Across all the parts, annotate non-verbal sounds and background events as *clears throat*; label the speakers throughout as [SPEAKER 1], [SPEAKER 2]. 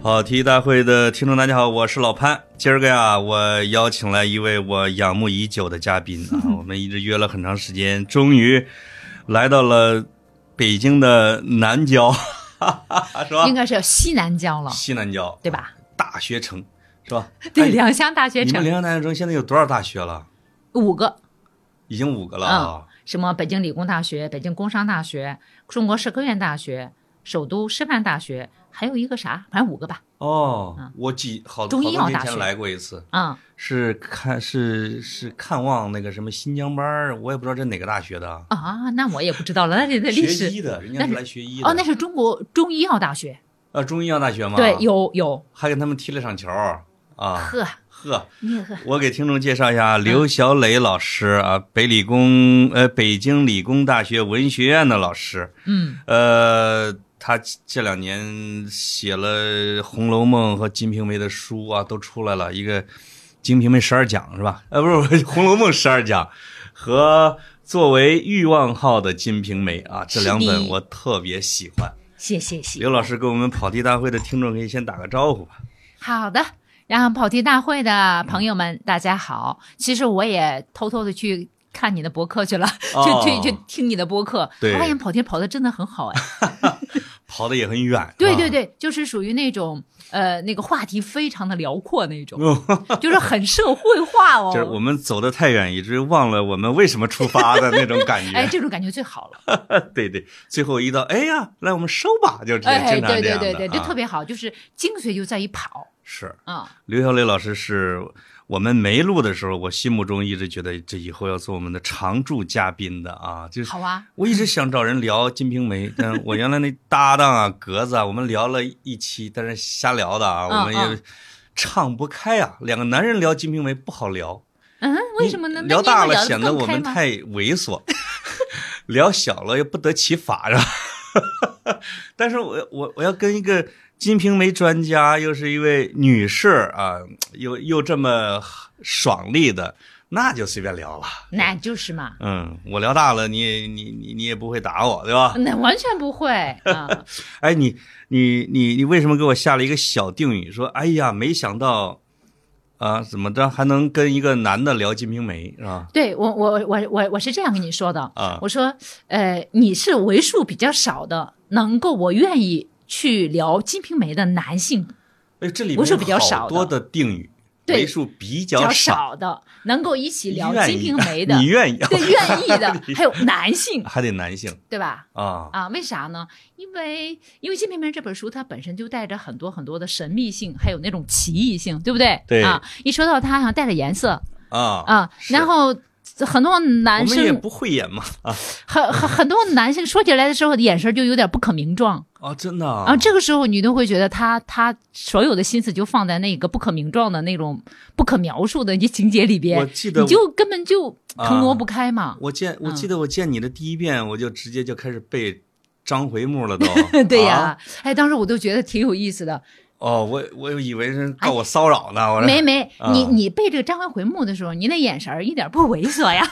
[SPEAKER 1] 跑题大会的听众，大家好，我是老潘。今儿个呀，我邀请来一位我仰慕已久的嘉宾
[SPEAKER 2] *laughs*
[SPEAKER 1] 啊，我们一直约了很长时间，终于来到了北京的南郊， *laughs* 是吧
[SPEAKER 2] 应？该是西南郊了，
[SPEAKER 1] 西南郊
[SPEAKER 2] 对吧？
[SPEAKER 1] 大学城是吧？
[SPEAKER 2] 对，
[SPEAKER 1] 哎
[SPEAKER 2] 良乡大学
[SPEAKER 1] 你们
[SPEAKER 2] 城
[SPEAKER 1] 良乡大学城现在有多少大学了？
[SPEAKER 2] 五个，
[SPEAKER 1] 已经五个了
[SPEAKER 2] 嗯
[SPEAKER 1] 啊！，
[SPEAKER 2] 什么北京理工大学、北京工商大学、中国社科院大学、首都师范大学，还有一个啥，反正五个吧。
[SPEAKER 1] 哦
[SPEAKER 2] 嗯，
[SPEAKER 1] 我几好好多
[SPEAKER 2] 中医药
[SPEAKER 1] 年
[SPEAKER 2] 大
[SPEAKER 1] 前
[SPEAKER 2] 学
[SPEAKER 1] 来过一次，
[SPEAKER 2] 嗯，
[SPEAKER 1] 是看是是看望那个什么新疆班儿，我也不知道这哪个大学的啊，
[SPEAKER 2] 啊，那我也不知道了，那得得历
[SPEAKER 1] 学
[SPEAKER 2] 史
[SPEAKER 1] 医的，人
[SPEAKER 2] 那
[SPEAKER 1] 家是
[SPEAKER 2] 是
[SPEAKER 1] 来学医的。
[SPEAKER 2] 哦，那是中国中医药大学，
[SPEAKER 1] 呃，中医药大学吗？
[SPEAKER 2] 对，有有，
[SPEAKER 1] 还跟他们踢了场球儿啊。
[SPEAKER 2] 呵，
[SPEAKER 1] 呵，
[SPEAKER 2] 你呵，
[SPEAKER 1] 我给听众介绍一
[SPEAKER 2] 嗯
[SPEAKER 1] 下刘小磊老师啊，北理工呃北京理工大学文学院的老师，
[SPEAKER 2] 嗯，
[SPEAKER 1] 呃。他这两年写了《红楼梦》和《金瓶梅》的书啊，都出来了。一个《金瓶梅》十二讲是吧？呃，不是，不是《红楼梦》十二讲和作为欲望号的《金瓶梅》啊，这两
[SPEAKER 2] 是
[SPEAKER 1] 本
[SPEAKER 2] 的
[SPEAKER 1] 我特别喜欢。
[SPEAKER 2] 谢谢谢。
[SPEAKER 1] 刘老师跟我们跑题大会的听众可以先打个招呼吧。
[SPEAKER 2] 好的，然后跑题大会的朋友
[SPEAKER 1] 嗯
[SPEAKER 2] 们，大家好。其实我也偷偷的去看你的博客去了，
[SPEAKER 1] 哦
[SPEAKER 2] 去去去听你的播客，
[SPEAKER 1] 对
[SPEAKER 2] 我发现跑题跑的真的很好哎。
[SPEAKER 1] 跑得也很远。
[SPEAKER 2] 对
[SPEAKER 1] 啊
[SPEAKER 2] 对，对，就是属于那种呃那个话题非常的辽阔那种，就是很社会化
[SPEAKER 1] 哦
[SPEAKER 2] 哦。
[SPEAKER 1] *laughs* 就是我们走得太远，以至于忘了我们为什么出发的那种感觉。
[SPEAKER 2] 哎，这种感觉最好了。
[SPEAKER 1] *laughs* 对对，最后一到，哎呀，来我们收吧，就这
[SPEAKER 2] 哎，
[SPEAKER 1] 经常
[SPEAKER 2] 对
[SPEAKER 1] 这
[SPEAKER 2] 对
[SPEAKER 1] 样的。
[SPEAKER 2] 对对，这特
[SPEAKER 1] 别
[SPEAKER 2] 别好，就是精髓就在于跑
[SPEAKER 1] 是
[SPEAKER 2] 啊。
[SPEAKER 1] 刘小磊老师是我们没录的时候，我心目中一直觉得这以后要做我们的常驻嘉宾的啊，就是
[SPEAKER 2] 好啊，
[SPEAKER 1] 我一直想找人聊《金瓶
[SPEAKER 2] *laughs*
[SPEAKER 1] 梅》，但我原来那搭档啊、格子啊，我们聊了一期，但是瞎聊的啊，
[SPEAKER 2] 嗯
[SPEAKER 1] 我们也
[SPEAKER 2] 嗯
[SPEAKER 1] 唱不开啊。两个男人聊《金瓶梅》不好聊，
[SPEAKER 2] 嗯，为什么呢？
[SPEAKER 1] 你
[SPEAKER 2] 那
[SPEAKER 1] 聊
[SPEAKER 2] 你们
[SPEAKER 1] 大了
[SPEAKER 2] 聊
[SPEAKER 1] 显
[SPEAKER 2] 得
[SPEAKER 1] 得
[SPEAKER 2] 更
[SPEAKER 1] 我
[SPEAKER 2] 开
[SPEAKER 1] 们
[SPEAKER 2] 吗
[SPEAKER 1] 太猥琐， *laughs* 聊小了又不得其法，是吧？ *laughs* 但是我我我要跟一个《金瓶梅》专家，又是一位女士啊，又又这么爽利的，那就随便聊了。
[SPEAKER 2] 那就是嘛。
[SPEAKER 1] 嗯，我聊大了，你也你你你也不会打我，对吧？
[SPEAKER 2] 那完全不会啊！
[SPEAKER 1] 哎，你你你你为什么给我下了一个小定语？说哎呀，没想到啊，怎么着还能跟一个男的聊《金瓶梅》是吧？
[SPEAKER 2] 对我，我，我，我，我是这样跟你说的。
[SPEAKER 1] 啊，
[SPEAKER 2] 我说，呃，你是为数比较少的能够我愿意去聊《金瓶梅》的男性，
[SPEAKER 1] 哎，这里
[SPEAKER 2] 为
[SPEAKER 1] 面
[SPEAKER 2] 数
[SPEAKER 1] 有
[SPEAKER 2] 比较
[SPEAKER 1] 好
[SPEAKER 2] 少
[SPEAKER 1] 多
[SPEAKER 2] 的
[SPEAKER 1] 的定语，
[SPEAKER 2] 对
[SPEAKER 1] 为数比
[SPEAKER 2] 比
[SPEAKER 1] 较
[SPEAKER 2] 较，少的能够一起聊《
[SPEAKER 1] 愿
[SPEAKER 2] 金
[SPEAKER 1] 意
[SPEAKER 2] 瓶梅》的
[SPEAKER 1] 你，愿意？
[SPEAKER 2] *laughs*
[SPEAKER 1] *laughs*
[SPEAKER 2] 对，愿意的，还有男性，
[SPEAKER 1] 还得男性
[SPEAKER 2] 对吧？
[SPEAKER 1] 啊，
[SPEAKER 2] 啊，为啥呢？因为因为《金瓶梅》这本书，它本身就带着很多很多的神秘性，还有那种奇异性，对不对？
[SPEAKER 1] 对
[SPEAKER 2] 啊，一说到它，好像带着颜色
[SPEAKER 1] 啊
[SPEAKER 2] 啊，
[SPEAKER 1] 是
[SPEAKER 2] 然后很多
[SPEAKER 1] 我
[SPEAKER 2] 男
[SPEAKER 1] 们也
[SPEAKER 2] 生
[SPEAKER 1] 不会演嘛
[SPEAKER 2] 很很很多男性说起来的时候，眼神就有点不可名状，
[SPEAKER 1] 啊，真的
[SPEAKER 2] 然后这个时候你都会觉得他他所有的心思就放在那个不可名状的那种不可描述的一情节里
[SPEAKER 1] 我啊
[SPEAKER 2] 边，
[SPEAKER 1] 记得
[SPEAKER 2] 你就根本就腾挪不开嘛。
[SPEAKER 1] 我见我
[SPEAKER 2] 嗯。
[SPEAKER 1] 记得我见你的第一遍，我就直接就开始背章回目了都
[SPEAKER 2] *laughs* 对呀、
[SPEAKER 1] 啊
[SPEAKER 2] 哎，当时我都觉得挺有意思的。
[SPEAKER 1] 哦，我我以为是
[SPEAKER 2] 哎
[SPEAKER 1] 告我骚扰呢，我说
[SPEAKER 2] 梅梅，
[SPEAKER 1] 啊
[SPEAKER 2] 你你背这个章回回目的时候，你那眼神儿一点不猥
[SPEAKER 1] *laughs*
[SPEAKER 2] 琐呀，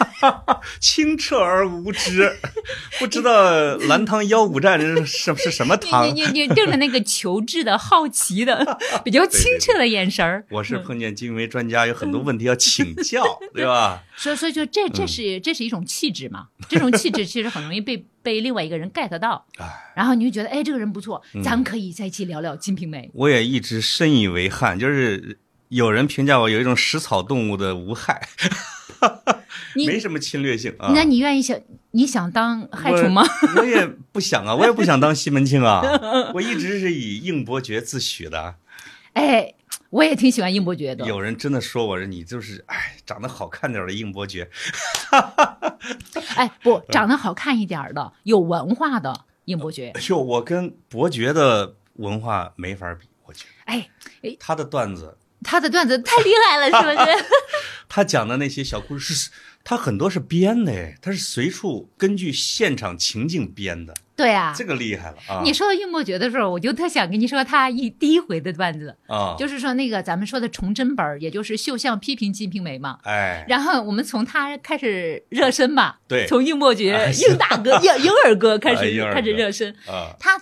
[SPEAKER 1] 清澈而无知，不知道兰汤腰鼓战是什是什么汤
[SPEAKER 2] 你。你你你正着那个求知的、好奇
[SPEAKER 1] *laughs*
[SPEAKER 2] 的、比较清澈的眼神儿。
[SPEAKER 1] 我是碰见金梅专家，有很多
[SPEAKER 2] 嗯
[SPEAKER 1] 问题要请教，对吧？
[SPEAKER 2] 所以，所以就这
[SPEAKER 1] 嗯
[SPEAKER 2] 这是、这是一种气质嘛，这种气质其实很容易被被另外一个人 get 到
[SPEAKER 1] *laughs* 哎，嗯
[SPEAKER 2] 然后你就觉得，哎，这个人不错，咱们可以在一起聊聊《金瓶梅
[SPEAKER 1] 我也一直深以为憾，就是有人评价我有一种食草动物的无害，》。没
[SPEAKER 2] 你，
[SPEAKER 1] 什么侵略性啊。
[SPEAKER 2] 那你愿意想你想当害虫吗？
[SPEAKER 1] 我？我也不想啊，我也不想当西门庆啊，我一直是以应伯爵自诩的。啊
[SPEAKER 2] 哎，我也挺喜欢应伯爵的。
[SPEAKER 1] 有人真的说我是你就是哎，长得好看点的应伯爵，
[SPEAKER 2] 哎，不，长得好看一点儿的，有文化的应伯爵
[SPEAKER 1] 哎。呦，我跟伯爵的文化没法比，我觉得
[SPEAKER 2] 哎，
[SPEAKER 1] 他的段子，
[SPEAKER 2] 他的段子太厉害了，是不
[SPEAKER 1] *laughs*
[SPEAKER 2] 是？
[SPEAKER 1] 他讲的那些小故事是，他很多是编的，哎，他是随处根据现场情境编的，
[SPEAKER 2] 对啊
[SPEAKER 1] 这。个厉害了啊！
[SPEAKER 2] 你说到应伯爵的时候，我就特想跟你说他一第一回的段子，
[SPEAKER 1] 啊，
[SPEAKER 2] 就是说那个咱们说的崇祯本儿，也就是绣像批评《金瓶梅》嘛。
[SPEAKER 1] 哎，
[SPEAKER 2] 然后我们从他开始热身吧，
[SPEAKER 1] 对
[SPEAKER 2] *laughs* 从应伯爵、
[SPEAKER 1] 哎 *laughs*
[SPEAKER 2] 应大哥、应应二哥开
[SPEAKER 1] 哎
[SPEAKER 2] 始
[SPEAKER 1] 英儿哥
[SPEAKER 2] 开始热身。
[SPEAKER 1] 啊，
[SPEAKER 2] 他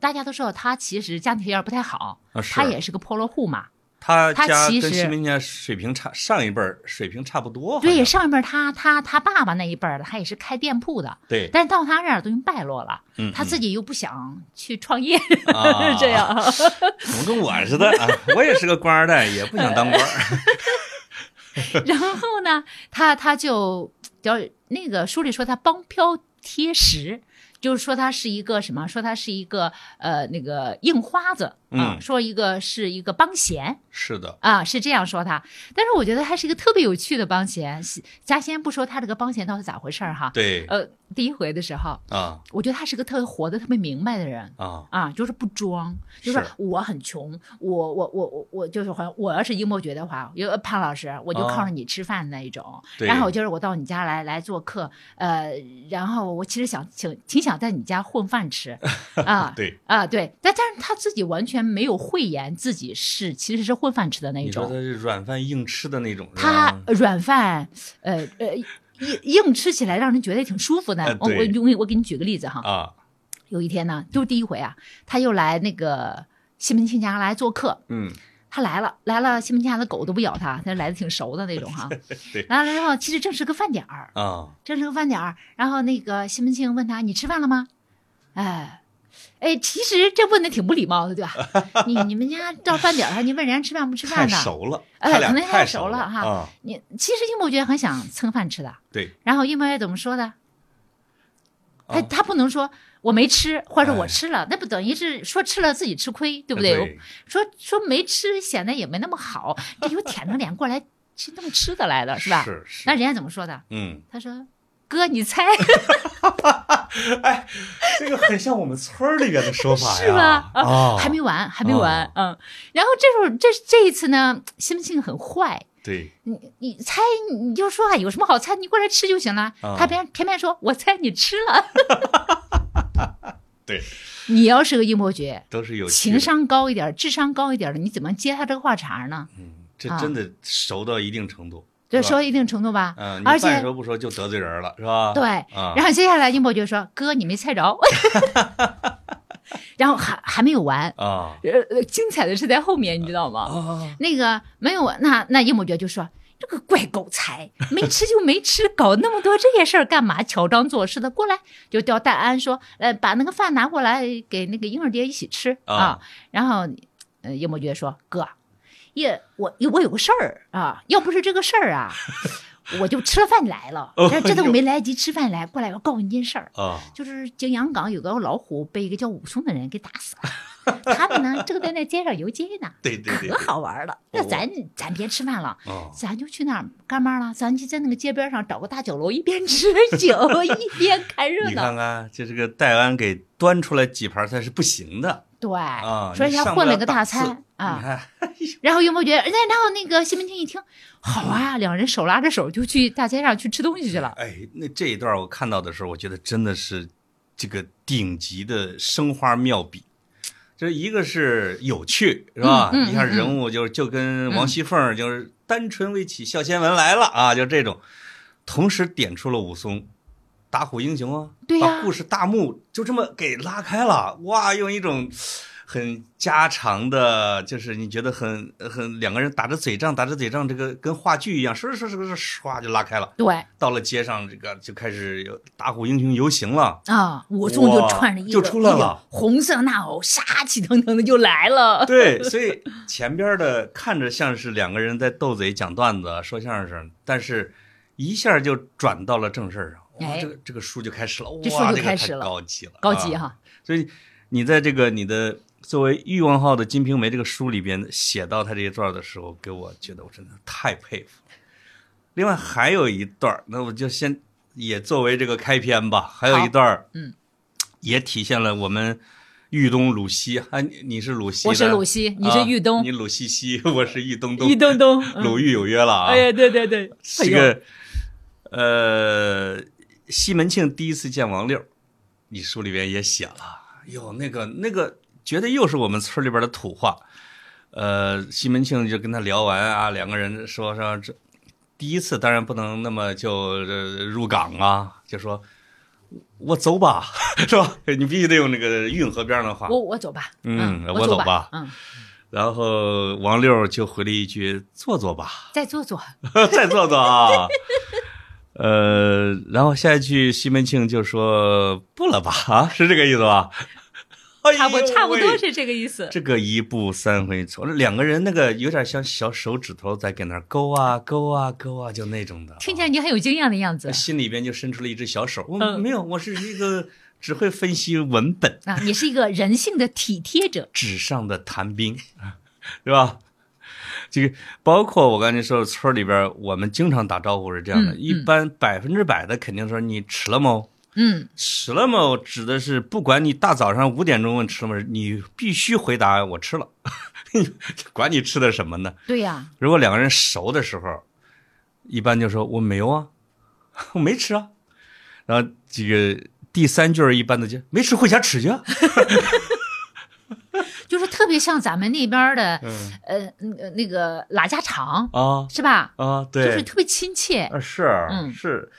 [SPEAKER 2] 大家都知道他其实家庭条件不太好，
[SPEAKER 1] 啊，是
[SPEAKER 2] 他也是个破落户嘛。
[SPEAKER 1] 他
[SPEAKER 2] 他
[SPEAKER 1] 家
[SPEAKER 2] 其
[SPEAKER 1] 跟
[SPEAKER 2] 实
[SPEAKER 1] 西门家水平差，上一辈儿水平差不多，好
[SPEAKER 2] 对，
[SPEAKER 1] 像
[SPEAKER 2] 上一辈儿他他他爸爸那一辈儿的，他也是开店铺的，
[SPEAKER 1] 对，
[SPEAKER 2] 但是到他这儿都已经败落了，
[SPEAKER 1] 嗯
[SPEAKER 2] 他自
[SPEAKER 1] 己
[SPEAKER 2] 己又不想去创业，
[SPEAKER 1] 啊
[SPEAKER 2] 这样。
[SPEAKER 1] *laughs* 怎么跟我似的啊？我也是个官二代，也不想当官儿。
[SPEAKER 2] *laughs* 然后呢，他他就叫那个书里说他帮漂贴实，就是说他是一个什么？说他是一个呃那个硬花子啊、
[SPEAKER 1] 嗯
[SPEAKER 2] 说一个是一个帮闲
[SPEAKER 1] 是的，
[SPEAKER 2] 啊，是这样说他。但是我觉得他是一个特别有趣的帮闲。是咱先不说他这个帮闲到底咋回事儿哈，
[SPEAKER 1] 对
[SPEAKER 2] 呃，第一回的时候，
[SPEAKER 1] 啊
[SPEAKER 2] 我觉得他是个特别活得特别明白的人。
[SPEAKER 1] 啊，
[SPEAKER 2] 啊，就是不装，就是
[SPEAKER 1] 是
[SPEAKER 2] 我很穷，我我我我我就是好像我要是英伯爵的话，有潘老师，我就靠
[SPEAKER 1] 啊
[SPEAKER 2] 着你吃饭那一种。
[SPEAKER 1] 对
[SPEAKER 2] 然后就是我到你家来来做客，呃，然后我其实想挺挺想在你家混
[SPEAKER 1] *laughs*
[SPEAKER 2] 饭吃啊。
[SPEAKER 1] 对，
[SPEAKER 2] 啊，对，但但是他自己完全没有讳言自己是其实是混饭吃的那一
[SPEAKER 1] 你说他
[SPEAKER 2] 种，
[SPEAKER 1] 是软饭硬吃的那种，是
[SPEAKER 2] 他
[SPEAKER 1] 吧
[SPEAKER 2] 软饭，呃呃，硬硬吃起来让人觉得挺舒服的
[SPEAKER 1] 呃。
[SPEAKER 2] 我
[SPEAKER 1] 对
[SPEAKER 2] 我我给我给你举个例子哈，
[SPEAKER 1] 啊，
[SPEAKER 2] 有一天呢，就是第一回啊，他又来那个西门庆家来做客。
[SPEAKER 1] 嗯，
[SPEAKER 2] 他来了，来了，西门庆家的狗都不咬他，他来的挺熟的那种哈
[SPEAKER 1] *laughs* 对。
[SPEAKER 2] 来了之后，其实正是个饭点儿，
[SPEAKER 1] 啊，
[SPEAKER 2] 正是个饭点儿。然后那个西门庆问他：“你吃饭了吗？”哎，哎，其实这问的挺不礼貌
[SPEAKER 1] *laughs*
[SPEAKER 2] 的，对吧？你你们家到饭点儿上，你问人家吃饭不吃
[SPEAKER 1] 太
[SPEAKER 2] 饭的？
[SPEAKER 1] 熟了，
[SPEAKER 2] 哎
[SPEAKER 1] 他俩
[SPEAKER 2] 可能
[SPEAKER 1] 太
[SPEAKER 2] 太熟
[SPEAKER 1] 了
[SPEAKER 2] 了哈
[SPEAKER 1] 啊，
[SPEAKER 2] 你其实英伯爵很想蹭饭吃的，
[SPEAKER 1] 对，
[SPEAKER 2] 然后英伯爵怎么说的？他
[SPEAKER 1] 啊
[SPEAKER 2] 他不能说我没吃，或者
[SPEAKER 1] 哎
[SPEAKER 2] 我吃了，那不等于是说吃了自己吃亏，对不对？
[SPEAKER 1] 对？
[SPEAKER 2] 说说没吃，显得也没那么好，这又舔着脸过来是那么吃的来的，是吧？
[SPEAKER 1] 哎是是
[SPEAKER 2] 那，人家怎么说的？
[SPEAKER 1] 嗯，
[SPEAKER 2] 他说：“哥，你猜
[SPEAKER 1] 这个很像我们村儿里边的说法呀，
[SPEAKER 2] *laughs* 是吧？
[SPEAKER 1] 啊，
[SPEAKER 2] 还没完，还没完，嗯。然后这时候这这一次呢，西门庆很坏，
[SPEAKER 1] 对，
[SPEAKER 2] 你你猜你就说啊，有什么好猜？你过来吃就行了。
[SPEAKER 1] 啊
[SPEAKER 2] 他偏偏偏说，我猜你吃了。
[SPEAKER 1] 对，
[SPEAKER 2] 你要是个英伯爵，
[SPEAKER 1] 都是有趣的
[SPEAKER 2] 情，商高一点，智商高一点的，你怎么接他这个话茬呢？
[SPEAKER 1] 嗯，这
[SPEAKER 2] 啊
[SPEAKER 1] 真的熟到一定程度，
[SPEAKER 2] 就是
[SPEAKER 1] 吧
[SPEAKER 2] 说到一定程度吧，
[SPEAKER 1] 嗯，你半
[SPEAKER 2] 而且
[SPEAKER 1] 说不说就得罪人了，是吧？
[SPEAKER 2] 对，
[SPEAKER 1] 啊，
[SPEAKER 2] 然后接下来英伯爵说：“哥，你没猜着。” *laughs* 然后还还没有完，
[SPEAKER 1] 啊
[SPEAKER 2] 呃，呃精彩的是在后面，你知道吗？
[SPEAKER 1] 啊，
[SPEAKER 2] 那个没有完，那那英伯爵就说：“这个怪狗才，没吃就没吃，搞那么多这些事儿干嘛？乔装作势的过来，就叫戴安说，呃，把那个饭拿过来给那个婴儿爹一起吃
[SPEAKER 1] 啊
[SPEAKER 2] 然后，呃，英伯爵说：“哥，也我我有个事儿啊，要不是这个事
[SPEAKER 1] *laughs*
[SPEAKER 2] 儿啊，我就吃了饭来了，
[SPEAKER 1] 哦
[SPEAKER 2] 但是这都
[SPEAKER 1] 哟
[SPEAKER 2] 没来得及吃饭来，过来我告诉你一件事儿。”
[SPEAKER 1] 啊，
[SPEAKER 2] 就是景阳岗有个老虎被一个叫武松的人给打死
[SPEAKER 1] *laughs*
[SPEAKER 2] 了，他们呢正在那街上游街呢，
[SPEAKER 1] 对对对哦
[SPEAKER 2] 可，好玩了。那咱咱别吃饭了，
[SPEAKER 1] 啊，
[SPEAKER 2] 咱就去那儿干嘛了？咱就在那个街边上找个大酒楼，一边吃
[SPEAKER 1] *laughs*
[SPEAKER 2] 酒一边看热
[SPEAKER 1] 你
[SPEAKER 2] 闹
[SPEAKER 1] 看。看，这这个戴安给端出来几盘菜是不行的
[SPEAKER 2] 对，
[SPEAKER 1] 啊，
[SPEAKER 2] 说人
[SPEAKER 1] 你
[SPEAKER 2] 家
[SPEAKER 1] 上不
[SPEAKER 2] 混了
[SPEAKER 1] 了
[SPEAKER 2] 个
[SPEAKER 1] 档
[SPEAKER 2] 大
[SPEAKER 1] 次
[SPEAKER 2] 餐
[SPEAKER 1] 你
[SPEAKER 2] 啊。
[SPEAKER 1] 看，
[SPEAKER 2] 然后英伯爵，然然哎后那个西门庆一听，好 *laughs* 啊，两人手拉着手就去大街上去吃东西去了。
[SPEAKER 1] 哎，那这一段我看到的时候，我觉得真的是这个顶级的生花妙笔。这一个是有趣，是吧？
[SPEAKER 2] 嗯嗯
[SPEAKER 1] 一下
[SPEAKER 2] 嗯嗯
[SPEAKER 1] 人物就是就跟王
[SPEAKER 2] 嗯
[SPEAKER 1] 熙凤儿就是单纯为起笑仙文来了啊，就这种。同时点出了武松，打虎英雄啊，
[SPEAKER 2] 对呀
[SPEAKER 1] 把故事大幕就这么给拉开了，哇，用一种很家常的，就是你觉得很很两个人打着嘴仗，打着嘴仗，这个跟话剧一样，说说说说说，唰就拉开了。
[SPEAKER 2] 对
[SPEAKER 1] 到了街上，这个就开始有打虎英雄游行了。
[SPEAKER 2] 啊，武松就
[SPEAKER 1] 哇
[SPEAKER 2] 穿着一
[SPEAKER 1] 就
[SPEAKER 2] 个
[SPEAKER 1] 出来
[SPEAKER 2] 一个
[SPEAKER 1] 了
[SPEAKER 2] 红色纳袄，杀气腾腾的就来了。
[SPEAKER 1] 对，所以前边的看着像是两个人在斗嘴、讲段子、说相声，但是一下就转到了正事儿上。哇，
[SPEAKER 2] 哎
[SPEAKER 1] 这个这个书就开始了，哇，
[SPEAKER 2] 这书就
[SPEAKER 1] 这个
[SPEAKER 2] 开始
[SPEAKER 1] 太
[SPEAKER 2] 了
[SPEAKER 1] 高级了，
[SPEAKER 2] 高级
[SPEAKER 1] 啊。
[SPEAKER 2] 哈，
[SPEAKER 1] 所以你在这个你的作为欲望号的《金瓶梅》这个书里边写到他这一段的时候，给我觉得我真的太佩服了。另外还有一段儿，那我就先也作为这个开篇吧。还有一段儿，
[SPEAKER 2] 嗯，
[SPEAKER 1] 也体现了我们豫东鲁西啊，你你是鲁西的，
[SPEAKER 2] 我是鲁西，你是豫
[SPEAKER 1] 啊
[SPEAKER 2] 东
[SPEAKER 1] 你，鲁西西，我是豫东
[SPEAKER 2] *laughs*
[SPEAKER 1] 东，
[SPEAKER 2] 豫东东，嗯
[SPEAKER 1] 鲁豫有约了啊。
[SPEAKER 2] 哎呀，对对对，
[SPEAKER 1] 这
[SPEAKER 2] 哎呦
[SPEAKER 1] 个呃，西门庆第一次见王六，你书里边也写了，哟，那个那个，绝对又是我们村里边的土话。呃，西门庆就跟他聊完啊，两个人说说这第一次当然不能那么就、呃入港啊，就说我走吧， *laughs* 是吧？你必须得用那个运河边上的话。
[SPEAKER 2] 我我走吧，
[SPEAKER 1] 嗯我走
[SPEAKER 2] 走
[SPEAKER 1] 吧
[SPEAKER 2] 嗯，
[SPEAKER 1] 然后王六就回了一句：“坐坐吧。”
[SPEAKER 2] 再坐坐，
[SPEAKER 1] *laughs* 再坐坐啊。呃，然后下一句，西门庆就说：“不了吧， *laughs* 啊，是这个意思吧？”
[SPEAKER 2] *laughs* 差不
[SPEAKER 1] 哎呦
[SPEAKER 2] 差不多
[SPEAKER 1] 喂
[SPEAKER 2] 是这个意思。
[SPEAKER 1] 这个一步三回错，两个人那个有点像小手指头在搁那儿勾啊勾啊勾啊，就那种的啊。
[SPEAKER 2] 听起来你很有经验的样子
[SPEAKER 1] 心里边就伸出了一只小手。我
[SPEAKER 2] 嗯
[SPEAKER 1] 没有，我是一个只会分析文本
[SPEAKER 2] 啊，你是一个人性的体贴者。
[SPEAKER 1] 纸上的谈兵， *laughs* 对吧？这个包括我刚才说的村里边，我们经常打招呼是这样的，
[SPEAKER 2] 嗯
[SPEAKER 1] 一般百分之百的肯定说你吃了吗？
[SPEAKER 2] 嗯，
[SPEAKER 1] 吃了吗？指的是不管你大早上五点钟问吃了吗，你必须回答我吃了， *laughs* 管你吃的什么呢？
[SPEAKER 2] 对呀，
[SPEAKER 1] 如果两个人熟的时候，一般就说我没有啊， *laughs* 我没吃啊。然后这个第三句儿一般的就没吃，回家吃去啊。
[SPEAKER 2] 就是特别像咱们那边儿的
[SPEAKER 1] 嗯
[SPEAKER 2] 呃那那个拉家常
[SPEAKER 1] 啊
[SPEAKER 2] 是吧？
[SPEAKER 1] 啊，
[SPEAKER 2] 就
[SPEAKER 1] 对，
[SPEAKER 2] 是特别亲切。
[SPEAKER 1] 啊，是，
[SPEAKER 2] 嗯
[SPEAKER 1] 是。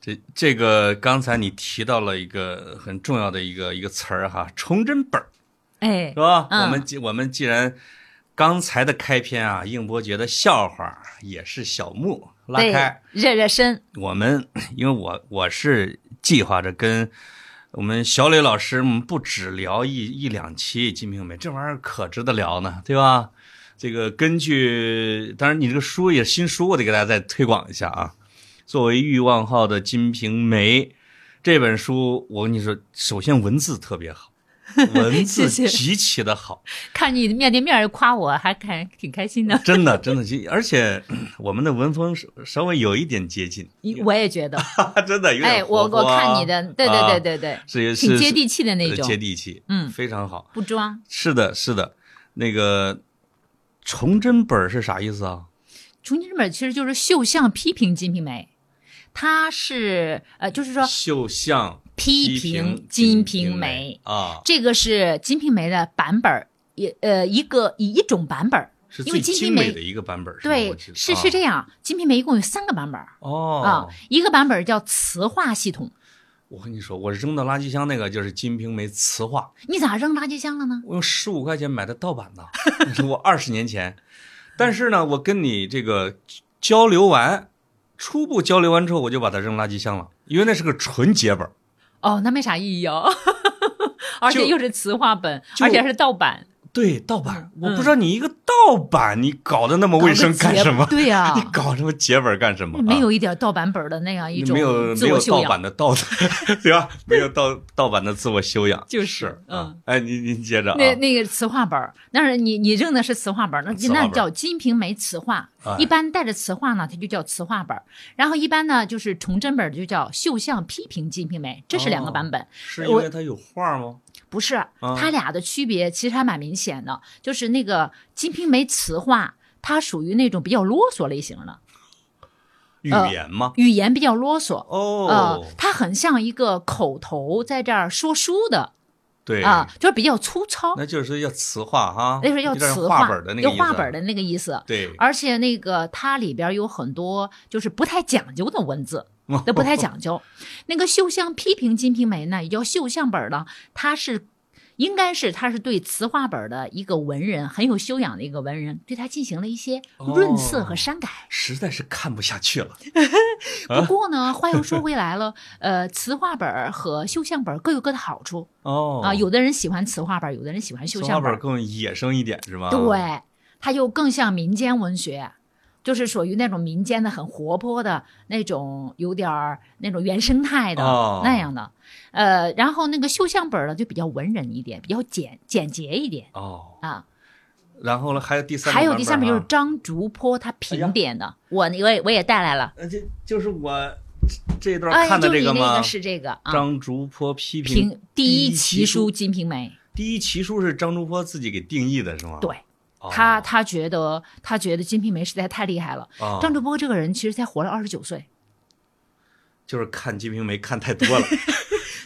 [SPEAKER 1] 这这个刚才你提到了一个很重要的一个一个词儿哈，崇祯本儿
[SPEAKER 2] 哎
[SPEAKER 1] 是，吧？
[SPEAKER 2] 嗯
[SPEAKER 1] 我们既我们既然刚才的开篇啊，应伯爵的笑话也是小木拉
[SPEAKER 2] 对
[SPEAKER 1] 开，，
[SPEAKER 2] 热热身。
[SPEAKER 1] 我们 *clears throat* 因为我我是计划着跟我们小磊老师，我们不只聊一一两期《金瓶梅》，这玩意儿可值得聊呢，对吧？这个根据，当然你这个书也新书，我得给大家再推广一下啊。作为欲望号的《金瓶梅》这本书，我跟你说，首先文字特别
[SPEAKER 2] *laughs*
[SPEAKER 1] 好，文字
[SPEAKER 2] 谢谢
[SPEAKER 1] 极其的好，
[SPEAKER 2] 看你面对面儿夸我，还看挺开心的。
[SPEAKER 1] 真的真的，其而且 *clears throat* 我们的文风稍稍微有一点接近， *laughs*
[SPEAKER 2] 你我也觉得，
[SPEAKER 1] 真的有点
[SPEAKER 2] 哎，我
[SPEAKER 1] 活泼
[SPEAKER 2] 我
[SPEAKER 1] 啊
[SPEAKER 2] 看你的，对对对对
[SPEAKER 1] 是
[SPEAKER 2] 对，挺
[SPEAKER 1] 是
[SPEAKER 2] 接地气的那
[SPEAKER 1] 呃
[SPEAKER 2] 种
[SPEAKER 1] 接，地气，
[SPEAKER 2] 嗯
[SPEAKER 1] 非常好。
[SPEAKER 2] 不装。
[SPEAKER 1] 是的，是的，那个崇祯本儿是啥意思啊？
[SPEAKER 2] 重庆日本其实就是绣像批评《金瓶梅》，它是呃，就是说
[SPEAKER 1] 绣像
[SPEAKER 2] 批评《金瓶梅》，
[SPEAKER 1] 啊，
[SPEAKER 2] 这个是《金瓶梅》的版本儿，也呃一个以一种版本儿，
[SPEAKER 1] 是
[SPEAKER 2] 因为
[SPEAKER 1] 最
[SPEAKER 2] 金
[SPEAKER 1] 精
[SPEAKER 2] 瓶梅
[SPEAKER 1] 美的一个版本，是吧我
[SPEAKER 2] 对
[SPEAKER 1] 记，得
[SPEAKER 2] 是
[SPEAKER 1] 啊
[SPEAKER 2] 是这样，《金瓶梅》一共有三个版本儿啊
[SPEAKER 1] 哦。，
[SPEAKER 2] 一个版本儿叫词化系统，
[SPEAKER 1] 我跟你说，我扔到垃圾箱那个就是《金瓶梅》词话，
[SPEAKER 2] 你咋扔垃圾箱了呢？
[SPEAKER 1] 我用十五块钱买的盗版的， *laughs* 我二十年前。但是呢，我跟你这个交流完，初步交流完之后，我就把它扔垃圾箱了，因为那是个纯洁本儿。
[SPEAKER 2] 哦，那没啥意义哦， *laughs* 而且
[SPEAKER 1] 就
[SPEAKER 2] 又是词化本，
[SPEAKER 1] 就
[SPEAKER 2] 而且还是盗版，
[SPEAKER 1] 对，盗版，
[SPEAKER 2] 嗯
[SPEAKER 1] 我不知道你一个盗版，你搞得那么 *laughs* 卫生干什
[SPEAKER 2] 搞
[SPEAKER 1] 么
[SPEAKER 2] 个结？对呀、
[SPEAKER 1] *laughs*
[SPEAKER 2] *laughs*
[SPEAKER 1] 你搞什么解本干什么、啊？
[SPEAKER 2] 没有一点盗版本儿的那样一
[SPEAKER 1] 你
[SPEAKER 2] 种
[SPEAKER 1] 没有
[SPEAKER 2] 自
[SPEAKER 1] 没
[SPEAKER 2] 我
[SPEAKER 1] 有
[SPEAKER 2] 修
[SPEAKER 1] 盗
[SPEAKER 2] 养
[SPEAKER 1] 版，的道德，对吧？没有盗盗版的自我修养，
[SPEAKER 2] *laughs* 就是
[SPEAKER 1] 是
[SPEAKER 2] 嗯。
[SPEAKER 1] 哎，您您接着啊，
[SPEAKER 2] 那那个词化本儿，但是你你扔的是词化本儿，那
[SPEAKER 1] 词化本
[SPEAKER 2] 那
[SPEAKER 1] 儿
[SPEAKER 2] 叫《金瓶梅》词化
[SPEAKER 1] 哎。
[SPEAKER 2] 一般带着词化呢，它就叫词化本儿。然后一般呢，就是崇祯本儿就叫《绣像批评金瓶梅》，这是两个
[SPEAKER 1] 哦
[SPEAKER 2] 版本，
[SPEAKER 1] 是因为它有画吗？
[SPEAKER 2] 不是
[SPEAKER 1] 嗯
[SPEAKER 2] 它俩的区别其实还蛮明显的。就是那个《金瓶梅》词化，它属于那种比较啰嗦类型的，
[SPEAKER 1] 语
[SPEAKER 2] 呃
[SPEAKER 1] 言吗？
[SPEAKER 2] 语言比较啰嗦。呃
[SPEAKER 1] 哦，，
[SPEAKER 2] 它很像一个口头在这儿说书的
[SPEAKER 1] 对
[SPEAKER 2] 啊、就是比较粗糙，
[SPEAKER 1] 那就是要词化哈，
[SPEAKER 2] 那是要
[SPEAKER 1] 有点
[SPEAKER 2] 词
[SPEAKER 1] 画本的那个
[SPEAKER 2] 要
[SPEAKER 1] 意思
[SPEAKER 2] 画本的啊那个意思。
[SPEAKER 1] 对，
[SPEAKER 2] 而且那个它里边有很多就是不太讲究的文字，都不太讲究。那个绣像批评《金瓶梅》呢，也叫绣像本儿呢，它是应该是它是对词话本儿的一个文人，很有修养的一个文人，对它进行了一些润色和删改。
[SPEAKER 1] *laughs* 实在是看不下去了。
[SPEAKER 2] 不过呢，话又说回来了，呃，词话本儿和绣像本儿各有各的好处
[SPEAKER 1] 哦
[SPEAKER 2] *laughs* 啊、有的人喜欢词话本儿，有的人喜欢绣
[SPEAKER 1] 词
[SPEAKER 2] 像
[SPEAKER 1] 画
[SPEAKER 2] 本
[SPEAKER 1] 本
[SPEAKER 2] 儿。
[SPEAKER 1] 更野生一点是吧？
[SPEAKER 2] 对，它就更像民间文学，就是属于那种民间的很活泼的那种，有点儿那种原生态的、
[SPEAKER 1] 哦
[SPEAKER 2] 那样的。呃，然后那个绣像本儿呢，就比较文人一点，比较简简洁一点
[SPEAKER 1] 哦，
[SPEAKER 2] 啊。
[SPEAKER 1] 然后呢，还有第三个
[SPEAKER 2] 还有
[SPEAKER 1] 版
[SPEAKER 2] 第
[SPEAKER 1] 本
[SPEAKER 2] 三本就
[SPEAKER 1] 哈
[SPEAKER 2] 是张竹坡他
[SPEAKER 1] 啊哎呀
[SPEAKER 2] 评点的，我我也我也带来了，
[SPEAKER 1] 呃，这就是我这这一段
[SPEAKER 2] 哎，
[SPEAKER 1] 看的
[SPEAKER 2] 就你
[SPEAKER 1] 个
[SPEAKER 2] 那
[SPEAKER 1] 吗？
[SPEAKER 2] 个是这个啊。
[SPEAKER 1] 张竹坡批
[SPEAKER 2] 评第
[SPEAKER 1] 第
[SPEAKER 2] 一
[SPEAKER 1] 一
[SPEAKER 2] 奇
[SPEAKER 1] 奇
[SPEAKER 2] 书《
[SPEAKER 1] 书
[SPEAKER 2] 金瓶梅
[SPEAKER 1] 第一奇书是张竹坡自己给定义的，是吗？》，
[SPEAKER 2] 对
[SPEAKER 1] 哦，
[SPEAKER 2] 他他觉得他觉得《金瓶梅》实在太厉害了。
[SPEAKER 1] 哦
[SPEAKER 2] 张竹坡这个人其实才活了二十九岁，
[SPEAKER 1] 就是看《金瓶梅》看太多
[SPEAKER 2] *laughs*
[SPEAKER 1] 了，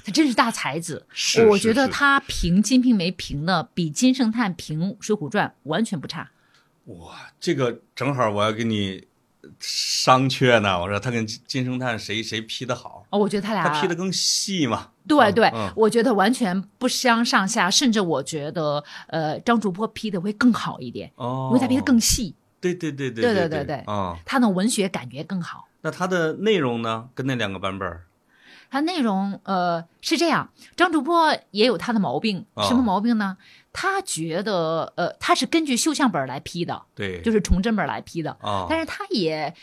[SPEAKER 2] 他真是大才子。
[SPEAKER 1] 是
[SPEAKER 2] 我
[SPEAKER 1] 是
[SPEAKER 2] 觉得
[SPEAKER 1] 是
[SPEAKER 2] 他评《金瓶梅》评的比金圣叹评《水浒传》完全不差。
[SPEAKER 1] 哇，这个正好我要跟你商榷呢。我说他跟金金圣叹谁谁 P 的好，
[SPEAKER 2] 哦，我觉得他俩
[SPEAKER 1] 他 P 的更细嘛。
[SPEAKER 2] 对
[SPEAKER 1] 嗯
[SPEAKER 2] 对，
[SPEAKER 1] 嗯
[SPEAKER 2] 我觉得完全不相上下，甚至我觉得呃，张主播 P 的会更好一点，
[SPEAKER 1] 哦，
[SPEAKER 2] 因为他 P 的更细，
[SPEAKER 1] 对对对对
[SPEAKER 2] 对
[SPEAKER 1] 对
[SPEAKER 2] 对对对
[SPEAKER 1] 啊。
[SPEAKER 2] 他的文学感觉更好。
[SPEAKER 1] 那它的内容呢，跟那两个版本儿
[SPEAKER 2] 它内容呃是这样，张主播也有他的毛病，
[SPEAKER 1] 啊
[SPEAKER 2] 什么毛病呢？他觉得呃他是根据绣像本儿来批的，
[SPEAKER 1] 对，
[SPEAKER 2] 就是是从真本儿来批的，
[SPEAKER 1] 啊，
[SPEAKER 2] 但是他也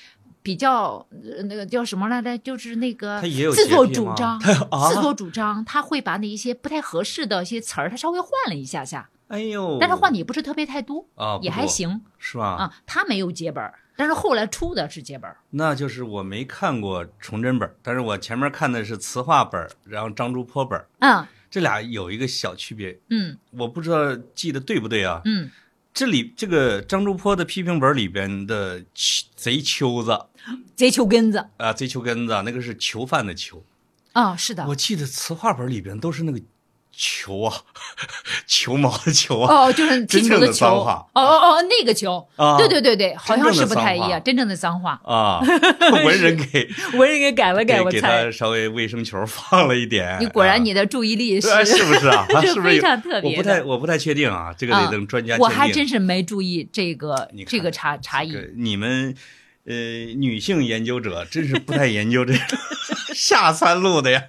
[SPEAKER 2] 比较呃那个叫什么来着？就是那个
[SPEAKER 1] 他也有
[SPEAKER 2] 自作
[SPEAKER 1] 洁癖
[SPEAKER 2] 主
[SPEAKER 1] 吗 *laughs*
[SPEAKER 2] 张，
[SPEAKER 1] 啊
[SPEAKER 2] 自作主张，他会把那一些不太合适的一些词儿，他稍微换了一下下，
[SPEAKER 1] 哎呦，
[SPEAKER 2] 但是换的也不是特别太多，
[SPEAKER 1] 啊
[SPEAKER 2] 也
[SPEAKER 1] 不
[SPEAKER 2] 还
[SPEAKER 1] 多
[SPEAKER 2] 行
[SPEAKER 1] 是吧？
[SPEAKER 2] 啊。他没有结本儿，但是后来出的是结本儿。
[SPEAKER 1] 那就是我没看过崇祯本儿，但是我前面看的是词话本儿，然后张竹坡本儿，
[SPEAKER 2] 嗯
[SPEAKER 1] 这俩有一个小区别，
[SPEAKER 2] 嗯
[SPEAKER 1] 我不知道记得对不对啊？
[SPEAKER 2] 嗯，
[SPEAKER 1] 这里这个张竹坡的批评本儿里边的囚贼秋子啊、
[SPEAKER 2] 贼球根子
[SPEAKER 1] 贼秋根子啊，那个是囚犯的囚。
[SPEAKER 2] 啊，是的。
[SPEAKER 1] 我记得词话本儿里边都是那个球啊， *laughs* 球毛的球啊，
[SPEAKER 2] 哦，就是踢
[SPEAKER 1] 真
[SPEAKER 2] 球
[SPEAKER 1] 正的
[SPEAKER 2] 球，
[SPEAKER 1] 脏话
[SPEAKER 2] 哦哦哦，那个球，
[SPEAKER 1] 啊
[SPEAKER 2] 对对对对，好像
[SPEAKER 1] 真正的
[SPEAKER 2] 是不太一
[SPEAKER 1] 脏话
[SPEAKER 2] 样，真正的
[SPEAKER 1] *laughs*
[SPEAKER 2] 脏话， *laughs*
[SPEAKER 1] 啊，文人给
[SPEAKER 2] 我 *laughs* 也给改了改，
[SPEAKER 1] 给
[SPEAKER 2] 我
[SPEAKER 1] 给
[SPEAKER 2] 猜
[SPEAKER 1] 他，稍微卫生球放了一点。
[SPEAKER 2] 你果
[SPEAKER 1] 啊
[SPEAKER 2] 然你的注意力
[SPEAKER 1] *laughs*
[SPEAKER 2] 是
[SPEAKER 1] 啊，是不是啊？啊
[SPEAKER 2] *laughs* 这
[SPEAKER 1] 是不是有
[SPEAKER 2] 非常特别的
[SPEAKER 1] 我不太我不太确定啊，这个
[SPEAKER 2] 啊
[SPEAKER 1] 得等专家鉴定。
[SPEAKER 2] 我还真是没注意这个
[SPEAKER 1] 你看
[SPEAKER 2] 这个差差
[SPEAKER 1] 这
[SPEAKER 2] 异。
[SPEAKER 1] 个你们呃女性研究者真是不太研究这
[SPEAKER 2] *laughs*
[SPEAKER 1] 个下三路的呀。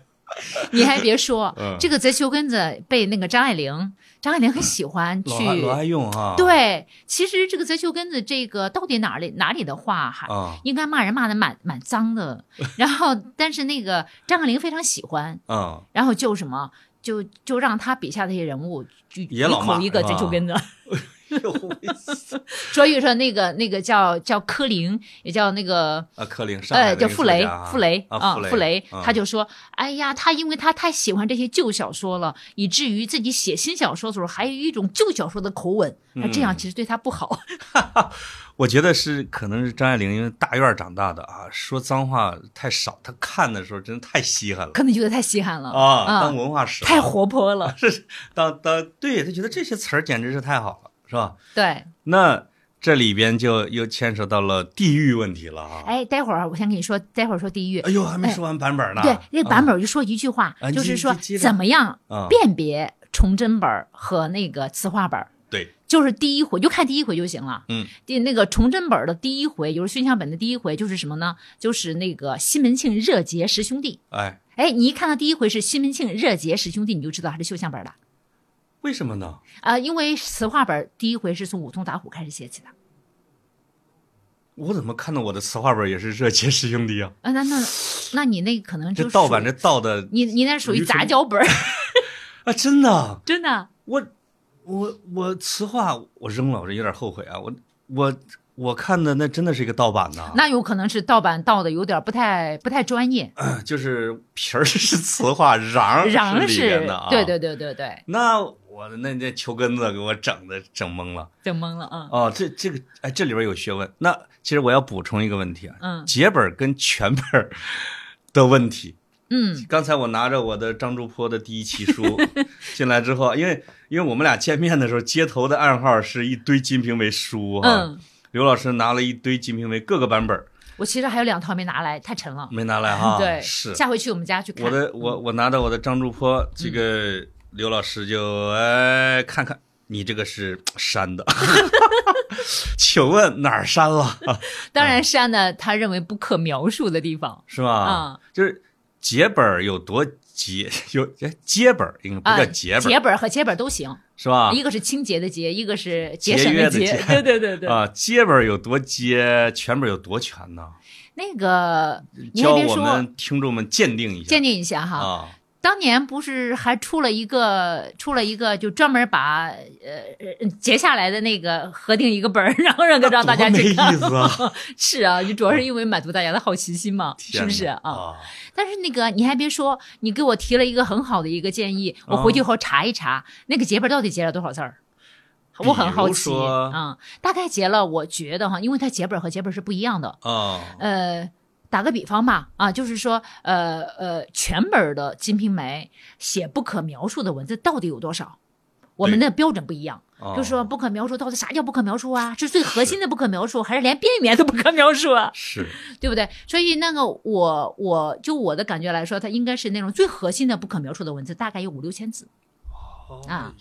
[SPEAKER 2] 你还别说，
[SPEAKER 1] *laughs* 嗯
[SPEAKER 2] 这个贼球根子被那个张爱玲，张爱玲很喜欢去
[SPEAKER 1] 嗯老。爱老爱用啊，
[SPEAKER 2] 对，其实这个贼球根子这个到底哪里哪里的话还。
[SPEAKER 1] 啊
[SPEAKER 2] 应该骂人骂的蛮蛮脏的，
[SPEAKER 1] *laughs*
[SPEAKER 2] 然后但是那个张爱玲非常喜欢，
[SPEAKER 1] 啊，
[SPEAKER 2] 然后就什么就就让他笔下的一些人物就
[SPEAKER 1] 也
[SPEAKER 2] 一
[SPEAKER 1] 老骂啊
[SPEAKER 2] 口一个
[SPEAKER 1] 是
[SPEAKER 2] 贼
[SPEAKER 1] 吧
[SPEAKER 2] 球根子， *laughs*
[SPEAKER 1] 嗯
[SPEAKER 2] 所以说那个那个叫叫柯林，也叫那个
[SPEAKER 1] 啊，柯林上海
[SPEAKER 2] 呃
[SPEAKER 1] 的
[SPEAKER 2] 叫
[SPEAKER 1] 艺
[SPEAKER 2] 傅
[SPEAKER 1] 术
[SPEAKER 2] 雷
[SPEAKER 1] 家啊，
[SPEAKER 2] 傅雷
[SPEAKER 1] 啊，
[SPEAKER 2] 傅雷，他
[SPEAKER 1] 就
[SPEAKER 2] 就说，哎呀，他因为他太喜欢这些旧小说了，以至于自己写新小说的时候还有一种旧小说的口吻，
[SPEAKER 1] 嗯
[SPEAKER 2] 那这样其实对他不好。
[SPEAKER 1] 我觉得是可能是张爱玲因为大院儿长大的啊，说脏话太少，她看的时候真的太稀罕了
[SPEAKER 2] 可能觉得太稀罕了
[SPEAKER 1] 啊，当文化史
[SPEAKER 2] 太
[SPEAKER 1] 了
[SPEAKER 2] 活泼了，
[SPEAKER 1] *laughs* 当当对他觉得这些词儿简直是太好了，是吧？
[SPEAKER 2] 对。
[SPEAKER 1] 那这里边就又牵扯到了地域问题了啊！
[SPEAKER 2] 哎，待会儿啊我先跟你说，待会儿说地狱
[SPEAKER 1] 哎。呦，还没说完版本呢。
[SPEAKER 2] 对，那个版本我就说一句话
[SPEAKER 1] 嗯啊，你
[SPEAKER 2] 就是
[SPEAKER 1] 你
[SPEAKER 2] 说
[SPEAKER 1] 接着
[SPEAKER 2] 怎么样
[SPEAKER 1] 啊，
[SPEAKER 2] 辨别崇祯本儿和那个词话本儿。
[SPEAKER 1] 对，
[SPEAKER 2] 就是第一回就看第一回就行了。
[SPEAKER 1] 嗯，
[SPEAKER 2] 第那个崇祯本儿的第一回，就是熏香本的第一回，就是什么呢？就是那个西门庆、热结十兄弟。
[SPEAKER 1] 哎，
[SPEAKER 2] 哎，你一看到第一回是西门庆、热结十兄弟，你就知道他是绣像本儿的
[SPEAKER 1] 为什么呢？
[SPEAKER 2] 啊、因为词话本儿第一回是从武松打虎开始写起的。
[SPEAKER 1] 我怎么看到我的词话本也是热结师兄弟啊？
[SPEAKER 2] 啊、那那，那你那可 *laughs* 能就
[SPEAKER 1] 这盗
[SPEAKER 2] 属
[SPEAKER 1] 版
[SPEAKER 2] 于
[SPEAKER 1] 这盗的
[SPEAKER 2] 你你那属于
[SPEAKER 1] 驴唇
[SPEAKER 2] 杂交本儿，
[SPEAKER 1] 啊，真的，
[SPEAKER 2] 真的。
[SPEAKER 1] 我我我词话我扔了，我这有点后悔啊！我我我看的那真的是一个盗版 *laughs* 呐，
[SPEAKER 2] 那有可能是盗版盗的有点不太不太专业，
[SPEAKER 1] 就是皮儿是词话，瓤儿
[SPEAKER 2] 瓤
[SPEAKER 1] 啊是里
[SPEAKER 2] 是
[SPEAKER 1] 边的啊。
[SPEAKER 2] 对对对对对，
[SPEAKER 1] 那我的那那球根子给我整的整懵了。
[SPEAKER 2] 整懵了啊。
[SPEAKER 1] 哦，这这个哎，这里边有学问。那其实我要补充一个问题啊，
[SPEAKER 2] 嗯
[SPEAKER 1] 节本儿跟全本儿 *laughs* 的问题。
[SPEAKER 2] 嗯
[SPEAKER 1] 刚才我拿着我的张竹坡的第一期
[SPEAKER 2] *laughs*
[SPEAKER 1] 书进来之后，因为因为我们俩见面的时候，街头的暗号是一堆《金瓶梅》书哈、
[SPEAKER 2] 嗯，
[SPEAKER 1] 刘老师拿了一堆《金瓶梅》各个版本儿
[SPEAKER 2] 我其实还有两套没拿来，太沉了。。
[SPEAKER 1] 没拿来哈
[SPEAKER 2] 嗯对，
[SPEAKER 1] 啊是
[SPEAKER 2] 下回去我们家去看。嗯
[SPEAKER 1] 我的我我拿到我的张竹坡，这个刘老师就哎看看你这个是删的，
[SPEAKER 2] *laughs*
[SPEAKER 1] *laughs* 请问哪儿删了？
[SPEAKER 2] 当然删了他认为不可描述的地方
[SPEAKER 1] 是吧？
[SPEAKER 2] 啊
[SPEAKER 1] 就是节本儿有多节， *laughs* 有哎接本儿应该
[SPEAKER 2] 啊，
[SPEAKER 1] 不叫节本儿、
[SPEAKER 2] 节本儿和节本儿都行，
[SPEAKER 1] 是吧？
[SPEAKER 2] 一个是清洁的洁，一个是节省
[SPEAKER 1] 节约的
[SPEAKER 2] 节
[SPEAKER 1] 节。 *laughs*
[SPEAKER 2] 对对对对，
[SPEAKER 1] 啊，接本儿有多接，全本儿有多全呢？
[SPEAKER 2] 那个你还
[SPEAKER 1] 教
[SPEAKER 2] 别
[SPEAKER 1] 我
[SPEAKER 2] 说，
[SPEAKER 1] 们听众们鉴定一下，
[SPEAKER 2] 鉴定一下哈。
[SPEAKER 1] 啊，
[SPEAKER 2] 当年不是还出了一个出了一个，就专门把呃呃截下来的那个合订一个本儿， *laughs* 然后让
[SPEAKER 1] 那
[SPEAKER 2] 让大家
[SPEAKER 1] 多
[SPEAKER 2] 去看
[SPEAKER 1] 没意。思啊，
[SPEAKER 2] *laughs*
[SPEAKER 1] 哦
[SPEAKER 2] 是啊，就主要是因为满足大家的好奇心嘛，是不是
[SPEAKER 1] 天
[SPEAKER 2] 啊？
[SPEAKER 1] 哪？
[SPEAKER 2] 但是那个你还别说，你给我提了一个很好的一个建议，我
[SPEAKER 1] 哦
[SPEAKER 2] 回去后查一查、那个结本到底结了多少字儿，我很好
[SPEAKER 1] 比如
[SPEAKER 2] 奇。
[SPEAKER 1] 说
[SPEAKER 2] 嗯，大概结了，我觉得哈，因为它结本和结本是不一样的。
[SPEAKER 1] 啊，
[SPEAKER 2] 呃，打个比方吧，啊，就是说，呃呃，全本的《金瓶梅》写不可描述的文字到底有多少？我们的标准不一样。
[SPEAKER 1] 哦
[SPEAKER 2] 就是说不可描述到底啥叫不可描述啊？是最核心的不可描述，还是连边缘都不可描述啊？
[SPEAKER 1] 是
[SPEAKER 2] 对不对？所以那个我我就我的感觉来说，它应该是那种最核心的不可描述的文字，大概有五六千字，啊，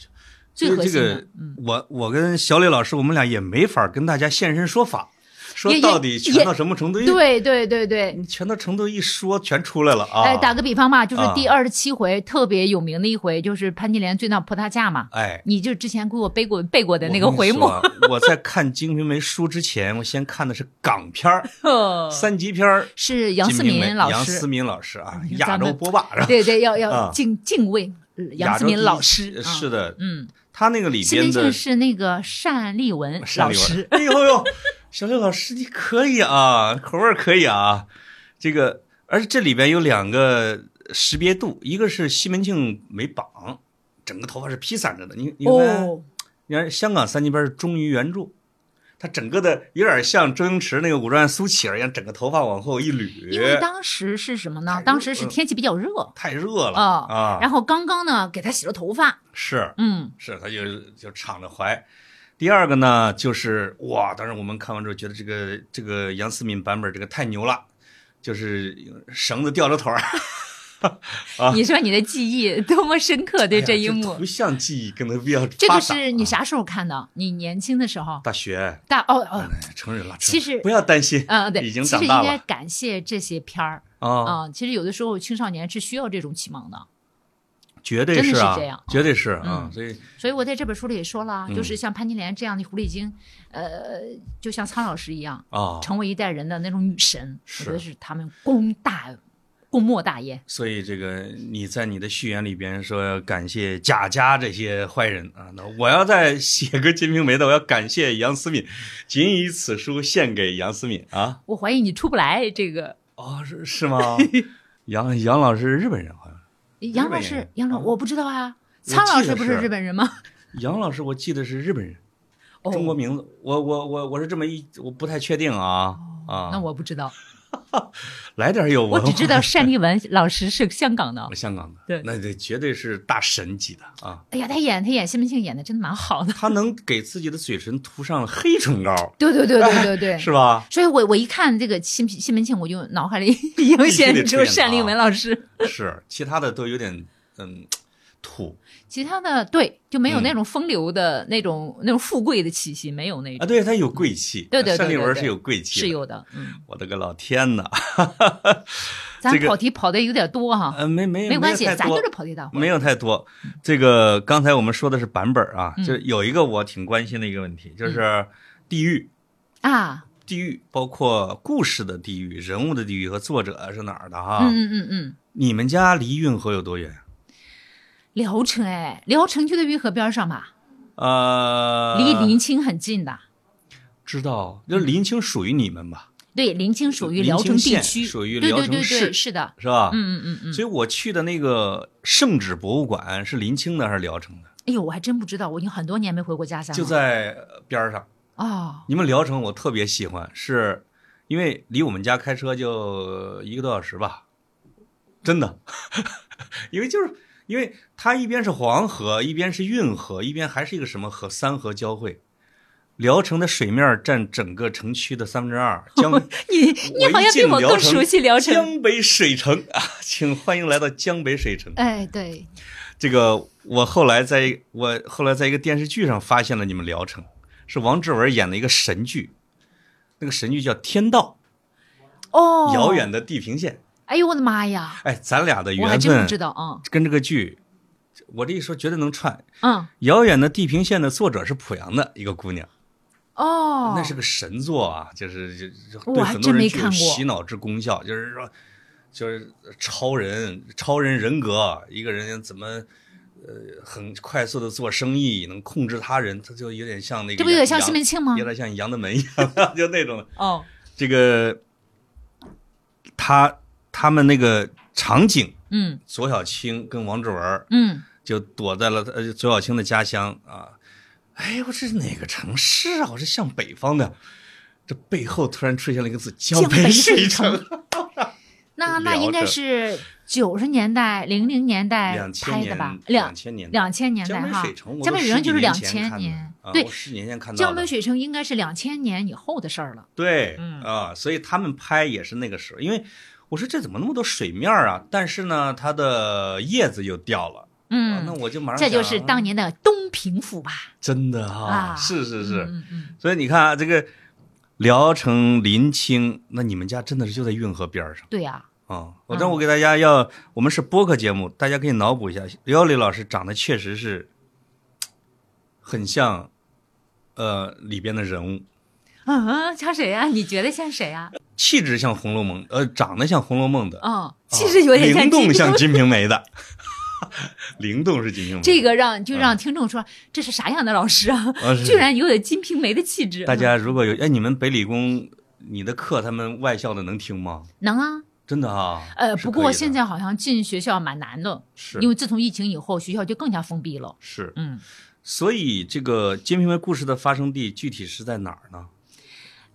[SPEAKER 2] 最
[SPEAKER 1] 就是
[SPEAKER 2] 核
[SPEAKER 1] 哦这
[SPEAKER 2] 心的。嗯
[SPEAKER 1] 个，我我跟小李老师，我们俩也没法跟大家现身说法，说
[SPEAKER 2] 也也
[SPEAKER 1] 到底全
[SPEAKER 2] 也
[SPEAKER 1] 到什么程度？因为
[SPEAKER 2] 对对对对。
[SPEAKER 1] 你全到程度一说，全出来了啊！
[SPEAKER 2] 哎，打个比方嘛，就是
[SPEAKER 1] 啊
[SPEAKER 2] 第二十七回、特别有名的一回，就是潘金莲醉到葡萄架嘛。
[SPEAKER 1] 哎
[SPEAKER 2] 你就之前给我背过背过的那个
[SPEAKER 1] 我跟
[SPEAKER 2] 回
[SPEAKER 1] 你
[SPEAKER 2] 目
[SPEAKER 1] 说，啊我在看《金瓶梅》书之前，我先看的是港片儿、 *laughs* 三级片儿，
[SPEAKER 2] 是嗯杨
[SPEAKER 1] 金
[SPEAKER 2] 思
[SPEAKER 1] 瓶梅
[SPEAKER 2] 敏老
[SPEAKER 1] 杨
[SPEAKER 2] 师
[SPEAKER 1] 思，敏老师啊，
[SPEAKER 2] 嗯
[SPEAKER 1] 亚
[SPEAKER 2] 咱
[SPEAKER 1] 洲
[SPEAKER 2] 们
[SPEAKER 1] 波霸是吧？
[SPEAKER 2] 对对，要要
[SPEAKER 1] 啊
[SPEAKER 2] 敬敬畏呃杨
[SPEAKER 1] 亚
[SPEAKER 2] 思
[SPEAKER 1] 洲
[SPEAKER 2] 敏
[SPEAKER 1] 第一
[SPEAKER 2] 老师。啊
[SPEAKER 1] 是的，
[SPEAKER 2] 嗯，
[SPEAKER 1] 他那个里
[SPEAKER 2] 西
[SPEAKER 1] 边
[SPEAKER 2] 门庆
[SPEAKER 1] 的
[SPEAKER 2] 是那个单立文
[SPEAKER 1] 山
[SPEAKER 2] 老
[SPEAKER 1] 里
[SPEAKER 2] 师
[SPEAKER 1] 文， *laughs* 哎呦呦，小刘老师你可以啊，口味儿可以啊，这个而且这里边有两个识别度，一个是西门庆没绑，整个头发是披散着的，你你看。
[SPEAKER 2] 哦，
[SPEAKER 1] 你看香港三级片是忠于原著，它整个的有点像周星驰那个《武状元苏乞儿》一样，整个头发往后一
[SPEAKER 2] 因为
[SPEAKER 1] 捋，
[SPEAKER 2] 当时是什么呢
[SPEAKER 1] 太？
[SPEAKER 2] 当时是
[SPEAKER 1] 热
[SPEAKER 2] 天气比较热，
[SPEAKER 1] 太热了、
[SPEAKER 2] 哦
[SPEAKER 1] 啊！
[SPEAKER 2] 然后刚刚呢给他洗了头发，
[SPEAKER 1] 是
[SPEAKER 2] 嗯，
[SPEAKER 1] 是，他就就敞着怀。第二个呢，就是哇，当时我们看完之后觉得这个这个杨思敏版本这个太牛了，就是绳子吊着腿儿，啊
[SPEAKER 2] 你说你的记忆多么深刻，对
[SPEAKER 1] *laughs*
[SPEAKER 2] 这一
[SPEAKER 1] 哎呀
[SPEAKER 2] 幕
[SPEAKER 1] 图，像记忆更能比较
[SPEAKER 2] 这
[SPEAKER 1] 发
[SPEAKER 2] 个
[SPEAKER 1] 达
[SPEAKER 2] 是你
[SPEAKER 1] 啊
[SPEAKER 2] 啥时候看的？你年轻的时候，
[SPEAKER 1] 大学
[SPEAKER 2] 大哦
[SPEAKER 1] *laughs*
[SPEAKER 2] 哦，
[SPEAKER 1] 哎成人了，
[SPEAKER 2] 其
[SPEAKER 1] 成人
[SPEAKER 2] 实
[SPEAKER 1] 不要担心
[SPEAKER 2] 嗯对，
[SPEAKER 1] 已经
[SPEAKER 2] 其
[SPEAKER 1] 长
[SPEAKER 2] 实
[SPEAKER 1] 大
[SPEAKER 2] 应该
[SPEAKER 1] 了
[SPEAKER 2] 感谢这些片儿
[SPEAKER 1] 啊，
[SPEAKER 2] 啊，其实有的时候青少年是需要这种启蒙的，
[SPEAKER 1] 绝对
[SPEAKER 2] 真的
[SPEAKER 1] 是
[SPEAKER 2] 是
[SPEAKER 1] 啊
[SPEAKER 2] 这样，
[SPEAKER 1] 绝对是啊
[SPEAKER 2] 嗯，
[SPEAKER 1] 所以
[SPEAKER 2] 所以我在这本书里也说了，啊
[SPEAKER 1] 嗯
[SPEAKER 2] 就是像潘金莲这样的狐狸精，呃，就像苍老师一样，
[SPEAKER 1] 啊，
[SPEAKER 2] 成为一代人的那种女神，我觉得
[SPEAKER 1] 是
[SPEAKER 2] 是他们功大功莫大焉。
[SPEAKER 1] 所以这个你在你的序言里边说要感谢贾家这些坏人啊，那我要再 *laughs* 写个《金瓶梅》的，我要感谢杨思敏，谨以此书献给杨思敏啊。
[SPEAKER 2] 我怀疑你出不来这个。
[SPEAKER 1] 哦，是是 *laughs* 吗？杨杨老师是日本人好像。
[SPEAKER 2] 杨
[SPEAKER 1] 日
[SPEAKER 2] 老
[SPEAKER 1] 本人
[SPEAKER 2] 师，杨老，我不知道啊。
[SPEAKER 1] 我
[SPEAKER 2] 苍老
[SPEAKER 1] 记得
[SPEAKER 2] 师不是
[SPEAKER 1] 是
[SPEAKER 2] 日本人吗？
[SPEAKER 1] 杨老师我记得是日本人，
[SPEAKER 2] 哦，
[SPEAKER 1] 中国名字，我我我我是这么一，我不太确定啊啊。
[SPEAKER 2] 那我
[SPEAKER 1] *laughs*
[SPEAKER 2] 不知道，
[SPEAKER 1] 来点有
[SPEAKER 2] 我
[SPEAKER 1] 文化，
[SPEAKER 2] 只知道单立文老师是香
[SPEAKER 1] *laughs*
[SPEAKER 2] 港的
[SPEAKER 1] 我。香港的，
[SPEAKER 2] 对
[SPEAKER 1] 那这绝对是大神级的啊！
[SPEAKER 2] 哎呀，他演他演西门庆演的真的蛮好的。
[SPEAKER 1] 他能给自己的嘴唇涂上黑唇膏，
[SPEAKER 2] 对
[SPEAKER 1] *laughs*
[SPEAKER 2] 对对对对对。
[SPEAKER 1] 是吧？
[SPEAKER 2] 所以我我一看这个西西门庆，我就脑海里
[SPEAKER 1] 必
[SPEAKER 2] 涌
[SPEAKER 1] 须
[SPEAKER 2] 现
[SPEAKER 1] 得
[SPEAKER 2] 出
[SPEAKER 1] 出现
[SPEAKER 2] 单立
[SPEAKER 1] 啊
[SPEAKER 2] 文
[SPEAKER 1] *laughs*
[SPEAKER 2] 老师， *laughs*
[SPEAKER 1] 是，其他的都有点嗯土
[SPEAKER 2] 其他的对就没有
[SPEAKER 1] 嗯
[SPEAKER 2] 那种风流的那种那种富贵的气息，没有那
[SPEAKER 1] 啊，
[SPEAKER 2] 种
[SPEAKER 1] 对，它有贵气，
[SPEAKER 2] 嗯对对对
[SPEAKER 1] 单立
[SPEAKER 2] 对
[SPEAKER 1] 文
[SPEAKER 2] 对
[SPEAKER 1] 是有贵气，
[SPEAKER 2] 是。有的。嗯，
[SPEAKER 1] 我的个老天
[SPEAKER 2] *laughs*
[SPEAKER 1] 呐，
[SPEAKER 2] 咱
[SPEAKER 1] 这个
[SPEAKER 2] 跑题跑的有点多哈，
[SPEAKER 1] 呃，没没
[SPEAKER 2] 没关系，
[SPEAKER 1] 有太
[SPEAKER 2] 咱
[SPEAKER 1] 多
[SPEAKER 2] 都是跑题大会。
[SPEAKER 1] 没有太多。这个刚才我们说的是版本啊，
[SPEAKER 2] 嗯
[SPEAKER 1] 就有一个我挺关心的一个问题，就是地域。
[SPEAKER 2] 啊，
[SPEAKER 1] 地域包括故事的地域、人物的地域和作者是哪儿的哈？
[SPEAKER 2] 嗯嗯嗯嗯。
[SPEAKER 1] 你们家离运河有多远？
[SPEAKER 2] 聊城哎，聊城就在运河边上吧，
[SPEAKER 1] 呃，
[SPEAKER 2] 离临清很近的。
[SPEAKER 1] 知道，就临清属于你们吧，
[SPEAKER 2] 对，临清属于聊城
[SPEAKER 1] 临清县
[SPEAKER 2] 地区，
[SPEAKER 1] 属于
[SPEAKER 2] 对
[SPEAKER 1] 聊
[SPEAKER 2] 对
[SPEAKER 1] 城
[SPEAKER 2] 对对，
[SPEAKER 1] 市啊
[SPEAKER 2] 是的。
[SPEAKER 1] 是吧？
[SPEAKER 2] 嗯嗯嗯嗯。
[SPEAKER 1] 所以我去的那个圣旨博物馆是临清的还是聊城的？
[SPEAKER 2] 哎呦，我还真不知道，我已经很多年没回过家乡了。
[SPEAKER 1] 就在呃边儿上。 *laughs*
[SPEAKER 2] 哦，
[SPEAKER 1] 你们聊城我特别喜欢，是因为离我们家开车就一个多小时吧，真的。 *laughs* 因为就是因为它一边是黄河，一边是运河，一边还是一个什么河，三河交汇。聊城的水面占整个城区的三分之二，江
[SPEAKER 2] 你
[SPEAKER 1] 我
[SPEAKER 2] 你
[SPEAKER 1] 一
[SPEAKER 2] 好像比
[SPEAKER 1] 进
[SPEAKER 2] 我
[SPEAKER 1] 聊
[SPEAKER 2] 更
[SPEAKER 1] 城
[SPEAKER 2] 熟悉聊城。
[SPEAKER 1] 江北水城啊，请欢迎来到江北水城。
[SPEAKER 2] 哎，对，
[SPEAKER 1] 这个我后来在我后来在一个电视剧上发现了你们聊城，是王志文演的一个神剧，那个神剧叫《天道
[SPEAKER 2] 哦，》，
[SPEAKER 1] 遥。远的地平线。
[SPEAKER 2] 哎呦，我的妈呀！
[SPEAKER 1] 哎，咱俩的
[SPEAKER 2] 我还
[SPEAKER 1] 缘
[SPEAKER 2] 真
[SPEAKER 1] 分
[SPEAKER 2] 不知道啊。
[SPEAKER 1] 跟这个剧，我这一说绝对能串。
[SPEAKER 2] 嗯，
[SPEAKER 1] 遥远的地平线的作者是濮阳的一个姑娘，
[SPEAKER 2] 哦，
[SPEAKER 1] 那是个神作啊，就是就就
[SPEAKER 2] 我
[SPEAKER 1] 对
[SPEAKER 2] 还
[SPEAKER 1] 很多
[SPEAKER 2] 真
[SPEAKER 1] 人
[SPEAKER 2] 没
[SPEAKER 1] 具有
[SPEAKER 2] 看过
[SPEAKER 1] 洗脑之功效，就是说就是超人超人人格，一个人怎么。呃，很快速的做生意，能控制他人，他就有点像那个，
[SPEAKER 2] 这不有点像西门
[SPEAKER 1] 庆
[SPEAKER 2] 庆吗
[SPEAKER 1] 有？点像杨德门一样， *laughs* 就那种
[SPEAKER 2] 哦，
[SPEAKER 1] 这个，他他们那个场景，
[SPEAKER 2] 嗯
[SPEAKER 1] 左小青跟王志文儿
[SPEAKER 2] 嗯，
[SPEAKER 1] 就躲在了呃左小青的家乡啊。哎，我这是哪个城市啊？我是向北方的。这背后突然出现了一个字“江
[SPEAKER 2] 江北
[SPEAKER 1] 水
[SPEAKER 2] 水
[SPEAKER 1] 城”，
[SPEAKER 2] 那那
[SPEAKER 1] 聊
[SPEAKER 2] 应该
[SPEAKER 1] 着
[SPEAKER 2] 是九十年代、零零年代
[SPEAKER 1] 两千
[SPEAKER 2] 哎拍的
[SPEAKER 1] 年
[SPEAKER 2] 吧？两
[SPEAKER 1] 两千年代
[SPEAKER 2] 两千年代
[SPEAKER 1] 江
[SPEAKER 2] 哈
[SPEAKER 1] 北水城，，
[SPEAKER 2] 江北水城就是两
[SPEAKER 1] 两
[SPEAKER 2] 千
[SPEAKER 1] 年
[SPEAKER 2] 年
[SPEAKER 1] 看的，啊，
[SPEAKER 2] 对
[SPEAKER 1] 我，十年前看到
[SPEAKER 2] 江北
[SPEAKER 1] 的，
[SPEAKER 2] 水城应该是两千年以后的事儿了。
[SPEAKER 1] 对，
[SPEAKER 2] 嗯
[SPEAKER 1] 啊，所以他们拍也是那个时候，因为我说这怎么那么多水面儿啊？但是呢，它的叶子又掉了，啊那
[SPEAKER 2] 嗯，
[SPEAKER 1] 我就马上
[SPEAKER 2] 这就
[SPEAKER 1] 想
[SPEAKER 2] 是当年的东平府吧？
[SPEAKER 1] 真的哈、
[SPEAKER 2] 啊
[SPEAKER 1] 是是是，
[SPEAKER 2] 嗯嗯嗯，
[SPEAKER 1] 所以你看啊，这个聊城、临清，那你们家真的是就在运河边儿上
[SPEAKER 2] 对呀，
[SPEAKER 1] 啊！我让我给大家要，我们是播客节目，大家可以脑补一下，刘耀礼老师长得确实是很像，呃，里边的人物，
[SPEAKER 2] 嗯，像谁呀？你觉得像谁啊呀？
[SPEAKER 1] 气质像《红楼梦》，呃，长得像《红楼梦》的，啊
[SPEAKER 2] 哦，其实有点
[SPEAKER 1] 灵
[SPEAKER 2] 像
[SPEAKER 1] 动
[SPEAKER 2] 金
[SPEAKER 1] 像《
[SPEAKER 2] 庸。
[SPEAKER 1] 金瓶梅》的， *laughs* 灵动是《金瓶梅》
[SPEAKER 2] 这个让就
[SPEAKER 1] 嗯
[SPEAKER 2] 让听众说这是啥样的老师啊？
[SPEAKER 1] 啊是
[SPEAKER 2] 居然有点《金瓶梅》的气质。
[SPEAKER 1] 大家如果有哎，你们北理工你的课，他们外校的能听吗？
[SPEAKER 2] 能啊，
[SPEAKER 1] 真的啊，
[SPEAKER 2] 呃，
[SPEAKER 1] 是
[SPEAKER 2] 不
[SPEAKER 1] 可以
[SPEAKER 2] 过
[SPEAKER 1] 的
[SPEAKER 2] 现在好像进学校蛮难的，
[SPEAKER 1] 是
[SPEAKER 2] 因为自从疫情以后，学校就更加封闭了。
[SPEAKER 1] 是，
[SPEAKER 2] 嗯，
[SPEAKER 1] 所以这个《金瓶梅》故事的发生地具体是在哪儿呢？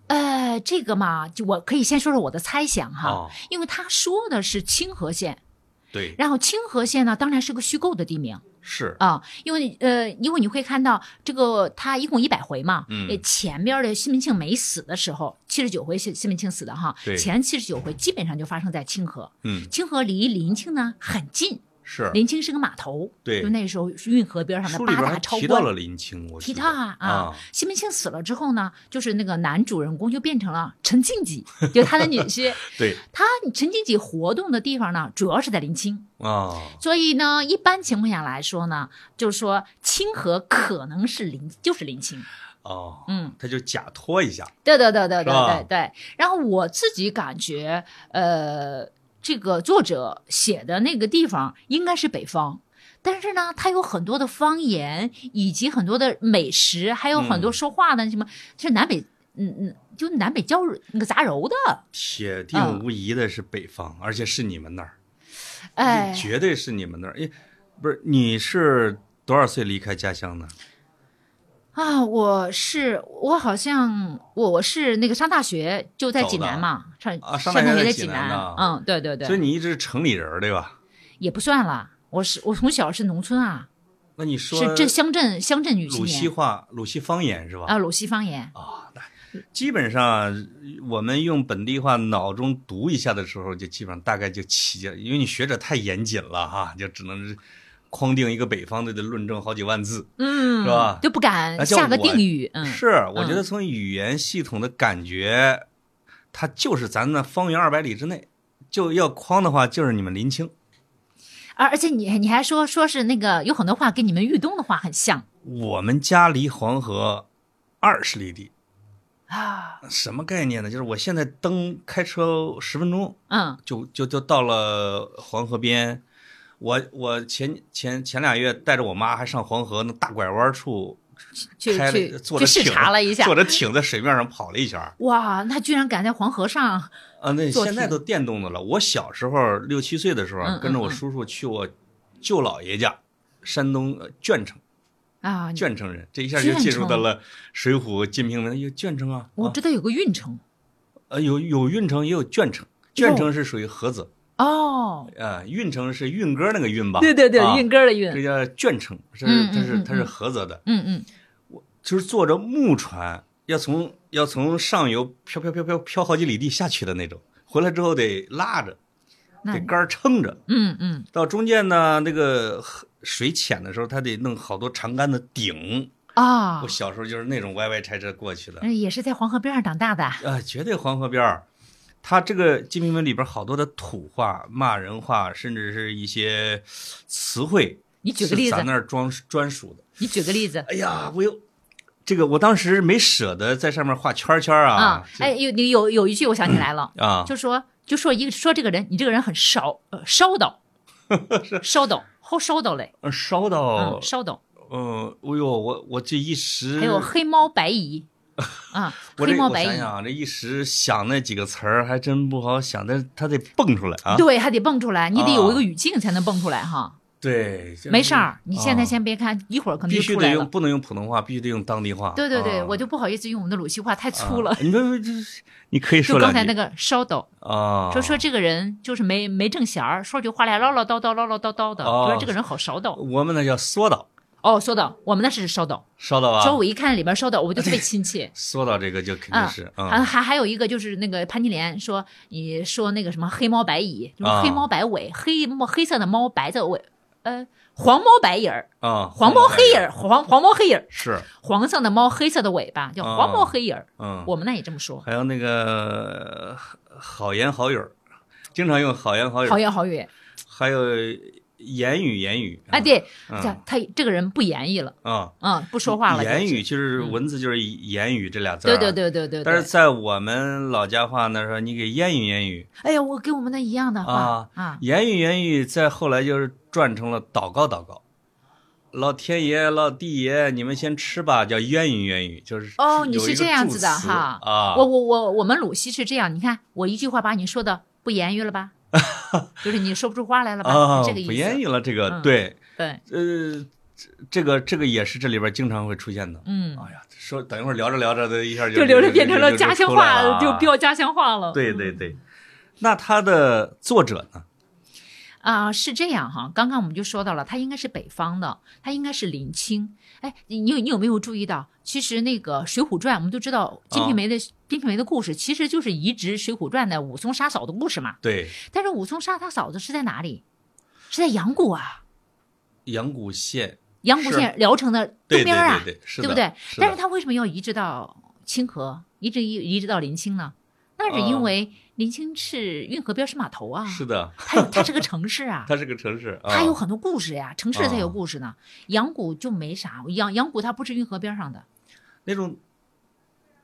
[SPEAKER 2] 呃，这个嘛，就我可以先说说我的猜想哈，
[SPEAKER 1] 哦
[SPEAKER 2] 因为他说的是清河县，
[SPEAKER 1] 对，
[SPEAKER 2] 然后清河县呢，当然是个虚构的地名
[SPEAKER 1] 是
[SPEAKER 2] 啊，因为呃，因为你会看到这个，他一共一百回嘛，
[SPEAKER 1] 嗯
[SPEAKER 2] 呃前边的西门庆没死的时候，七十九回西西门庆死的哈
[SPEAKER 1] 对，
[SPEAKER 2] 前七十九回基本上就发生在清河，
[SPEAKER 1] 嗯，
[SPEAKER 2] 清河离临清呢很近，
[SPEAKER 1] 是。
[SPEAKER 2] 临清是个码头，
[SPEAKER 1] 对
[SPEAKER 2] 就那时候是运河边上的
[SPEAKER 1] 书里
[SPEAKER 2] 八
[SPEAKER 1] 边
[SPEAKER 2] 大
[SPEAKER 1] 还
[SPEAKER 2] 超
[SPEAKER 1] 提到
[SPEAKER 2] 官
[SPEAKER 1] 了林清，我
[SPEAKER 2] 提
[SPEAKER 1] 记得
[SPEAKER 2] 到啊啊
[SPEAKER 1] 啊，
[SPEAKER 2] 西门庆死了之后呢，就是那个男主人公就变成了陈庆己，就是他的女
[SPEAKER 1] *laughs*
[SPEAKER 2] 婿。
[SPEAKER 1] 对
[SPEAKER 2] 他陈庆己活动的地方呢，主要是在临清，
[SPEAKER 1] 啊，
[SPEAKER 2] 所以呢，一般情况下来说呢，就是说清河可能是临，就是临清。
[SPEAKER 1] 哦，
[SPEAKER 2] 嗯，
[SPEAKER 1] 他就假托一下，
[SPEAKER 2] 对对对对
[SPEAKER 1] 是
[SPEAKER 2] 对
[SPEAKER 1] 吧
[SPEAKER 2] 对对。然后我自己感觉，呃，这个作者写的那个地方应该是北方。但是呢，它有很多的方言，以及很多的美食，还有很多
[SPEAKER 1] 嗯
[SPEAKER 2] 说话的什么，是南北，嗯嗯，就南北交那个杂糅的，
[SPEAKER 1] 铁定
[SPEAKER 2] 嗯
[SPEAKER 1] 无疑的是北方，而且是你们那儿，
[SPEAKER 2] 哎，
[SPEAKER 1] 绝对是你们那儿。哎，不是，你是多少岁离开家乡的？
[SPEAKER 2] 啊，我是我好像我我是那个上大学就在
[SPEAKER 1] 走
[SPEAKER 2] 济
[SPEAKER 1] 的
[SPEAKER 2] 南嘛，上
[SPEAKER 1] 啊上
[SPEAKER 2] 上
[SPEAKER 1] 大学在
[SPEAKER 2] 学在
[SPEAKER 1] 济
[SPEAKER 2] 济
[SPEAKER 1] 南呢
[SPEAKER 2] 嗯，对对对，
[SPEAKER 1] 所以你一直是城里人儿对吧？
[SPEAKER 2] 也不算啦，我是我从小是农村啊，
[SPEAKER 1] 那你说
[SPEAKER 2] 是这乡镇乡镇女青
[SPEAKER 1] 鲁西
[SPEAKER 2] 年
[SPEAKER 1] 话、鲁西方言是吧？
[SPEAKER 2] 啊，鲁西方言，
[SPEAKER 1] 啊，那基本上我们用本地话脑中读一下的时候，就基本上大概就起劲，因为你学者太严谨了哈， *laughs* 就只能是框定一个北方的的论证好几万字。
[SPEAKER 2] 嗯，
[SPEAKER 1] 是吧
[SPEAKER 2] 就不
[SPEAKER 1] 而
[SPEAKER 2] 敢
[SPEAKER 1] 且
[SPEAKER 2] 下个
[SPEAKER 1] 我哎
[SPEAKER 2] 定语，嗯，
[SPEAKER 1] 是，我觉得从语言系统的感觉，它就是咱那方圆二百里之内，就要框的话就是你们临清。
[SPEAKER 2] 而而且你你还说说是那个有很多话跟你们豫东的话很像
[SPEAKER 1] 我们家离黄河二十里地，
[SPEAKER 2] 啊，
[SPEAKER 1] 什么概念呢？就是我现在蹬开车十分钟，
[SPEAKER 2] 嗯
[SPEAKER 1] 就就就到了黄河边。我我前前前俩月带着我妈还上黄河那大拐弯处
[SPEAKER 2] 去
[SPEAKER 1] 开了
[SPEAKER 2] 去
[SPEAKER 1] 坐
[SPEAKER 2] 去
[SPEAKER 1] 着
[SPEAKER 2] 视
[SPEAKER 1] 艇
[SPEAKER 2] 察了一下
[SPEAKER 1] 坐，着艇在水面上跑了一圈儿
[SPEAKER 2] 哇，他居然敢在黄河上，
[SPEAKER 1] 啊，那
[SPEAKER 2] 坐
[SPEAKER 1] 现在
[SPEAKER 2] 艇
[SPEAKER 1] 都电动的了。我小时候六七岁的时候，
[SPEAKER 2] 嗯嗯
[SPEAKER 1] 跟着我
[SPEAKER 2] 嗯
[SPEAKER 1] 叔叔去我舅姥爷家，山东呃鄄城，
[SPEAKER 2] 啊，
[SPEAKER 1] 鄄城人，这一下就进入到了《水浒》《金瓶梅》有鄄城啊，
[SPEAKER 2] 我
[SPEAKER 1] 啊
[SPEAKER 2] 知道有个运城
[SPEAKER 1] 呃有有运城也有鄄城，鄄城是属于菏泽，
[SPEAKER 2] 哦，
[SPEAKER 1] 啊，运城是运哥那个运吧？
[SPEAKER 2] 对对对，
[SPEAKER 1] 啊
[SPEAKER 2] 运根儿的运，
[SPEAKER 1] 这叫鄄城，这是
[SPEAKER 2] 嗯嗯
[SPEAKER 1] 它是
[SPEAKER 2] 嗯
[SPEAKER 1] 它是
[SPEAKER 2] 嗯
[SPEAKER 1] 菏泽的，
[SPEAKER 2] 嗯嗯，
[SPEAKER 1] 就是坐着木船，要从要从上游飘飘飘飘飘好几里地下去的那种，回来之后得拉着，
[SPEAKER 2] 那
[SPEAKER 1] 得杆儿撑着，
[SPEAKER 2] 嗯嗯
[SPEAKER 1] 到中间呢那个河水浅的时候，他得弄好多长杆子顶。
[SPEAKER 2] 啊
[SPEAKER 1] 我，小时候就是那种歪歪拆拆过去的，
[SPEAKER 2] 嗯也是在黄河边上长大的，
[SPEAKER 1] 啊，绝对黄河边儿。他这个《金瓶梅》里边好多的土话、骂人话，甚至是一些词汇，
[SPEAKER 2] 你举个例
[SPEAKER 1] 是
[SPEAKER 2] 子
[SPEAKER 1] 咱，那儿专专属的。
[SPEAKER 2] 你举个例子
[SPEAKER 1] 哎呀，我有这个，我当时没舍得在上面画圈圈啊
[SPEAKER 2] 啊，，
[SPEAKER 1] 就
[SPEAKER 2] 哎，有你有有一句我想起来了，
[SPEAKER 1] 啊，
[SPEAKER 2] 就说就说一个说这个人，你这个人很烧呃烧
[SPEAKER 1] *laughs*
[SPEAKER 2] 到，烧到好烧到嘞，
[SPEAKER 1] 呃烧到
[SPEAKER 2] 嗯，，烧到，
[SPEAKER 1] 嗯，哎呦，我我这一时，
[SPEAKER 2] 还有黑猫
[SPEAKER 1] *laughs*
[SPEAKER 2] 白蚁啊，
[SPEAKER 1] 我
[SPEAKER 2] 黑
[SPEAKER 1] 这
[SPEAKER 2] 猫
[SPEAKER 1] 我
[SPEAKER 2] 白
[SPEAKER 1] 想
[SPEAKER 2] 蚁，
[SPEAKER 1] 想啊，这一时想那几个词儿还真不好想，但是他得蹦出来啊。
[SPEAKER 2] 对，还得蹦出来，你得有一
[SPEAKER 1] 啊
[SPEAKER 2] 个语境才能蹦出来哈，
[SPEAKER 1] 对，就是
[SPEAKER 2] 没事儿，你现在
[SPEAKER 1] 啊
[SPEAKER 2] 先别看，一会儿可能
[SPEAKER 1] 必
[SPEAKER 2] 就
[SPEAKER 1] 须
[SPEAKER 2] 出
[SPEAKER 1] 得
[SPEAKER 2] 来
[SPEAKER 1] 用，
[SPEAKER 2] 了。
[SPEAKER 1] 不能用普通话，必须得用当地话。
[SPEAKER 2] 对对对，
[SPEAKER 1] 啊
[SPEAKER 2] 我就不好意思用我们的鲁西话，太粗了
[SPEAKER 1] 啊。你这这，你可以
[SPEAKER 2] 就
[SPEAKER 1] 说两
[SPEAKER 2] 刚
[SPEAKER 1] 句
[SPEAKER 2] 才那个烧抖，
[SPEAKER 1] 啊，
[SPEAKER 2] 就说这个人就是没没正弦儿，说句话来唠唠叨叨唠唠叨叨的，
[SPEAKER 1] 哦
[SPEAKER 2] 就说这个人好烧抖。
[SPEAKER 1] 我们那叫缩导，
[SPEAKER 2] 哦，说到我们那是烧抖，
[SPEAKER 1] 烧导
[SPEAKER 2] 说
[SPEAKER 1] 啊，。
[SPEAKER 2] 我一看里边烧抖，我就特别亲切
[SPEAKER 1] *laughs* 缩导这个就肯定
[SPEAKER 2] 嗯
[SPEAKER 1] 是
[SPEAKER 2] 还
[SPEAKER 1] 啊，
[SPEAKER 2] 还还有一个就是那个潘金莲说，你说那个什么黑猫白蚁，就是
[SPEAKER 1] 啊
[SPEAKER 2] 黑猫白尾，黑猫黑色的猫，白色尾，呃，黄猫白蚁儿，
[SPEAKER 1] 啊，
[SPEAKER 2] 黄毛黑蚁儿，黄黄毛黑蚁儿，
[SPEAKER 1] 是，
[SPEAKER 2] 黄色的猫，黑色的尾巴，叫黄毛黑蚁儿。
[SPEAKER 1] 啊嗯，
[SPEAKER 2] 我们那也这么说，
[SPEAKER 1] 还有那个呃好言好语儿，经常用好言好语
[SPEAKER 2] 好
[SPEAKER 1] 儿，
[SPEAKER 2] 言好语。
[SPEAKER 1] 还有言语言语，
[SPEAKER 2] 哎，对，
[SPEAKER 1] 嗯
[SPEAKER 2] 他他这个人不言语了，
[SPEAKER 1] 啊，
[SPEAKER 2] 嗯，不说话了。
[SPEAKER 1] 言
[SPEAKER 2] 就是
[SPEAKER 1] 语就是文字就是言语这俩字儿啊，
[SPEAKER 2] 对对对对对。
[SPEAKER 1] 但是
[SPEAKER 2] 对，
[SPEAKER 1] 在我们老家话那说，你给言语言语，
[SPEAKER 2] 哎呀，我跟我们那一样的话
[SPEAKER 1] 啊
[SPEAKER 2] 啊，
[SPEAKER 1] 言语言语，再后来就是转成了祷告祷告。老天爷、老地爷，你们先吃吧，叫言语言语，就是
[SPEAKER 2] 哦你
[SPEAKER 1] 有
[SPEAKER 2] 是
[SPEAKER 1] 一个
[SPEAKER 2] 这样
[SPEAKER 1] 助
[SPEAKER 2] 子的
[SPEAKER 1] 词
[SPEAKER 2] 哈
[SPEAKER 1] 啊，
[SPEAKER 2] 我我我我们鲁西是这样，你看我一句话把你说的不言语了 *laughs* 吧，就是你说不出话来了吧，
[SPEAKER 1] 啊
[SPEAKER 2] 是这个意思。
[SPEAKER 1] 不言语了，这个
[SPEAKER 2] 嗯
[SPEAKER 1] 对，
[SPEAKER 2] 对，
[SPEAKER 1] 呃，这个这个也是这里边经常会出现的。
[SPEAKER 2] 嗯，
[SPEAKER 1] 哎呀，说等一会儿聊着聊着的，一下
[SPEAKER 2] 就留着变成了
[SPEAKER 1] 就
[SPEAKER 2] 家乡
[SPEAKER 1] 出来了
[SPEAKER 2] 话，
[SPEAKER 1] 啊
[SPEAKER 2] 就标家乡话了。
[SPEAKER 1] 对对
[SPEAKER 2] 嗯
[SPEAKER 1] 对。那它的作者呢？
[SPEAKER 2] 啊、是这样哈。刚刚我们就说到了，他应该是北方的，他应该是林清。哎，你你有你有没有注意到？其实那个《水浒传》，我们都知道《金瓶梅》的《金瓶梅》的故事，其实就是移植《水浒传》的武松杀嫂的故事嘛。
[SPEAKER 1] 对，
[SPEAKER 2] 但是武松杀他嫂子是在哪里？是在阳谷啊，
[SPEAKER 1] 阳谷县
[SPEAKER 2] 阳谷县聊城的
[SPEAKER 1] 对
[SPEAKER 2] 东
[SPEAKER 1] 对
[SPEAKER 2] 边儿啊，
[SPEAKER 1] 对对，是
[SPEAKER 2] 对不
[SPEAKER 1] 的
[SPEAKER 2] 对？但是
[SPEAKER 1] 的
[SPEAKER 2] 他为什么要移植到清河，移植移移植到临清呢？那是
[SPEAKER 1] 啊
[SPEAKER 2] 因为临清是运河边是码头啊，
[SPEAKER 1] 是的，
[SPEAKER 2] 它有它是个城市
[SPEAKER 1] *laughs*
[SPEAKER 2] 啊，
[SPEAKER 1] 它是个城市，啊
[SPEAKER 2] 它有很多故事呀，城市才有
[SPEAKER 1] 啊
[SPEAKER 2] 故事呢。阳谷就没啥，阳阳谷它不是运河边上的，
[SPEAKER 1] 那种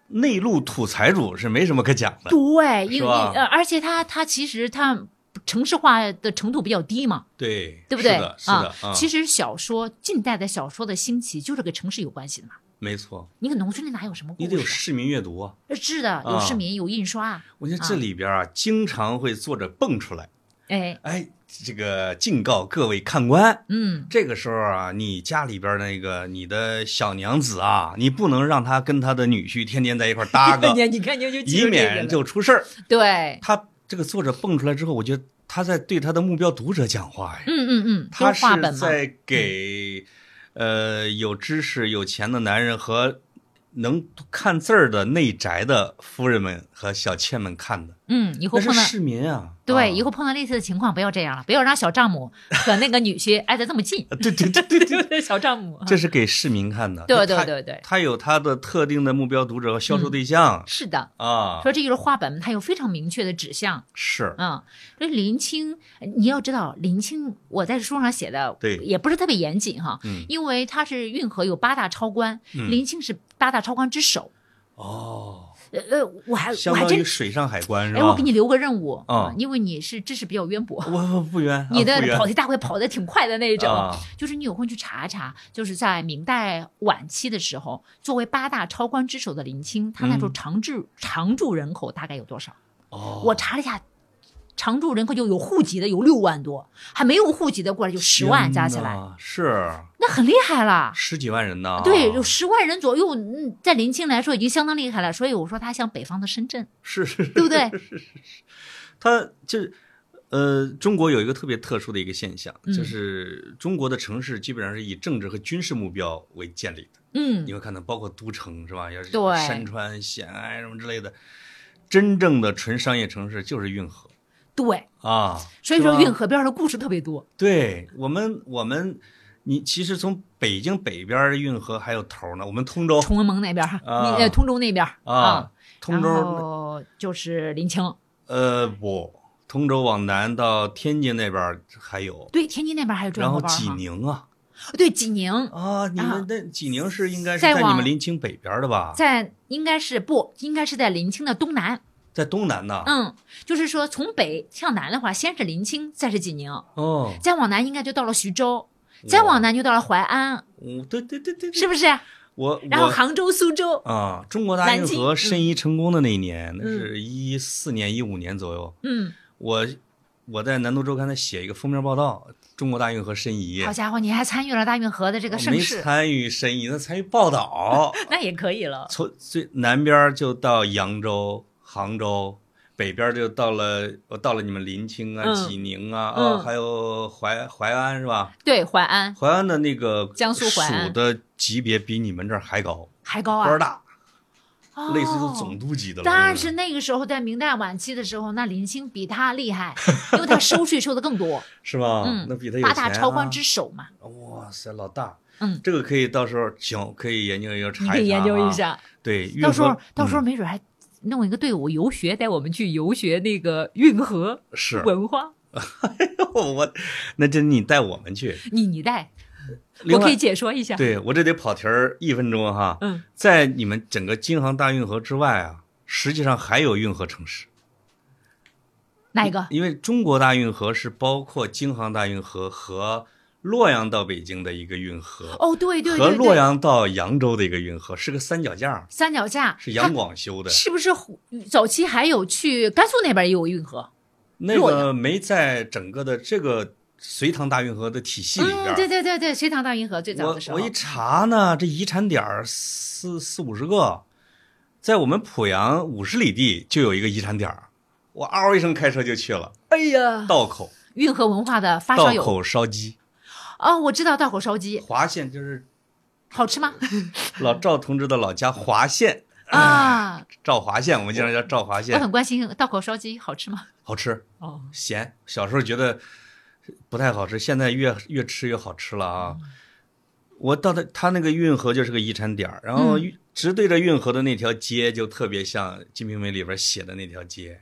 [SPEAKER 1] 内陆土财主是没什么可讲的。
[SPEAKER 2] 对，因
[SPEAKER 1] 是
[SPEAKER 2] 为
[SPEAKER 1] 吧
[SPEAKER 2] 呃，而且它它其实它城市化的程度比较低嘛，
[SPEAKER 1] 对，
[SPEAKER 2] 对不对
[SPEAKER 1] 是的，是
[SPEAKER 2] 啊
[SPEAKER 1] 的，？啊
[SPEAKER 2] 其实小说近代的小说的兴起就是跟城市有关系的嘛。
[SPEAKER 1] 没错，
[SPEAKER 2] 你跟农村里哪有什么故
[SPEAKER 1] 你
[SPEAKER 2] 事？
[SPEAKER 1] 得有市民阅读啊。
[SPEAKER 2] 呃是的，有
[SPEAKER 1] 啊
[SPEAKER 2] 市民，有印刷啊，
[SPEAKER 1] 我觉得这里边啊，经常会作者蹦出来，
[SPEAKER 2] 哎，
[SPEAKER 1] 哎，这个敬告各位看官，
[SPEAKER 2] 嗯，
[SPEAKER 1] 这个时候啊，你家里边那个你的小娘子啊，你不能让她跟她的女婿天天在一块儿搭
[SPEAKER 2] *laughs*
[SPEAKER 1] 个，
[SPEAKER 2] 你看你就记
[SPEAKER 1] 以
[SPEAKER 2] 住这个
[SPEAKER 1] 免
[SPEAKER 2] 了
[SPEAKER 1] 就出事儿。
[SPEAKER 2] 对，
[SPEAKER 1] 他这个作者蹦出来之后，我觉得他在对他的目标读者讲话呀。
[SPEAKER 2] 嗯嗯嗯，
[SPEAKER 1] 他
[SPEAKER 2] 就是话本
[SPEAKER 1] 是
[SPEAKER 2] 嘛，
[SPEAKER 1] 在给
[SPEAKER 2] 嗯
[SPEAKER 1] 呃有知识、有钱的男人和能看字儿的内宅的夫人们和小妾们看的。
[SPEAKER 2] 嗯，以后
[SPEAKER 1] 那是
[SPEAKER 2] 碰到
[SPEAKER 1] 市民啊，
[SPEAKER 2] 对，以
[SPEAKER 1] 后
[SPEAKER 2] 后碰到类似的情况不要这样了，不要让小丈母和那个女婿挨得这么近。
[SPEAKER 1] *laughs* 对对对对对，
[SPEAKER 2] 对， *laughs* 小丈母，
[SPEAKER 1] 这是给市民看的。
[SPEAKER 2] 对对嗯
[SPEAKER 1] 他
[SPEAKER 2] 对对，
[SPEAKER 1] 他有他的特定的目标读者和销售对象
[SPEAKER 2] 是的。
[SPEAKER 1] 啊，
[SPEAKER 2] 说这就是画本，它有非常明确的指向
[SPEAKER 1] 是
[SPEAKER 2] 啊。所以林清，你要知道，林清我在书上写的，
[SPEAKER 1] 对
[SPEAKER 2] 也不是特别严谨哈，
[SPEAKER 1] 嗯
[SPEAKER 2] 因为他是运河有八大超官，
[SPEAKER 1] 嗯
[SPEAKER 2] 林清是八大超官之首。
[SPEAKER 1] 哦，
[SPEAKER 2] 呃呃，我还我
[SPEAKER 1] 相
[SPEAKER 2] 还
[SPEAKER 1] 当于
[SPEAKER 2] 真，
[SPEAKER 1] 水上海关是
[SPEAKER 2] 哎，
[SPEAKER 1] 吧？
[SPEAKER 2] 我给你留个任务
[SPEAKER 1] 啊
[SPEAKER 2] 因为你是知识比较渊博，
[SPEAKER 1] 我，我不冤，啊
[SPEAKER 2] 你的
[SPEAKER 1] 不冤
[SPEAKER 2] 跑题大会跑得挺快的那种，
[SPEAKER 1] 啊
[SPEAKER 2] 就是你有空去查一查，就是在明代晚期的时候，作为八大超官之首的林清，他那时候
[SPEAKER 1] 嗯
[SPEAKER 2] 常住、常住人口大概有多少？
[SPEAKER 1] 哦，
[SPEAKER 2] 我查了一下，常住人口就有户籍的有六万多，还没有户籍的过来就十万加起
[SPEAKER 1] 天
[SPEAKER 2] 来，
[SPEAKER 1] 哪是
[SPEAKER 2] 那很厉害了。
[SPEAKER 1] 十几万人呢。啊
[SPEAKER 2] 对，有十万人左右，嗯，在林清来说已经相当厉害了，所以我说他像北方的深圳，
[SPEAKER 1] 是是
[SPEAKER 2] 对
[SPEAKER 1] *laughs*
[SPEAKER 2] 不对？
[SPEAKER 1] 它就是呃，中国有一个特别特殊的一个现象，
[SPEAKER 2] 嗯
[SPEAKER 1] 就是中国的城市基本上是以政治和军事目标为建立的。
[SPEAKER 2] 嗯
[SPEAKER 1] 你，会看到，包括都城是吧？要是
[SPEAKER 2] 对
[SPEAKER 1] 山川险隘什么之类的，真正的纯商业城市就是运河
[SPEAKER 2] 对，
[SPEAKER 1] 啊。
[SPEAKER 2] 所以
[SPEAKER 1] 是
[SPEAKER 2] 说
[SPEAKER 1] 吧
[SPEAKER 2] 运河边儿的故事特别多，
[SPEAKER 1] 对我们，我们你其实从北京北边儿运河还有头儿呢，我们通州
[SPEAKER 2] 崇文门那边儿，
[SPEAKER 1] 哦啊
[SPEAKER 2] 你呃通州那边儿
[SPEAKER 1] 啊，，通
[SPEAKER 2] 然
[SPEAKER 1] 州
[SPEAKER 2] 后就是林清，
[SPEAKER 1] 呃不，通州往南到天津那边儿还有，
[SPEAKER 2] 对，天津那边还有转
[SPEAKER 1] 然
[SPEAKER 2] 过
[SPEAKER 1] 后
[SPEAKER 2] 弯儿
[SPEAKER 1] 济
[SPEAKER 2] 哈
[SPEAKER 1] 宁啊。
[SPEAKER 2] 对，济宁
[SPEAKER 1] 啊，你
[SPEAKER 2] 啊
[SPEAKER 1] 们那济宁是应该是
[SPEAKER 2] 再
[SPEAKER 1] 在你
[SPEAKER 2] 往
[SPEAKER 1] 们临清北边儿的吧？
[SPEAKER 2] 在应该是不应该是在临清的东南，
[SPEAKER 1] 在东南呐。
[SPEAKER 2] 嗯，就是说从北向南的话，先是临清，再是济宁，
[SPEAKER 1] 哦，
[SPEAKER 2] 再往南应该就到了徐州，再往南就到了淮安，
[SPEAKER 1] 嗯，对对对对，对
[SPEAKER 2] 是不是？
[SPEAKER 1] 我
[SPEAKER 2] 然后
[SPEAKER 1] 我
[SPEAKER 2] 杭州、苏州，
[SPEAKER 1] 啊，中国大
[SPEAKER 2] 南
[SPEAKER 1] 运
[SPEAKER 2] 京
[SPEAKER 1] 河
[SPEAKER 2] 嗯
[SPEAKER 1] 申遗成功的那一年，那
[SPEAKER 2] 嗯
[SPEAKER 1] 是一四年一五年左右，
[SPEAKER 2] 嗯，
[SPEAKER 1] 我我在南都周刊在写一个封面报道，中国大运河申遗
[SPEAKER 2] 好，家伙，你还参与了大运河的这个
[SPEAKER 1] 我
[SPEAKER 2] 盛
[SPEAKER 1] 没
[SPEAKER 2] 世，
[SPEAKER 1] 参与申遗，那参与报
[SPEAKER 2] *laughs*
[SPEAKER 1] 道。
[SPEAKER 2] 那也可以
[SPEAKER 1] *laughs*
[SPEAKER 2] 了。
[SPEAKER 1] 从最南边儿就到扬州、杭州，北边儿就到了我到了你们临清啊、
[SPEAKER 2] 嗯
[SPEAKER 1] 济宁啊，
[SPEAKER 2] 嗯
[SPEAKER 1] 啊还有淮淮安是吧？
[SPEAKER 2] 对，淮安
[SPEAKER 1] 淮安的那个
[SPEAKER 2] 江苏淮安
[SPEAKER 1] 属的级别比你们这儿还高，
[SPEAKER 2] 还高
[SPEAKER 1] 官儿
[SPEAKER 2] 啊，
[SPEAKER 1] 大，
[SPEAKER 2] 哦
[SPEAKER 1] 类似于总督级的了。
[SPEAKER 2] 但是那个时候，在明代晚期的时候，那林清比他厉害，因为他收税收的更多，
[SPEAKER 1] 是吧？
[SPEAKER 2] 嗯
[SPEAKER 1] 那比他有
[SPEAKER 2] 八
[SPEAKER 1] 钱、啊。
[SPEAKER 2] 大超官之首嘛，
[SPEAKER 1] 哇塞，老大，
[SPEAKER 2] 嗯
[SPEAKER 1] 这个可以到时候行，可以研究研究查一
[SPEAKER 2] 你
[SPEAKER 1] 查、
[SPEAKER 2] 可以研
[SPEAKER 1] 啊
[SPEAKER 2] 究一。下。
[SPEAKER 1] 对，运
[SPEAKER 2] 到时候
[SPEAKER 1] 河
[SPEAKER 2] 到时候
[SPEAKER 1] 嗯
[SPEAKER 2] 没准还弄一个队伍游学，带我们去游学那个运河
[SPEAKER 1] 是
[SPEAKER 2] 文化。
[SPEAKER 1] *laughs* 我，那真你带我们去。
[SPEAKER 2] 你你带，
[SPEAKER 1] 另
[SPEAKER 2] 我
[SPEAKER 1] 外
[SPEAKER 2] 可以解说一下。
[SPEAKER 1] 对我这得跑题儿一分钟哈。
[SPEAKER 2] 嗯，
[SPEAKER 1] 在你们整个京杭大运河之外啊，实际上还有运河城市，
[SPEAKER 2] 哪一个？
[SPEAKER 1] 因为中国大运河是包括京杭大运河和洛阳到北京的一个运河，
[SPEAKER 2] 哦，对对
[SPEAKER 1] 和
[SPEAKER 2] 对
[SPEAKER 1] 洛
[SPEAKER 2] 对，
[SPEAKER 1] 阳到扬州的一个运河，是个三脚架儿，
[SPEAKER 2] 三脚架
[SPEAKER 1] 是杨广修的。
[SPEAKER 2] 它是不是虎早期还有去甘肃那边也有运河？
[SPEAKER 1] 那
[SPEAKER 2] 洛
[SPEAKER 1] 个没在整个的这个隋唐大运河的体系里边儿。
[SPEAKER 2] 嗯，对对对对，隋唐大运河最早的时候
[SPEAKER 1] 我我一查呢，这遗产点儿四四五十个，在我们濮阳五十里地就有一个遗产点儿，我嗷一声开车就去了，
[SPEAKER 2] 哎呀，
[SPEAKER 1] 道口
[SPEAKER 2] 运河文化的发烧
[SPEAKER 1] 道
[SPEAKER 2] 友
[SPEAKER 1] 口烧鸡，
[SPEAKER 2] 哦，我知道道口烧鸡
[SPEAKER 1] 华县就是
[SPEAKER 2] 好吃
[SPEAKER 1] *laughs*
[SPEAKER 2] 吗？
[SPEAKER 1] 老赵同志的老家华县，
[SPEAKER 2] 啊，
[SPEAKER 1] 赵华县，我们经常叫赵华
[SPEAKER 2] 我
[SPEAKER 1] 县，
[SPEAKER 2] 很关心道口烧鸡好吃吗？
[SPEAKER 1] 好吃
[SPEAKER 2] 哦，
[SPEAKER 1] 咸，小时候觉得不太好吃，现在越越吃越好吃了啊。
[SPEAKER 2] 嗯
[SPEAKER 1] 我到的它那个运河就是个遗产点儿，然后
[SPEAKER 2] 嗯
[SPEAKER 1] 运直对着运河的那条街就特别像《金瓶梅》里边写的那条街，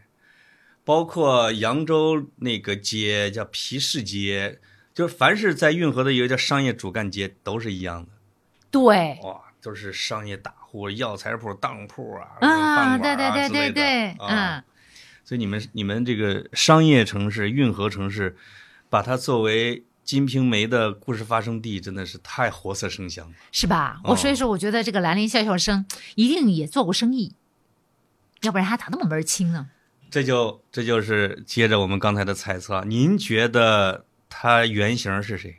[SPEAKER 1] 包括扬州那个街叫皮市街，就是凡是在运河的一个叫商业主干街都是一样的，
[SPEAKER 2] 对，
[SPEAKER 1] 哇，都是商业大户、药材铺、当铺啊，
[SPEAKER 2] 啊，
[SPEAKER 1] 饭
[SPEAKER 2] 对
[SPEAKER 1] 馆
[SPEAKER 2] 对对
[SPEAKER 1] 之类
[SPEAKER 2] 对
[SPEAKER 1] 的
[SPEAKER 2] 对，
[SPEAKER 1] 啊
[SPEAKER 2] 嗯，
[SPEAKER 1] 所以你们你们这个商业城市、运河城市，把它作为《金瓶梅》的故事发生地，真的是太活色生香了。
[SPEAKER 2] 是吧？
[SPEAKER 1] 哦
[SPEAKER 2] 我所以说，我觉得这个兰陵笑笑生一定也做过生意，要不然他咋那么门儿清呢？
[SPEAKER 1] 这就这就是接着我们刚才的猜测，您觉得它原型是谁？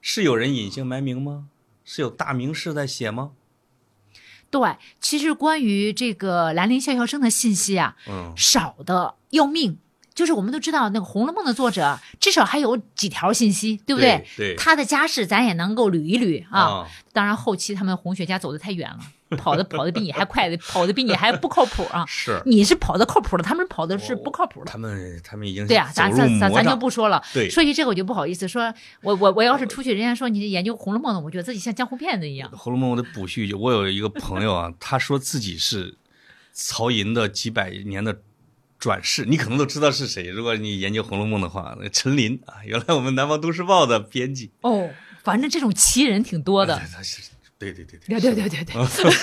[SPEAKER 1] 是有人隐姓埋名吗？是有大名士在写吗？
[SPEAKER 2] 对，其实关于这个兰陵笑笑生的信息啊，
[SPEAKER 1] 嗯，
[SPEAKER 2] 少的要命。就是我们都知道，那个《红楼梦》的作者至少还有几条信息，对不对？
[SPEAKER 1] 对
[SPEAKER 2] 他的家世咱也能够捋一捋啊。
[SPEAKER 1] 啊，
[SPEAKER 2] 当然，后期他们红学家走得太远了， *laughs* 跑的跑得比你还快的，跑得比你还不靠谱啊！
[SPEAKER 1] 是
[SPEAKER 2] 你是跑的靠谱的，他们跑的是不靠谱的。
[SPEAKER 1] 他们他们已经
[SPEAKER 2] 对呀、
[SPEAKER 1] 哦走
[SPEAKER 2] 咱
[SPEAKER 1] 入
[SPEAKER 2] 咱咱
[SPEAKER 1] 魔
[SPEAKER 2] 咱就
[SPEAKER 1] 障。
[SPEAKER 2] 不说了。
[SPEAKER 1] 对
[SPEAKER 2] 说起这个我就不好意思，说我我我要是出去，人家说你研究《红楼梦》的，我觉得自己像江湖骗子一样。
[SPEAKER 1] 《红楼梦》我得补续一句，我有一个朋友啊， *laughs* 他说自己是曹寅的几百年的转世，你可能都知道是谁。如果你研究《红楼梦》的话，那个陈琳啊，原来我们南方都市报的编
[SPEAKER 2] *laughs*
[SPEAKER 1] 辑。
[SPEAKER 2] 哦，反正这种奇人挺多的。
[SPEAKER 1] 他是对对对
[SPEAKER 2] 对对对对对，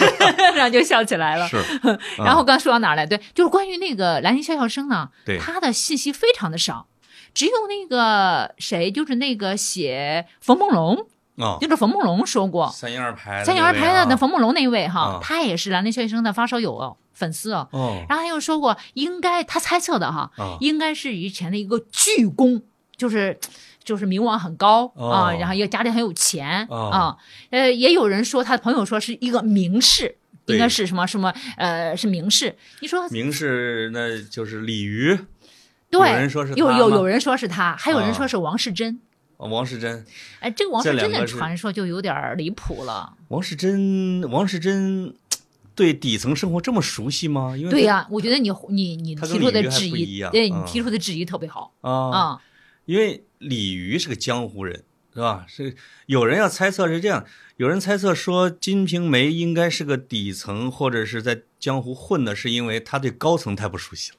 [SPEAKER 2] *laughs* 然后就笑起来了。
[SPEAKER 1] 是，啊
[SPEAKER 2] 然后刚说到哪儿来？对，就是关于那个兰陵笑笑生呢，
[SPEAKER 1] 对
[SPEAKER 2] 他的信息非常的少，只有那个谁，就是那个写冯梦龙，
[SPEAKER 1] 啊，
[SPEAKER 2] 就是冯梦龙说过，
[SPEAKER 1] 三言二拍的那位啊，
[SPEAKER 2] 三角二拍的那冯梦龙那位哈
[SPEAKER 1] 啊，
[SPEAKER 2] 他也是兰陵笑笑生的发烧友哦，粉丝哦。
[SPEAKER 1] 哦
[SPEAKER 2] 然后他又说过，应该他猜测的哈，
[SPEAKER 1] 啊
[SPEAKER 2] 应该是以前的一个巨工，就是就是名望很高、
[SPEAKER 1] 哦
[SPEAKER 2] 啊，然后又家里很有钱、
[SPEAKER 1] 哦
[SPEAKER 2] 啊，呃，也有人说他的朋友说是一个名士，
[SPEAKER 1] 对
[SPEAKER 2] 应该是什么什么呃是名士，你说
[SPEAKER 1] 名士那就是鲤鱼，
[SPEAKER 2] 对？
[SPEAKER 1] 有人说是他
[SPEAKER 2] 有有
[SPEAKER 1] 吗
[SPEAKER 2] 有人说是他，还有人
[SPEAKER 1] 啊
[SPEAKER 2] 说是王世贞，
[SPEAKER 1] 哦王世贞，
[SPEAKER 2] 哎，这个王
[SPEAKER 1] 这
[SPEAKER 2] 世贞
[SPEAKER 1] 两
[SPEAKER 2] 的
[SPEAKER 1] 个是
[SPEAKER 2] 传说就有点儿离谱了。
[SPEAKER 1] 王世贞，王世贞对底层生活这么熟悉吗？因为
[SPEAKER 2] *laughs* 对
[SPEAKER 1] *laughs*
[SPEAKER 2] 呀、我觉得你你你
[SPEAKER 1] 他
[SPEAKER 2] 提
[SPEAKER 1] 跟鲤
[SPEAKER 2] 出的
[SPEAKER 1] 鱼还
[SPEAKER 2] 质
[SPEAKER 1] 不一
[SPEAKER 2] 疑，
[SPEAKER 1] 样
[SPEAKER 2] 对你
[SPEAKER 1] 嗯
[SPEAKER 2] 提出的质疑特别好
[SPEAKER 1] 啊
[SPEAKER 2] 啊、
[SPEAKER 1] 因为鲤鱼是个江湖人，是吧？是有人要猜测是这样，有人猜测说《金瓶梅》应该是个底层，或者是在江湖混的，是因为他对高层太不熟悉了，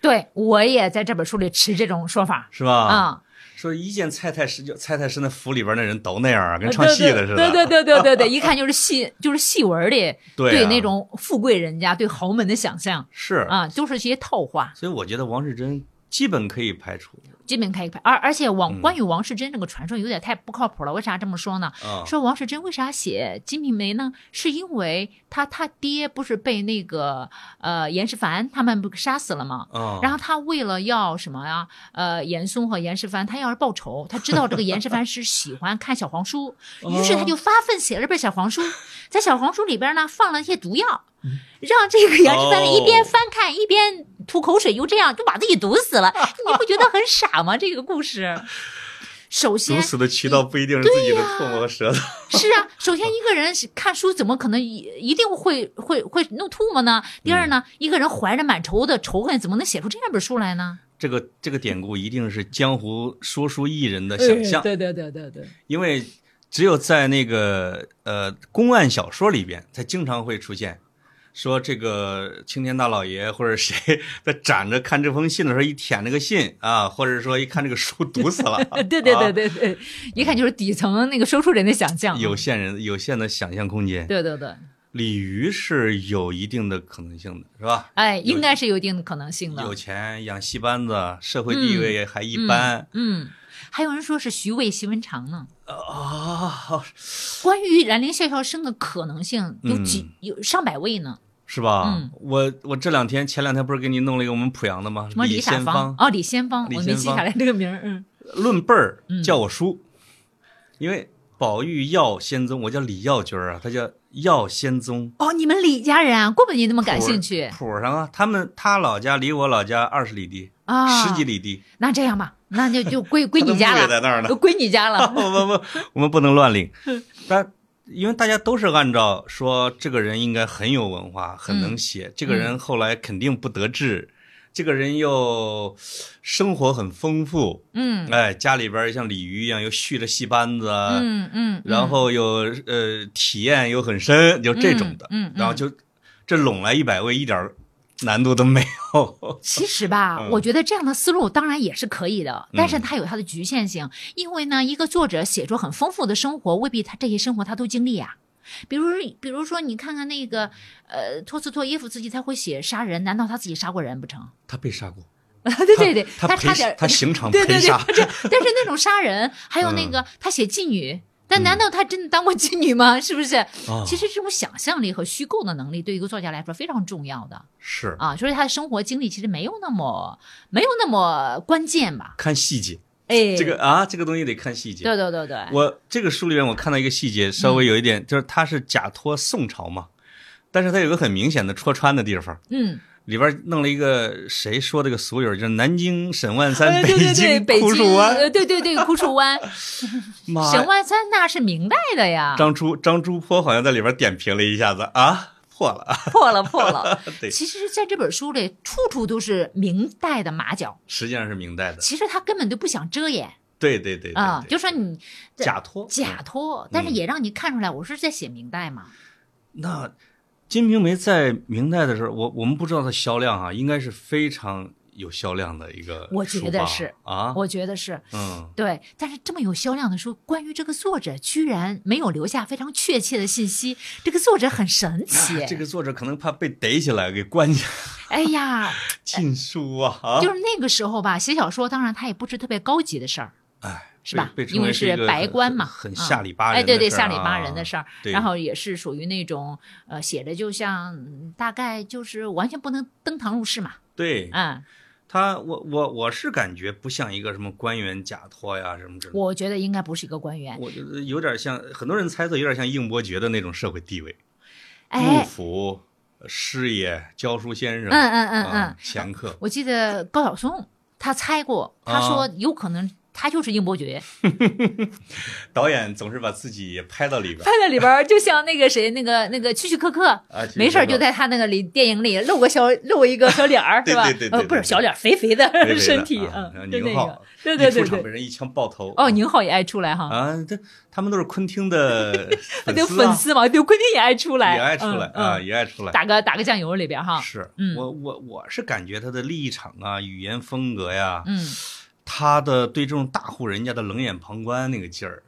[SPEAKER 2] 对我也在这本书里持这种说法
[SPEAKER 1] 是吧？
[SPEAKER 2] 啊。
[SPEAKER 1] 说一见蔡太师就蔡太师那府里边那人都那样啊，跟唱戏的 *laughs* 似的。
[SPEAKER 2] 呃对对对对对对，一看就是戏，就是戏文里
[SPEAKER 1] 对啊
[SPEAKER 2] 那啊种富贵人家、对豪门的想象
[SPEAKER 1] 是。
[SPEAKER 2] 啊，都是些套话。
[SPEAKER 1] 所以我觉得王世贞基本可以排除
[SPEAKER 2] 基本可以排。而而且
[SPEAKER 1] 嗯
[SPEAKER 2] 王关于王世贞这个传说有点太不靠谱了。为啥这么说呢？
[SPEAKER 1] 啊。
[SPEAKER 2] 说王世贞为啥写《金瓶梅》呢？是因为他他爹不是被那个呃严世蕃他们不是杀死了吗？
[SPEAKER 1] 啊，
[SPEAKER 2] 然后他为了要什么呀？呃，严嵩和严世蕃，他要是报仇，他知道这个严世蕃是喜欢看小黄书，
[SPEAKER 1] 哦
[SPEAKER 2] 于是他就发奋写了本小
[SPEAKER 1] *laughs*
[SPEAKER 2] 黄书，在小黄书里边呢放了一些毒药，
[SPEAKER 1] 嗯
[SPEAKER 2] 让这个严世蕃一边翻
[SPEAKER 1] 哦
[SPEAKER 2] 看一边吐口水，又这样就把自己毒死
[SPEAKER 1] *laughs*
[SPEAKER 2] 了。你不觉得很傻吗？这个故事，首
[SPEAKER 1] 毒
[SPEAKER 2] 先
[SPEAKER 1] 死的渠道
[SPEAKER 2] 嗯
[SPEAKER 1] 不一定是自己的唾沫和舌头。
[SPEAKER 2] 是啊，首先一个人是看书怎么可能一一定会会会弄吐沫呢？第二
[SPEAKER 1] 嗯
[SPEAKER 2] 呢，一个人怀着满仇的仇恨，怎么能写出这样本书来呢？
[SPEAKER 1] 这个这个典故一定是江湖说书艺人的想象，
[SPEAKER 3] 对对对对
[SPEAKER 2] *laughs*
[SPEAKER 3] 对，，
[SPEAKER 1] 因为只有在那个呃公案小说里边，才经常会出现，说这个青天大老爷或者谁在展着看这封信的时候，一舔这个信啊，或者说一看这个书毒死
[SPEAKER 2] *laughs*
[SPEAKER 1] 了
[SPEAKER 3] 对对对对
[SPEAKER 1] 对，
[SPEAKER 3] 对，
[SPEAKER 2] 一看就是底层那个说书人的想象。
[SPEAKER 1] 啊
[SPEAKER 2] 啊
[SPEAKER 1] 有限人有限的想象空间，
[SPEAKER 2] 对对对，
[SPEAKER 1] 鲤鱼是有一定的可能性的，是吧？
[SPEAKER 2] 哎，应该是有一定的可能性
[SPEAKER 1] 有
[SPEAKER 2] 的。
[SPEAKER 1] 钱养戏班子，社会地位也还一般、
[SPEAKER 2] 嗯啊嗯，还有人说是徐渭习文长呢。
[SPEAKER 1] 啊，
[SPEAKER 2] 关于兰陵笑笑生的可能性有几、
[SPEAKER 1] 嗯
[SPEAKER 2] 有上百位呢？
[SPEAKER 1] 是吧？
[SPEAKER 2] 嗯
[SPEAKER 1] 我我这两天前两天不是给你弄了一个我们濮阳的吗？
[SPEAKER 2] 什么
[SPEAKER 1] 李
[SPEAKER 2] 傻
[SPEAKER 1] 先
[SPEAKER 2] 芳
[SPEAKER 1] 芳？
[SPEAKER 2] 哦，李先芳，
[SPEAKER 1] 李
[SPEAKER 2] 我没
[SPEAKER 1] 先
[SPEAKER 2] 记
[SPEAKER 1] 芳
[SPEAKER 2] 下来这个名儿。嗯，
[SPEAKER 1] 论辈儿
[SPEAKER 2] 嗯
[SPEAKER 1] 叫我叔，因为宝玉耀仙宗，我叫李耀军儿啊，他叫耀仙宗。
[SPEAKER 2] 哦，你们李家人啊，怪不得你那么感兴趣
[SPEAKER 1] 谱上啊，他们他老家离我老家二十里地，
[SPEAKER 2] 啊。
[SPEAKER 1] 十几。里地，
[SPEAKER 2] 那这样吧，那就就归归
[SPEAKER 1] 他的
[SPEAKER 2] 你家
[SPEAKER 1] 墓也在
[SPEAKER 2] 了，
[SPEAKER 1] 那儿呢。
[SPEAKER 2] 就 *laughs* 归你家
[SPEAKER 1] *laughs*
[SPEAKER 2] 了。
[SPEAKER 1] 不不不，我们不能乱领。但因为大家都是按照说，这个人应该很有文化，很能
[SPEAKER 2] 嗯
[SPEAKER 1] 写。这个人后来肯定不得志，这个人又生活很丰富。
[SPEAKER 2] 嗯
[SPEAKER 1] 哎，家里边儿像鲤鱼一样，又续着戏班子，啊
[SPEAKER 2] 嗯嗯，
[SPEAKER 1] 然后有呃体验又很深，就这种的，
[SPEAKER 2] 嗯嗯嗯
[SPEAKER 1] 然后就这拢来一百位一点儿难度都没有。 *laughs*
[SPEAKER 2] 其实吧，
[SPEAKER 1] 嗯
[SPEAKER 2] 我觉得这样的思路当然也是可以的，但是它有它的局限性，因为呢，一个作者写出很丰富的生活，未必他这些生活他都经历呀、比如，比如说，你看看那个，呃，托斯托耶夫斯基，他会写杀人，难道他自己杀过人不成？ *laughs*
[SPEAKER 1] 他被杀过，
[SPEAKER 2] 对对对，
[SPEAKER 1] 他
[SPEAKER 2] 差
[SPEAKER 1] 陪
[SPEAKER 2] 点儿，
[SPEAKER 1] 他刑场
[SPEAKER 2] 对对
[SPEAKER 1] 陪
[SPEAKER 2] 对，
[SPEAKER 1] 杀，
[SPEAKER 2] 他这但是那种杀人，还有那个、
[SPEAKER 1] 嗯
[SPEAKER 2] 他写妓女，但难道他真的当过妓女吗？ *laughs* 是不是？
[SPEAKER 1] 啊
[SPEAKER 2] 其实这种想象力和虚构的能力，对一个作家来说非常重要的。
[SPEAKER 1] 是
[SPEAKER 2] 啊，所以他的生活经历其实没有那么没有那么关键吧？
[SPEAKER 1] 看细节，
[SPEAKER 2] 哎，
[SPEAKER 1] 这个啊这个东西得看细节。
[SPEAKER 2] 对对嗯对对，
[SPEAKER 1] 我这个书里面我看到一个细节，稍微有一点，就是他是假托宋朝嘛，但是他有个很明显的戳穿的地方，
[SPEAKER 2] 嗯，
[SPEAKER 1] 里边弄了一个谁说的个俗语儿，就是南京沈万三，
[SPEAKER 2] 呃
[SPEAKER 3] 哎对对对
[SPEAKER 1] 京
[SPEAKER 2] 北
[SPEAKER 1] 枯
[SPEAKER 2] 京
[SPEAKER 1] 树湾，
[SPEAKER 2] 呃对对对，枯树 *laughs* 湾，
[SPEAKER 1] 妈呀
[SPEAKER 2] 沈万三那是明代的呀，
[SPEAKER 1] 张朱张朱坡好像在里边点评了一下子啊，破了，。
[SPEAKER 2] 破了破了
[SPEAKER 1] 对
[SPEAKER 2] 其实在这本书里，处处都是明代的马脚，
[SPEAKER 1] 实际上是明代的。
[SPEAKER 2] 其实他根本就不想遮掩
[SPEAKER 1] 对对对对
[SPEAKER 2] 啊，
[SPEAKER 1] 对
[SPEAKER 2] 就说你
[SPEAKER 1] 假托
[SPEAKER 2] 假
[SPEAKER 1] 嗯
[SPEAKER 2] 托，但是也让你看出来我是在写明代嘛。
[SPEAKER 1] 那《金瓶梅》在明代的时候，我我们不知道它销量啊，应该是非常有销量的一个书吧，
[SPEAKER 2] 我觉得是
[SPEAKER 1] 啊，
[SPEAKER 2] 我觉得是
[SPEAKER 1] 嗯，
[SPEAKER 2] 对，但是这么有销量的书，关于这个作者居然没有留下非常确切的信息，这个作者很神奇。
[SPEAKER 1] 啊这个作者可能怕被逮起来给关起来
[SPEAKER 2] 哎呀，
[SPEAKER 1] 禁书啊啊，
[SPEAKER 2] 就是那个时候吧，写小说，当然他也不是特别高级的事儿，
[SPEAKER 1] 哎，
[SPEAKER 2] 是吧
[SPEAKER 1] 被？被
[SPEAKER 2] 因为
[SPEAKER 1] 称是一个
[SPEAKER 2] 白
[SPEAKER 1] 很
[SPEAKER 2] 官嘛，
[SPEAKER 1] 很
[SPEAKER 2] 嗯
[SPEAKER 1] 下里巴人
[SPEAKER 2] 哎，
[SPEAKER 1] 的
[SPEAKER 2] 对对，
[SPEAKER 1] 事儿
[SPEAKER 2] 下里巴
[SPEAKER 1] 啊
[SPEAKER 2] 人的事儿。
[SPEAKER 1] 对
[SPEAKER 2] 然后也是属于那种呃，写的就像嗯大概就是完全不能登堂入室嘛，
[SPEAKER 1] 对
[SPEAKER 2] 嗯，
[SPEAKER 1] 他，我我我是感觉不像一个什么官员假托呀什么之类的。
[SPEAKER 2] 我觉得应该不是一个官员。
[SPEAKER 1] 我觉得有点像，很多人猜测有点像应伯爵的那种社会地位，幕
[SPEAKER 2] 哎，
[SPEAKER 1] 府、师爷、教书先生，
[SPEAKER 2] 嗯嗯嗯嗯
[SPEAKER 1] 啊，，掮客，
[SPEAKER 2] 我记得高晓松他猜过，他
[SPEAKER 1] 啊
[SPEAKER 2] 说有可能他就是应伯爵。
[SPEAKER 1] 导演总是把自己拍到里边
[SPEAKER 2] 拍在里边儿，就像那个谁，那个那个区区克克，
[SPEAKER 1] 啊，其
[SPEAKER 2] 没事儿
[SPEAKER 1] 实
[SPEAKER 2] 就在他那个里电影里露个小露一个小脸儿，
[SPEAKER 1] *laughs* 对
[SPEAKER 2] 是吧？
[SPEAKER 1] 对对对
[SPEAKER 2] 呃
[SPEAKER 1] 对
[SPEAKER 2] 不是
[SPEAKER 1] 对
[SPEAKER 2] 小脸儿，肥肥的
[SPEAKER 1] 肥肥的
[SPEAKER 2] *laughs* 身体，
[SPEAKER 1] 啊
[SPEAKER 2] 嗯，就那
[SPEAKER 1] 宁
[SPEAKER 2] 个
[SPEAKER 1] 浩，
[SPEAKER 2] 对
[SPEAKER 1] 一
[SPEAKER 2] 对
[SPEAKER 1] 出
[SPEAKER 2] 对
[SPEAKER 1] 场
[SPEAKER 2] 对。
[SPEAKER 1] 被人一枪爆头，
[SPEAKER 2] 哦，宁浩也爱出来哈，
[SPEAKER 1] 啊，这他们都是昆汀
[SPEAKER 2] *laughs*
[SPEAKER 1] 的粉
[SPEAKER 2] 对
[SPEAKER 1] 丝啊
[SPEAKER 2] 粉丝嘛，对昆汀也爱出来，
[SPEAKER 1] 也爱出来
[SPEAKER 2] 嗯
[SPEAKER 1] 啊，
[SPEAKER 2] 嗯
[SPEAKER 1] 也爱出来。
[SPEAKER 2] 打个打个酱油里边儿哈，
[SPEAKER 1] 是
[SPEAKER 2] 嗯
[SPEAKER 1] 我我我是感觉他的立场啊、语言风格呀，
[SPEAKER 2] 嗯，
[SPEAKER 1] 他的对这种大户人家的冷眼旁观那个劲儿，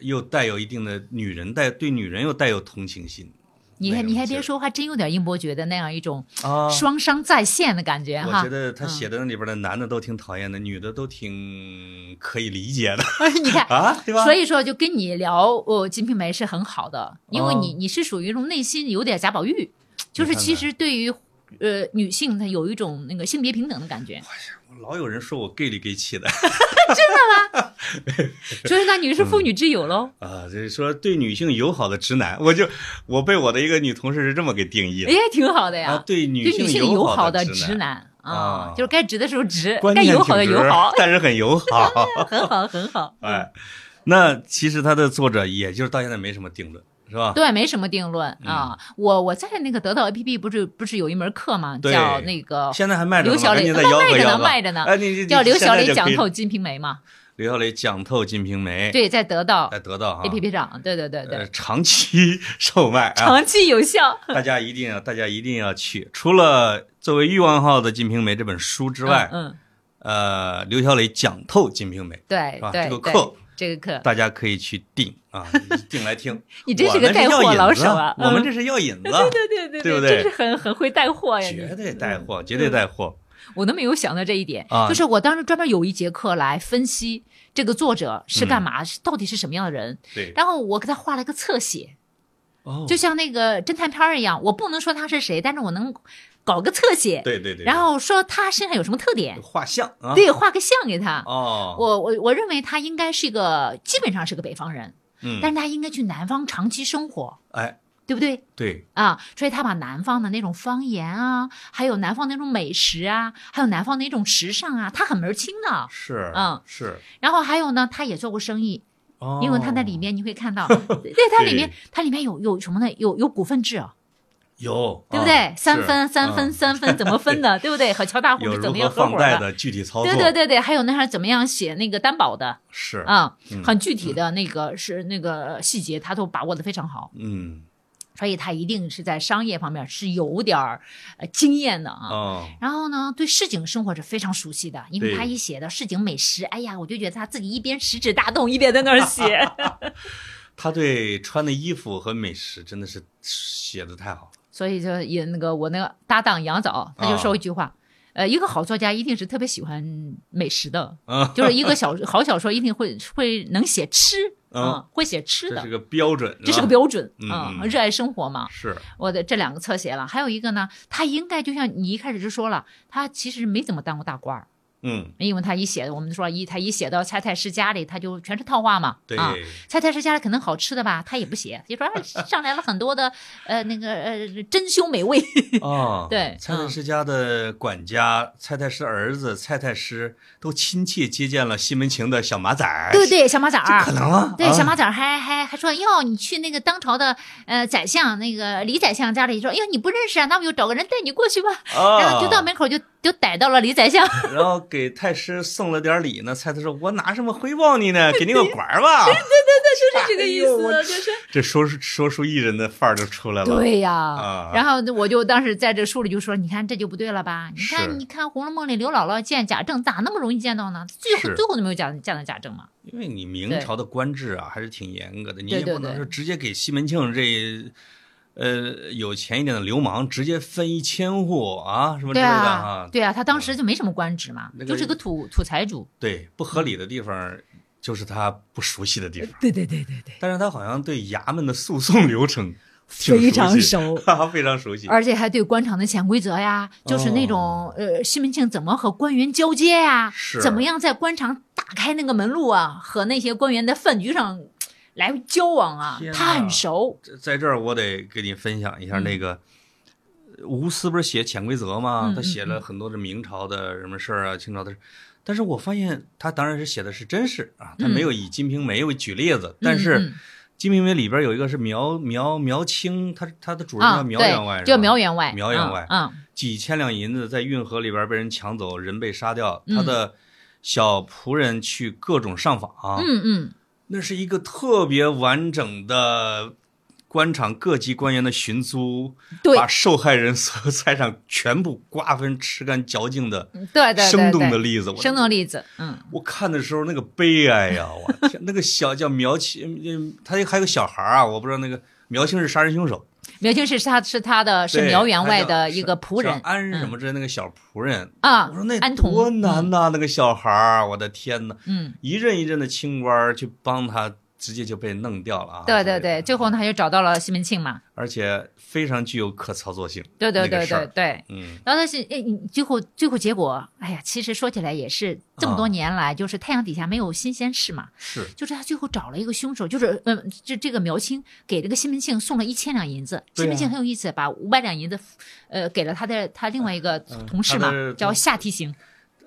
[SPEAKER 1] 又带有一定的女人带对女人又带有同情心，
[SPEAKER 2] 你
[SPEAKER 1] 那
[SPEAKER 2] 还
[SPEAKER 1] 种
[SPEAKER 2] 你还
[SPEAKER 1] 劲
[SPEAKER 2] 别
[SPEAKER 1] 儿
[SPEAKER 2] 说，还真有点英伯爵的那样一种
[SPEAKER 1] 啊，
[SPEAKER 2] 双商在线的感觉
[SPEAKER 1] 我
[SPEAKER 2] 啊哈嗯
[SPEAKER 1] 觉。得他写的那里边的男的都挺讨厌的，女的都挺可以理
[SPEAKER 2] *laughs*
[SPEAKER 1] 解的
[SPEAKER 2] *laughs* 你看，
[SPEAKER 1] 啊，对吧？
[SPEAKER 2] 所以说就跟你聊呃《金瓶梅》是很好的，因为你
[SPEAKER 1] 哦
[SPEAKER 2] 你是属于那种内心有点贾宝玉，就是
[SPEAKER 1] 你看
[SPEAKER 2] 其
[SPEAKER 1] 看
[SPEAKER 2] 实对于呃女性她有一种那个性别平等的
[SPEAKER 1] *laughs*
[SPEAKER 2] 感觉。 *laughs*
[SPEAKER 1] 老有人说我 gay 里 gay 气的
[SPEAKER 2] 所以那你是妇女之友喽？
[SPEAKER 1] 啊，就是说对女性友好的直男，我就我被我的一个女同事是这么给定义
[SPEAKER 2] 哎
[SPEAKER 1] 的
[SPEAKER 2] 呀，挺好的
[SPEAKER 1] 啊，
[SPEAKER 2] 呀，
[SPEAKER 1] 对
[SPEAKER 2] 对
[SPEAKER 1] 女
[SPEAKER 2] 女性友好
[SPEAKER 1] 好
[SPEAKER 2] 的
[SPEAKER 1] 直
[SPEAKER 2] 直，男啊
[SPEAKER 1] 啊，
[SPEAKER 2] 就是该直的时候直，
[SPEAKER 1] 关
[SPEAKER 2] 该
[SPEAKER 1] 键
[SPEAKER 2] 友
[SPEAKER 1] 挺
[SPEAKER 2] 好的
[SPEAKER 1] 直，
[SPEAKER 2] 友好
[SPEAKER 1] *laughs* 但是很友好，
[SPEAKER 2] 很好很好。
[SPEAKER 1] 哎，那其实他的作者也就是到现在没什么定论，是吧？
[SPEAKER 2] 对，没什么定论啊。我我在那个得到 APP 不是不是有一门课吗？
[SPEAKER 1] 嗯对
[SPEAKER 2] 叫那个
[SPEAKER 1] 现在还卖着呢
[SPEAKER 2] 刘
[SPEAKER 1] 吗，
[SPEAKER 2] 小
[SPEAKER 1] 赶
[SPEAKER 2] 磊
[SPEAKER 1] 紧再
[SPEAKER 2] 那
[SPEAKER 1] 吆喝吆
[SPEAKER 2] 卖着呢
[SPEAKER 1] 喝
[SPEAKER 2] 卖着呢
[SPEAKER 1] 哎，你你
[SPEAKER 2] 叫
[SPEAKER 1] 你
[SPEAKER 2] 刘
[SPEAKER 1] 现
[SPEAKER 2] 小
[SPEAKER 1] 在
[SPEAKER 2] 磊
[SPEAKER 1] 就
[SPEAKER 2] 讲
[SPEAKER 1] 可以
[SPEAKER 2] 透《金瓶梅》嘛？
[SPEAKER 1] 刘小磊讲透《金瓶梅》，
[SPEAKER 2] 对，在得到
[SPEAKER 1] 在得到哈
[SPEAKER 2] APP 上，对对对对，
[SPEAKER 1] 呃长期 *laughs* 售卖啊，
[SPEAKER 2] 长期有效。
[SPEAKER 1] 大家一定要大家一定要去。除了作为欲望号的《金瓶梅》这本书之外，
[SPEAKER 2] 嗯，嗯
[SPEAKER 1] 呃，刘小磊讲透《金瓶梅
[SPEAKER 2] 对
[SPEAKER 1] 是吧
[SPEAKER 2] 对
[SPEAKER 1] 这个
[SPEAKER 2] 对
[SPEAKER 1] 课，
[SPEAKER 2] 这个课，
[SPEAKER 1] 大家可以去订啊，
[SPEAKER 2] *laughs*
[SPEAKER 1] 订来听。
[SPEAKER 2] 你真是
[SPEAKER 1] 我
[SPEAKER 2] 个
[SPEAKER 1] 们
[SPEAKER 2] 带
[SPEAKER 1] 要
[SPEAKER 2] 货
[SPEAKER 1] 引
[SPEAKER 2] 老
[SPEAKER 1] 子
[SPEAKER 2] 手啊！
[SPEAKER 1] 我们
[SPEAKER 2] 嗯
[SPEAKER 1] 这是
[SPEAKER 2] *laughs*
[SPEAKER 1] 要引子，
[SPEAKER 2] 对嗯对对
[SPEAKER 1] 对不
[SPEAKER 2] 真
[SPEAKER 1] 对
[SPEAKER 2] 是很很会带货呀！
[SPEAKER 1] 绝
[SPEAKER 2] 你
[SPEAKER 1] 对带货，绝对带货。
[SPEAKER 2] 我都没有想到这一点，
[SPEAKER 1] 啊
[SPEAKER 2] 就是我当时专门有一节课来分析这个作者是
[SPEAKER 1] 嗯
[SPEAKER 2] 干嘛，是到底是什么样的人，
[SPEAKER 1] 对，
[SPEAKER 2] 然后我给他画了个侧写，
[SPEAKER 1] 哦
[SPEAKER 2] 就像那个侦探片儿一样，我不能说他是谁，但是我能搞个侧写，
[SPEAKER 1] 对对对，
[SPEAKER 2] 然后说他身上有什么特点，
[SPEAKER 1] 画像啊，
[SPEAKER 2] 对，画个像给他。
[SPEAKER 1] 哦，
[SPEAKER 2] 我我我认为他应该是一个，基本上是个北方人，
[SPEAKER 1] 嗯，
[SPEAKER 2] 但是他应该去南方长期生活，
[SPEAKER 1] 哎，
[SPEAKER 2] 对不对？
[SPEAKER 1] 对，
[SPEAKER 2] 啊，所以他把南方的那种方言啊，还有南方那种美食啊，还有南方那种时尚啊，他很门儿清的。
[SPEAKER 1] 是，
[SPEAKER 2] 嗯
[SPEAKER 1] 是，
[SPEAKER 2] 然后还有呢，他也做过生意，
[SPEAKER 1] 哦
[SPEAKER 2] 因为他在里面你
[SPEAKER 1] *laughs*
[SPEAKER 2] 会看到，对，它里面它里面有有什么呢？有有股份制啊，
[SPEAKER 1] 有，
[SPEAKER 2] 对不
[SPEAKER 1] 啊
[SPEAKER 2] 对？三
[SPEAKER 1] 是
[SPEAKER 2] 分、三
[SPEAKER 1] 嗯
[SPEAKER 2] 分、三分怎么
[SPEAKER 1] *laughs*
[SPEAKER 2] 分的，对不对？和乔大户
[SPEAKER 1] 有
[SPEAKER 2] 是怎
[SPEAKER 1] 如何
[SPEAKER 2] 么样合
[SPEAKER 1] 放
[SPEAKER 2] 伙
[SPEAKER 1] 贷？的具体操作，
[SPEAKER 2] 对对对对，还有那啥怎么样写那个担保的
[SPEAKER 1] 是，
[SPEAKER 2] 啊，
[SPEAKER 1] 嗯
[SPEAKER 2] 很具体的那个是那个细节，他都把握的非常好，
[SPEAKER 1] 嗯，
[SPEAKER 2] 所以他一定是在商业方面是有点儿呃经验的啊。
[SPEAKER 1] 哦，
[SPEAKER 2] 然后呢，对市井生活是非常熟悉的，因为
[SPEAKER 1] 对
[SPEAKER 2] 他一写到市井美食，哎呀，我就觉得他自己一边食指大动，一边在那儿写。 *laughs*
[SPEAKER 1] 他对穿的衣服和美食真的是写的太好了，
[SPEAKER 2] 所以就也那个我那个搭档杨枣，他就
[SPEAKER 1] 啊
[SPEAKER 2] 说一句话，呃，一个好作家一定是特别喜欢美食的，
[SPEAKER 1] 啊
[SPEAKER 2] 就是一个小 *laughs* 好小说一定会会能写吃，
[SPEAKER 1] 嗯
[SPEAKER 2] 嗯，会写吃
[SPEAKER 1] 这
[SPEAKER 2] 的
[SPEAKER 1] 是。个标准，
[SPEAKER 2] 这是个
[SPEAKER 1] 吧，
[SPEAKER 2] 标准
[SPEAKER 1] 嗯
[SPEAKER 2] 啊、
[SPEAKER 1] 嗯
[SPEAKER 2] 热爱生活嘛。
[SPEAKER 1] 是，
[SPEAKER 2] 我的这两个侧写了，还有一个呢，他应该就像你一开始就说了，他其实没怎么当过大官儿，
[SPEAKER 1] 嗯，
[SPEAKER 2] 因为他一写，我们说一他一写到蔡太师家里，他就全是套话嘛。
[SPEAKER 1] 对，
[SPEAKER 2] 啊，蔡太师家里可能好吃的吧，他也不写，就说、哎、上来了很多的呃那个呃珍馐美味，
[SPEAKER 1] 哦，
[SPEAKER 2] *laughs* 对
[SPEAKER 1] 蔡太
[SPEAKER 2] 嗯
[SPEAKER 1] 师家的管家、蔡太师儿子、蔡太师都亲切接见了西门庆的小马仔，
[SPEAKER 2] 对对，小马仔儿，
[SPEAKER 1] 可能吗？
[SPEAKER 2] 对，
[SPEAKER 1] 啊
[SPEAKER 2] 小马仔儿还还还说，哟，你去那个当朝的呃宰相那个李宰相家里说，哟，你不认识啊，那我就找个人带你过去吧。
[SPEAKER 1] 啊，
[SPEAKER 2] 然后就到门口就就逮到了李宰相，
[SPEAKER 1] *laughs* 然后给太师送了点礼呢。蔡太师说：“我拿什么回报你
[SPEAKER 2] *laughs*
[SPEAKER 1] 呢？给你个官儿吧。
[SPEAKER 2] 就是这个意
[SPEAKER 1] 哎呦我
[SPEAKER 2] 思，就是”
[SPEAKER 1] 这说书说书艺人的范儿就出来了。
[SPEAKER 2] 对呀、
[SPEAKER 1] 啊
[SPEAKER 2] 然后我就当时在这书里就说，你看这就不对了吧？你
[SPEAKER 1] 是
[SPEAKER 2] 看你看《红楼梦》里刘姥姥见贾政咋那么容易见到呢？最后
[SPEAKER 1] 是
[SPEAKER 2] 最后都没有见见到贾政嘛？
[SPEAKER 1] 因为你明朝的官制啊，还是挺严格的，你也
[SPEAKER 2] 对对
[SPEAKER 1] 不能
[SPEAKER 2] 对
[SPEAKER 1] 说直接给西门庆这，呃，有钱一点的流氓直接分一千户啊，什么之类
[SPEAKER 2] 对
[SPEAKER 1] 的
[SPEAKER 2] 啊
[SPEAKER 1] 啊，，
[SPEAKER 2] 对啊，他当时就没什么官职嘛，
[SPEAKER 1] 那个
[SPEAKER 2] 就是个土土财主。
[SPEAKER 1] 对，不合理的地方就是他不熟悉的地方，
[SPEAKER 2] 对对对对对，
[SPEAKER 1] 但是他好像对衙门的诉讼流程 *laughs* 挺
[SPEAKER 2] 非常
[SPEAKER 1] 熟悉，
[SPEAKER 2] 熟。
[SPEAKER 1] 哈哈，非常熟悉，
[SPEAKER 2] 而且还对官场的潜规则呀，
[SPEAKER 1] 哦
[SPEAKER 2] 就是那种、呃，西门庆怎么和官员交接呀，
[SPEAKER 1] 是
[SPEAKER 2] 怎么样在官场打开那个门路啊，和那些官员在饭局上嘖来交往啊
[SPEAKER 1] 天，哪
[SPEAKER 2] 他很熟。
[SPEAKER 1] 这在这儿我得给你分享一下
[SPEAKER 2] 嗯
[SPEAKER 1] 那个。吴思不是写《潜规则》吗
[SPEAKER 2] 嗯？
[SPEAKER 1] 他写了很多的明朝的什么事儿啊，清朝的事儿，但是我发现他当然是写的是真事啊，他
[SPEAKER 2] 嗯
[SPEAKER 1] 没有以《金瓶梅》为举例子，但是《
[SPEAKER 2] 嗯
[SPEAKER 1] 金瓶梅》里边有一个是苗苗苗青，他他的主
[SPEAKER 2] 嗯
[SPEAKER 1] 人叫
[SPEAKER 2] 啊，
[SPEAKER 1] 苗
[SPEAKER 2] 对
[SPEAKER 1] 员外，是吧
[SPEAKER 2] 叫苗员外，
[SPEAKER 1] 苗员外
[SPEAKER 2] 嗯，嗯
[SPEAKER 1] 几千两银子在运河里边被人抢走，人被杀掉，
[SPEAKER 2] 嗯
[SPEAKER 1] 他的小仆人去各种上访，
[SPEAKER 2] 嗯嗯，
[SPEAKER 1] 那是一个特别完整的官场各级官员的寻租，
[SPEAKER 2] 对
[SPEAKER 1] 把受害人所有财产全部瓜分、吃干嚼净的
[SPEAKER 2] 对对对，
[SPEAKER 1] 生动
[SPEAKER 2] 对
[SPEAKER 1] 的例子。我
[SPEAKER 2] 生动例子，嗯，
[SPEAKER 1] 我看的时候那个悲哀呀、呃我天，那个小叫苗青，嗯他还有个小孩儿啊，我不知道那个苗青是杀人凶手，
[SPEAKER 2] 苗青是他是他的是苗员外的一个仆人嗯
[SPEAKER 1] 叫安什么之类那个小仆人。
[SPEAKER 2] 啊
[SPEAKER 1] 我，说那
[SPEAKER 2] 安童
[SPEAKER 1] 多难呐、那个小孩儿，我的天呐，
[SPEAKER 2] 嗯，
[SPEAKER 1] 一任一任的清官儿去帮他，直接就被弄掉了啊！
[SPEAKER 2] 对对对，，最后呢他就找到了西门庆嘛，
[SPEAKER 1] 而且非常具有可操作性。
[SPEAKER 2] 对对
[SPEAKER 1] 那个
[SPEAKER 2] 对
[SPEAKER 1] 事
[SPEAKER 2] 对
[SPEAKER 1] 儿
[SPEAKER 2] 对。
[SPEAKER 1] 嗯，
[SPEAKER 2] 然后但是，哎，你最后最后结果，哎呀，其实说起来也是这么多
[SPEAKER 1] 啊
[SPEAKER 2] 年来，就是太阳底下没有新鲜事嘛。
[SPEAKER 1] 是
[SPEAKER 2] 就是他最后找了一个凶手，就是嗯，这这个苗青给这个西门庆送了一千两银子，
[SPEAKER 1] 对啊
[SPEAKER 2] 西门庆很有意思，把五百两银子，呃，给了他的他另外一个
[SPEAKER 1] 嗯
[SPEAKER 2] 同事
[SPEAKER 1] 他
[SPEAKER 2] 嘛，
[SPEAKER 1] 的
[SPEAKER 2] 叫夏提刑。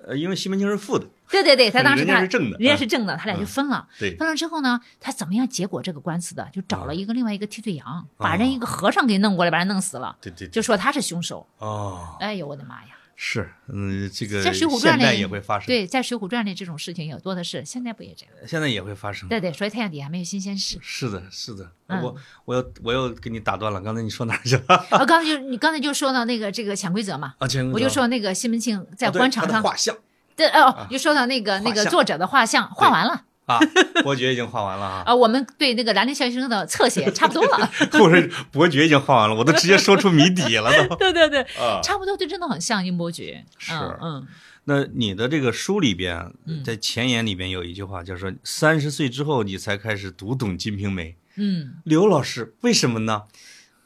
[SPEAKER 1] 呃，因为西门庆是负的，
[SPEAKER 2] 对对对，他当时
[SPEAKER 1] 人家
[SPEAKER 2] 他
[SPEAKER 1] 是正的，
[SPEAKER 2] 人家
[SPEAKER 1] 啊
[SPEAKER 2] 是正的，他俩就分了。
[SPEAKER 1] 对嗯
[SPEAKER 2] 分了之后呢，他怎么样结果这个官司的？就找了一个另外一个替罪羊，
[SPEAKER 1] 啊
[SPEAKER 2] 把人一个和尚给弄过来，把人弄死了，
[SPEAKER 1] 对对，
[SPEAKER 2] 就说他是凶手。
[SPEAKER 1] 哦，
[SPEAKER 2] 哎呦，我的妈呀！
[SPEAKER 1] 是，嗯，这个
[SPEAKER 2] 在《水浒传
[SPEAKER 1] 现》代
[SPEAKER 2] 里
[SPEAKER 1] 也会发生，，嗯
[SPEAKER 2] 对，在《水浒传》里这种事情有多的是，现在不也这样？
[SPEAKER 1] 现在也会发生。
[SPEAKER 2] 对对，所以太阳底下没有新鲜事。
[SPEAKER 1] 是的，是的，
[SPEAKER 2] 嗯
[SPEAKER 1] 我我又我又给你打断了，刚才你说哪儿去了？ *laughs*
[SPEAKER 2] 我啊刚才就你刚才就说到那个这个潜规则嘛，
[SPEAKER 1] 啊，乾坤
[SPEAKER 2] 我就
[SPEAKER 1] 轴
[SPEAKER 2] 说那个西门庆在
[SPEAKER 1] 哦对
[SPEAKER 2] 官场
[SPEAKER 1] 他的
[SPEAKER 2] 上，
[SPEAKER 1] 画
[SPEAKER 2] *laughs*
[SPEAKER 1] 像
[SPEAKER 2] 对哦，就说到那个
[SPEAKER 1] 画
[SPEAKER 2] 那个
[SPEAKER 1] 像
[SPEAKER 2] 作者的画像画完了
[SPEAKER 1] 啊，伯爵已经画完了
[SPEAKER 2] *laughs*
[SPEAKER 1] 啊，
[SPEAKER 2] 啊，我们对那个兰陵笑笑生的侧写差不多
[SPEAKER 1] *laughs*
[SPEAKER 2] 了，
[SPEAKER 1] 或者伯爵已经画完了，我都直接说出谜底了
[SPEAKER 2] *laughs*
[SPEAKER 1] 都
[SPEAKER 2] 对对对，
[SPEAKER 1] 啊。
[SPEAKER 2] 差不多，就真的很像英伯爵，
[SPEAKER 1] 是
[SPEAKER 2] 嗯嗯，
[SPEAKER 1] 那你的这个书里边
[SPEAKER 2] 嗯，
[SPEAKER 1] 在前言里边有一句话，叫说三十岁之后你才开始读懂《金瓶梅》。
[SPEAKER 2] 嗯，
[SPEAKER 1] 刘老师，为什么呢？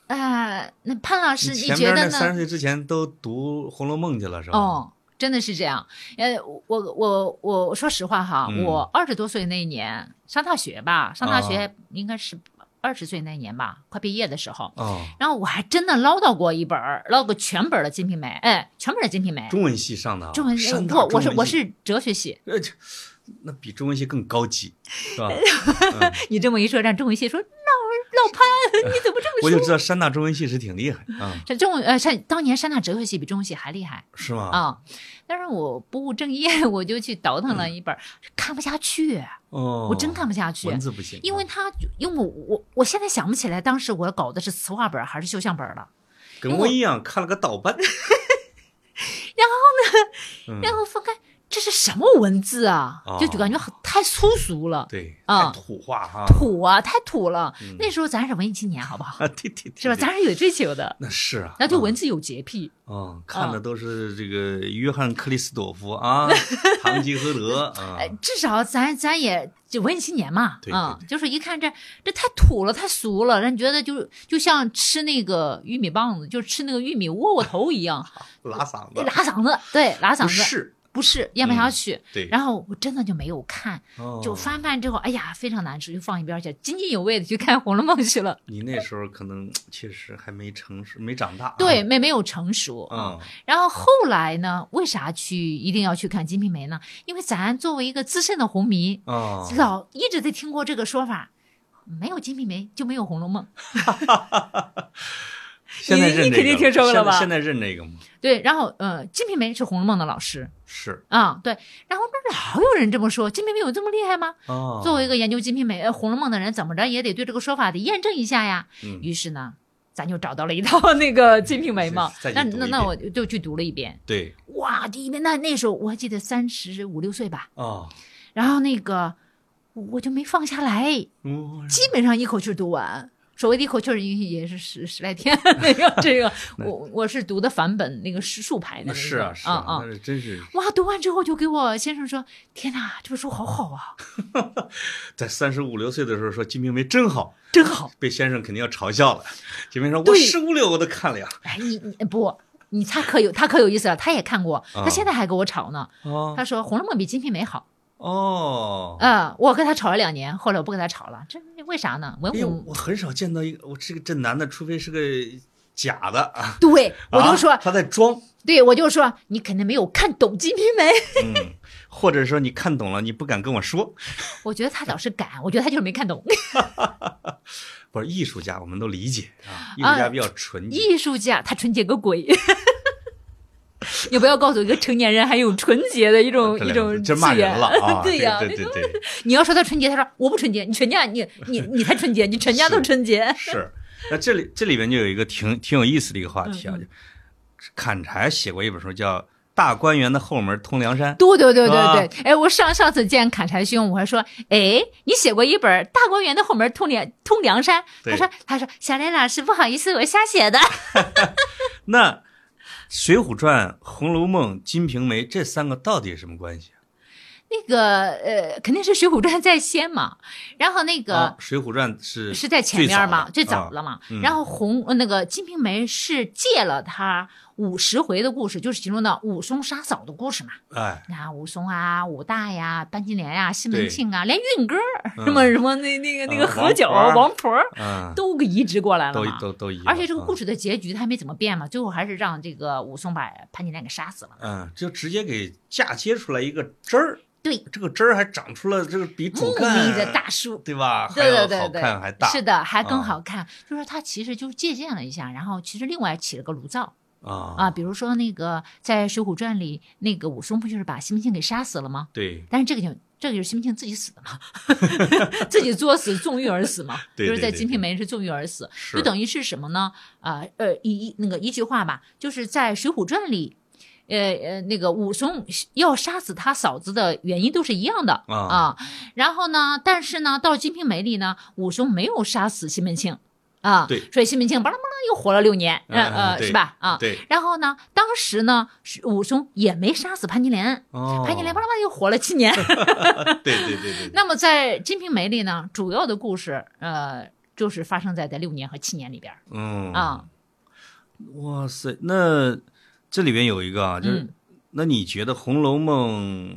[SPEAKER 2] 啊，那潘老师，
[SPEAKER 1] 你
[SPEAKER 2] 你
[SPEAKER 1] 前
[SPEAKER 2] 觉
[SPEAKER 1] 边
[SPEAKER 2] 得
[SPEAKER 1] 那三十
[SPEAKER 2] 呢？
[SPEAKER 1] 岁之前都读《红楼梦》去了是吧？，
[SPEAKER 2] 哦，真的是这样。呃，我我我我说实话哈，
[SPEAKER 1] 嗯
[SPEAKER 2] 我二十多岁那一年上大学吧，上大
[SPEAKER 1] 啊
[SPEAKER 2] 学应该是二十岁那年吧，快毕业的时候。
[SPEAKER 1] 哦，
[SPEAKER 2] 然后我还真的唠叨过一本儿，唠个全本儿的《金瓶梅》，哎，全本儿的《金瓶梅》，
[SPEAKER 1] 中文系上的啊，
[SPEAKER 2] 中文
[SPEAKER 1] 山大
[SPEAKER 2] 不，我是
[SPEAKER 1] 中
[SPEAKER 2] 我
[SPEAKER 1] 文系，
[SPEAKER 2] 是哲学系。
[SPEAKER 1] 呃，这那比中文系更高级，是
[SPEAKER 2] *laughs*
[SPEAKER 1] 吧？
[SPEAKER 2] 你这么一说，让中文系说老老潘，你怎么这
[SPEAKER 1] 我
[SPEAKER 2] 么
[SPEAKER 1] 就
[SPEAKER 2] 说？
[SPEAKER 1] 知道山大中文系是挺厉害啊，
[SPEAKER 2] 这中文呃，山当年山大哲学系比中文系还厉害
[SPEAKER 1] 是吗？
[SPEAKER 2] 啊、但是我不务正业， *laughs* 我就去倒腾了一本儿，看不下去，
[SPEAKER 1] 哦，
[SPEAKER 2] 我真看不下去。
[SPEAKER 1] 文字不行，
[SPEAKER 2] 因为他，因为我我我现在想不起来当时我搞的是词话本儿还是绣像本儿了。
[SPEAKER 1] 跟我一样看了个盗版，然后呢，
[SPEAKER 2] 然
[SPEAKER 1] 嗯，
[SPEAKER 2] 后翻开，这是什么文字啊？就
[SPEAKER 1] 哦
[SPEAKER 2] 感觉很太粗俗了，
[SPEAKER 1] 对，
[SPEAKER 2] 啊
[SPEAKER 1] 太土话
[SPEAKER 2] *laughs*
[SPEAKER 1] 哈，
[SPEAKER 2] 土啊，太土了。
[SPEAKER 1] 嗯
[SPEAKER 2] 那时候咱是文艺青年，好不好？
[SPEAKER 1] 啊，对对对，
[SPEAKER 2] 是吧？
[SPEAKER 1] 对
[SPEAKER 2] 咱是有追求的，
[SPEAKER 1] 那是啊，
[SPEAKER 2] 然后对文啊
[SPEAKER 1] 啊，
[SPEAKER 2] 字有洁癖。
[SPEAKER 1] 嗯，看的都是这个约翰克里斯朵夫
[SPEAKER 2] *laughs*
[SPEAKER 1] 啊，堂吉诃德啊
[SPEAKER 2] 哎，，至少咱咱也就文艺青年嘛，
[SPEAKER 1] 对
[SPEAKER 2] 啊、
[SPEAKER 1] 对
[SPEAKER 2] 就是一看这这太土了，太俗了，让你觉得就就像吃那个玉米棒子，就吃那个玉米窝窝头一样，
[SPEAKER 1] 拉嗓
[SPEAKER 2] 拉
[SPEAKER 1] 子，
[SPEAKER 2] 嗓子，对，拉嗓
[SPEAKER 1] 不
[SPEAKER 2] 子，
[SPEAKER 1] 是，
[SPEAKER 2] 不是嗯咽不下去。
[SPEAKER 1] 对，
[SPEAKER 2] 然后我真的就没有看，就
[SPEAKER 1] 哦
[SPEAKER 2] 翻翻之后，哎呀，非常难吃，就放一边去，津津有味的去看《红楼梦》去了。
[SPEAKER 1] 你那时候可能确实还没成熟，没长大、啊。
[SPEAKER 2] 对，，没没有成熟啊。
[SPEAKER 1] 嗯，
[SPEAKER 2] 然后后来呢，为啥去一定要去看《金瓶梅》呢？因为咱作为一个资深的红迷，
[SPEAKER 1] 哦，
[SPEAKER 2] 老一直在听过这个说法，没有《金瓶梅》就没有《红楼梦》。
[SPEAKER 1] 现在认这个
[SPEAKER 2] 你肯定听说过了吧
[SPEAKER 1] 现在现在认这个吗？
[SPEAKER 2] 对，然后呃，《金瓶梅》是《红楼梦》的老师
[SPEAKER 1] 是
[SPEAKER 2] 啊、对。然后那老有人这么说，《金瓶梅》有这么厉害吗？
[SPEAKER 1] 哦，
[SPEAKER 2] 作为一个研究《金瓶梅》呃《红楼梦》的人，怎么着也得对这个说法得验证一下呀。
[SPEAKER 1] 嗯
[SPEAKER 2] 于是呢，咱就找到了一套那个《金瓶梅》嘛。
[SPEAKER 1] 再去
[SPEAKER 2] 那
[SPEAKER 1] 读
[SPEAKER 2] 那
[SPEAKER 1] 一
[SPEAKER 2] 那
[SPEAKER 1] 遍
[SPEAKER 2] 我就去读了一遍，
[SPEAKER 1] 对
[SPEAKER 2] 哇，第一遍那那时候我还记得三十五六岁吧，
[SPEAKER 1] 哦，
[SPEAKER 2] 然后那个我就没放下来，
[SPEAKER 1] 嗯
[SPEAKER 2] 基本上一口气儿读完。所谓的一口气儿，也是十十来天。那个这个，我我是读的梵本那个竖竖排的那
[SPEAKER 1] 那
[SPEAKER 2] 个，
[SPEAKER 1] 是啊是
[SPEAKER 2] 啊啊
[SPEAKER 1] 啊，那是真是
[SPEAKER 2] 哇，读完之后就给我先生说：“天哪，这本书好好啊，
[SPEAKER 1] 在三十五六岁的时候说《金瓶梅》真好，
[SPEAKER 2] 真好。
[SPEAKER 1] 被先生肯定要嘲笑了。金瓶说：“我
[SPEAKER 2] 对
[SPEAKER 1] 十五六我都看了呀。””
[SPEAKER 2] 哎，你你不，你他可有他可有意思了，他也看过，他现在还跟我吵呢。
[SPEAKER 1] 啊哦
[SPEAKER 2] 他说《红楼梦》比《金瓶梅》好。
[SPEAKER 1] 哦，
[SPEAKER 2] 嗯，我跟他吵了两年，后来我不跟他吵了，这为啥呢？文
[SPEAKER 1] 哎呦，
[SPEAKER 2] 武
[SPEAKER 1] 我很少见到一个我这个这男的，除非是个假的啊，
[SPEAKER 2] 对，我就说，
[SPEAKER 1] 啊他在装，
[SPEAKER 2] 对我就说，你肯定没有看懂《金瓶梅》。 *laughs*
[SPEAKER 1] 嗯，或者说你看懂了，你不敢跟我说。
[SPEAKER 2] 我觉得他老是敢，我觉得他就是没看懂。
[SPEAKER 1] 不是艺术家，我们都理解啊，艺术
[SPEAKER 2] 啊
[SPEAKER 1] 家比较纯洁。
[SPEAKER 2] 艺术家他纯洁个鬼！ *laughs* 你不要告诉我一个成年人还有纯洁的一种
[SPEAKER 1] 啊这
[SPEAKER 2] 一
[SPEAKER 1] 两
[SPEAKER 2] 种
[SPEAKER 1] 个字真骂
[SPEAKER 2] 字眼
[SPEAKER 1] 人了啊！
[SPEAKER 2] *laughs* 对呀、
[SPEAKER 1] 对对对对，
[SPEAKER 2] 你要说他纯洁，他说我不纯洁，你全家你你 *laughs* 你才纯洁，你全家都纯洁。
[SPEAKER 1] 是。那这
[SPEAKER 2] 嗯
[SPEAKER 1] 里这里边就有一个挺挺有意思的一个话题啊，就，砍柴写过一本书叫《大观园的后门通梁山。
[SPEAKER 2] *laughs* 对对对对
[SPEAKER 1] 啊
[SPEAKER 2] 对，哎，我上上次见砍柴兄，我还说，哎，你写过一本《大观园的后门通梁通梁山》，他
[SPEAKER 1] 对
[SPEAKER 2] 说他说小雷老师不好意思，我瞎写的。 *laughs*
[SPEAKER 1] 那《水浒传》《红楼梦》《金瓶梅》这三个到底有什么关系啊？
[SPEAKER 2] 那个呃，肯定是《水浒传》在先嘛，然后那个、
[SPEAKER 1] 啊水浒传》是
[SPEAKER 2] 呃是在前面嘛，
[SPEAKER 1] 最
[SPEAKER 2] 最早
[SPEAKER 1] 早的
[SPEAKER 2] 了嘛。
[SPEAKER 1] 嗯
[SPEAKER 2] 然后红呃那个《金瓶梅》是借了他五十回的故事，就是其中的武松杀嫂的故事嘛。
[SPEAKER 1] 啊哎，
[SPEAKER 2] 啊，武松啊，武大呀，班金莲呀，西门
[SPEAKER 1] 对
[SPEAKER 2] 庆啊，连运哥儿
[SPEAKER 1] 嗯
[SPEAKER 2] 什么什么那那个那个
[SPEAKER 1] 啊
[SPEAKER 2] 何
[SPEAKER 1] 王
[SPEAKER 2] 九
[SPEAKER 1] 婆儿
[SPEAKER 2] 王婆儿
[SPEAKER 1] 嗯，
[SPEAKER 2] 都给移植过来了
[SPEAKER 1] 都
[SPEAKER 2] 嘛。
[SPEAKER 1] 都都一样。嗯
[SPEAKER 2] 而且这个故
[SPEAKER 1] 事，
[SPEAKER 2] 事的结局他没怎么变嘛，最后还是让这个武松把潘金莲给杀死了。
[SPEAKER 1] 嗯，就直接给嫁接出来一个枝儿，
[SPEAKER 2] 对，
[SPEAKER 1] 这个枝儿还长出了这个比
[SPEAKER 2] 木
[SPEAKER 1] 主干
[SPEAKER 2] 迷的大叔，
[SPEAKER 1] 对吧？
[SPEAKER 2] 对对
[SPEAKER 1] 还要
[SPEAKER 2] 对
[SPEAKER 1] 好
[SPEAKER 2] 对，
[SPEAKER 1] 看还大
[SPEAKER 2] 是的，还更
[SPEAKER 1] 啊
[SPEAKER 2] 好看。就是他其实就是借鉴了一下，然后其实另外起了个炉灶
[SPEAKER 1] 啊
[SPEAKER 2] 啊，比如说那个在《水浒传》里，那个武松不就是把西门庆给杀死了吗？
[SPEAKER 1] 对
[SPEAKER 2] 但是这个就这个就是西门庆自己死的嘛， *laughs* 自己作死 *laughs* 纵欲而死嘛，
[SPEAKER 1] 对
[SPEAKER 2] 就是在
[SPEAKER 1] 对对
[SPEAKER 2] 《金瓶梅》是纵欲而死，
[SPEAKER 1] 是
[SPEAKER 2] 就等于是什么呢？啊呃一一那个一句话吧，就是在《水浒传》里。呃呃，那个武松要杀死他嫂子的原因都是一样的
[SPEAKER 1] 啊
[SPEAKER 2] 然后呢，但是呢，到《金瓶梅》里呢，武松没有杀死西门庆啊，
[SPEAKER 1] 对
[SPEAKER 2] 所以西门庆巴拉巴拉又活了六年，
[SPEAKER 1] 嗯嗯
[SPEAKER 2] 呃，
[SPEAKER 1] 对
[SPEAKER 2] 是吧？啊，
[SPEAKER 1] 对
[SPEAKER 2] 然后呢，当时呢，是武松也没杀死潘金莲，
[SPEAKER 1] 哦，
[SPEAKER 2] 潘金莲巴拉巴拉又活了七年。 *laughs*
[SPEAKER 1] 对对对对对，
[SPEAKER 2] 那么在《金瓶梅》里呢，主要的故事呃就是发生在在六年和七年里边儿
[SPEAKER 1] 嗯
[SPEAKER 2] 啊，
[SPEAKER 1] 哇塞，那这里边有一个啊，就是、
[SPEAKER 2] 嗯
[SPEAKER 1] 那你觉得《红楼梦》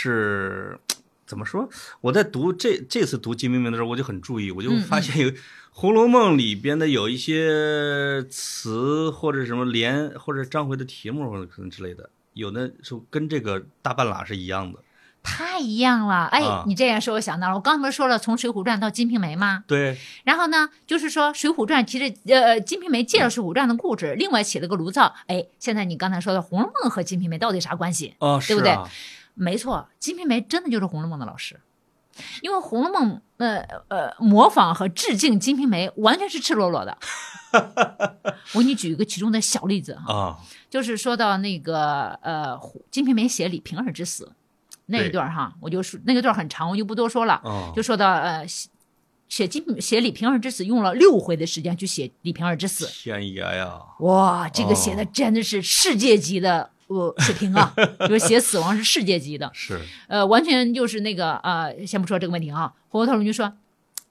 [SPEAKER 1] 是怎么说？我在读这这次读《金瓶梅》的时候，我就很注意，我就
[SPEAKER 2] 嗯嗯
[SPEAKER 1] 发现有《红楼梦》里边的有一些词或者什么联或者章回的题目或者可能之类的，有的是跟这个大半拉是一样的。
[SPEAKER 2] 太一样了。哎，
[SPEAKER 1] 啊
[SPEAKER 2] 你这样说，我想到了，我刚才不是说了从《水浒传》到《金瓶梅》吗？
[SPEAKER 1] 对，
[SPEAKER 2] 然后呢，就是说《水浒传》其实呃，《金瓶梅》借了《水浒传》的故事，另外起了个炉灶。哎，现在你刚才说的《红楼梦》和《金瓶梅》到底啥关系？
[SPEAKER 1] 哦，
[SPEAKER 2] 对不
[SPEAKER 1] 是啊
[SPEAKER 2] 没错，《金瓶梅》真的就是《红楼梦》的老师，因为《红楼梦》呃呃模仿和致敬《金瓶梅》完全是赤裸裸的。我给你举一个其中的小例子哈，
[SPEAKER 1] 啊，
[SPEAKER 2] 就是说到那个呃《金瓶梅》写李瓶儿之死那一段儿哈，我就说那个段儿很长，我就不多说了，
[SPEAKER 1] 哦，
[SPEAKER 2] 就说到呃写写金瓶写李瓶儿之死用了六回的时间去写李瓶儿之死，
[SPEAKER 1] 天爷呀，
[SPEAKER 2] 哇，这个写的
[SPEAKER 1] 哦
[SPEAKER 2] 真的是世界级的。呃，水
[SPEAKER 1] *laughs*
[SPEAKER 2] 平啊，就是写死亡是世界级的，
[SPEAKER 1] 是
[SPEAKER 2] 呃，完全就是那个呃，先不说这个问题啊，回过头我们就说，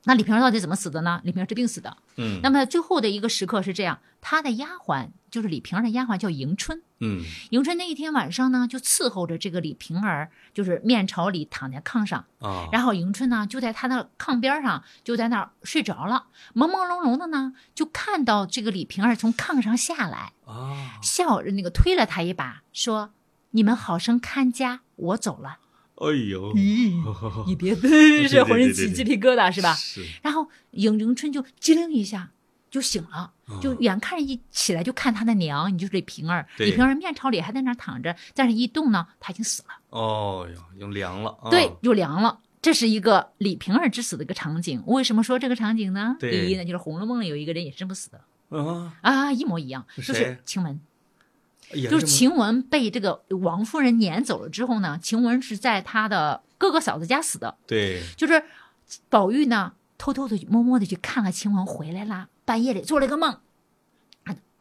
[SPEAKER 2] 那李瓶儿到底怎么死的呢？李瓶儿是病死的。
[SPEAKER 1] 嗯
[SPEAKER 2] 那么最后的一个时刻是这样，她的丫鬟就是李瓶儿的丫鬟叫迎春，
[SPEAKER 1] 嗯
[SPEAKER 2] 迎春那一天晚上呢，就伺候着这个李瓶儿，就是面朝里躺在炕上，
[SPEAKER 1] 啊，
[SPEAKER 2] 然后迎春呢就在她的炕边上，就在那儿睡着了，朦朦胧胧的呢，就看到这个李瓶儿从炕上下来，
[SPEAKER 1] 啊，
[SPEAKER 2] 笑那个推了她一把，说：“你们好生看家，我走了。”
[SPEAKER 1] 哎呦， *laughs*
[SPEAKER 2] 咦，你别 *laughs*
[SPEAKER 1] 对
[SPEAKER 2] 是
[SPEAKER 1] 对
[SPEAKER 2] 浑身
[SPEAKER 1] 对
[SPEAKER 2] 起
[SPEAKER 1] 哦对
[SPEAKER 2] 鸡皮疙瘩是吧？
[SPEAKER 1] 是
[SPEAKER 2] 然后迎迎春就机灵一下就醒了，就
[SPEAKER 1] 啊
[SPEAKER 2] 远看一起来就看她的娘，你就是这平儿，
[SPEAKER 1] 对
[SPEAKER 2] 李瓶儿面朝里还在那儿躺着，但是一动呢，她已经死了，
[SPEAKER 1] 哦哟，又凉了，啊
[SPEAKER 2] 对，就凉了。这是一个李瓶儿之死的一个场景。为什么说这个场景呢？
[SPEAKER 1] 对
[SPEAKER 2] 第一呢，就是《红楼梦》里有一个人也真不死的
[SPEAKER 1] 啊。
[SPEAKER 2] 啊，一模一样，
[SPEAKER 1] 是
[SPEAKER 2] 就是
[SPEAKER 1] 谁
[SPEAKER 2] 晴雯。
[SPEAKER 1] 也
[SPEAKER 2] 就是晴雯被这个王夫人撵走了之后呢，晴雯是在她的哥哥嫂子家死的。
[SPEAKER 1] 对，
[SPEAKER 2] 就是宝玉呢，偷偷的、摸摸的去看了晴雯回来啦，半夜里做了个梦。啊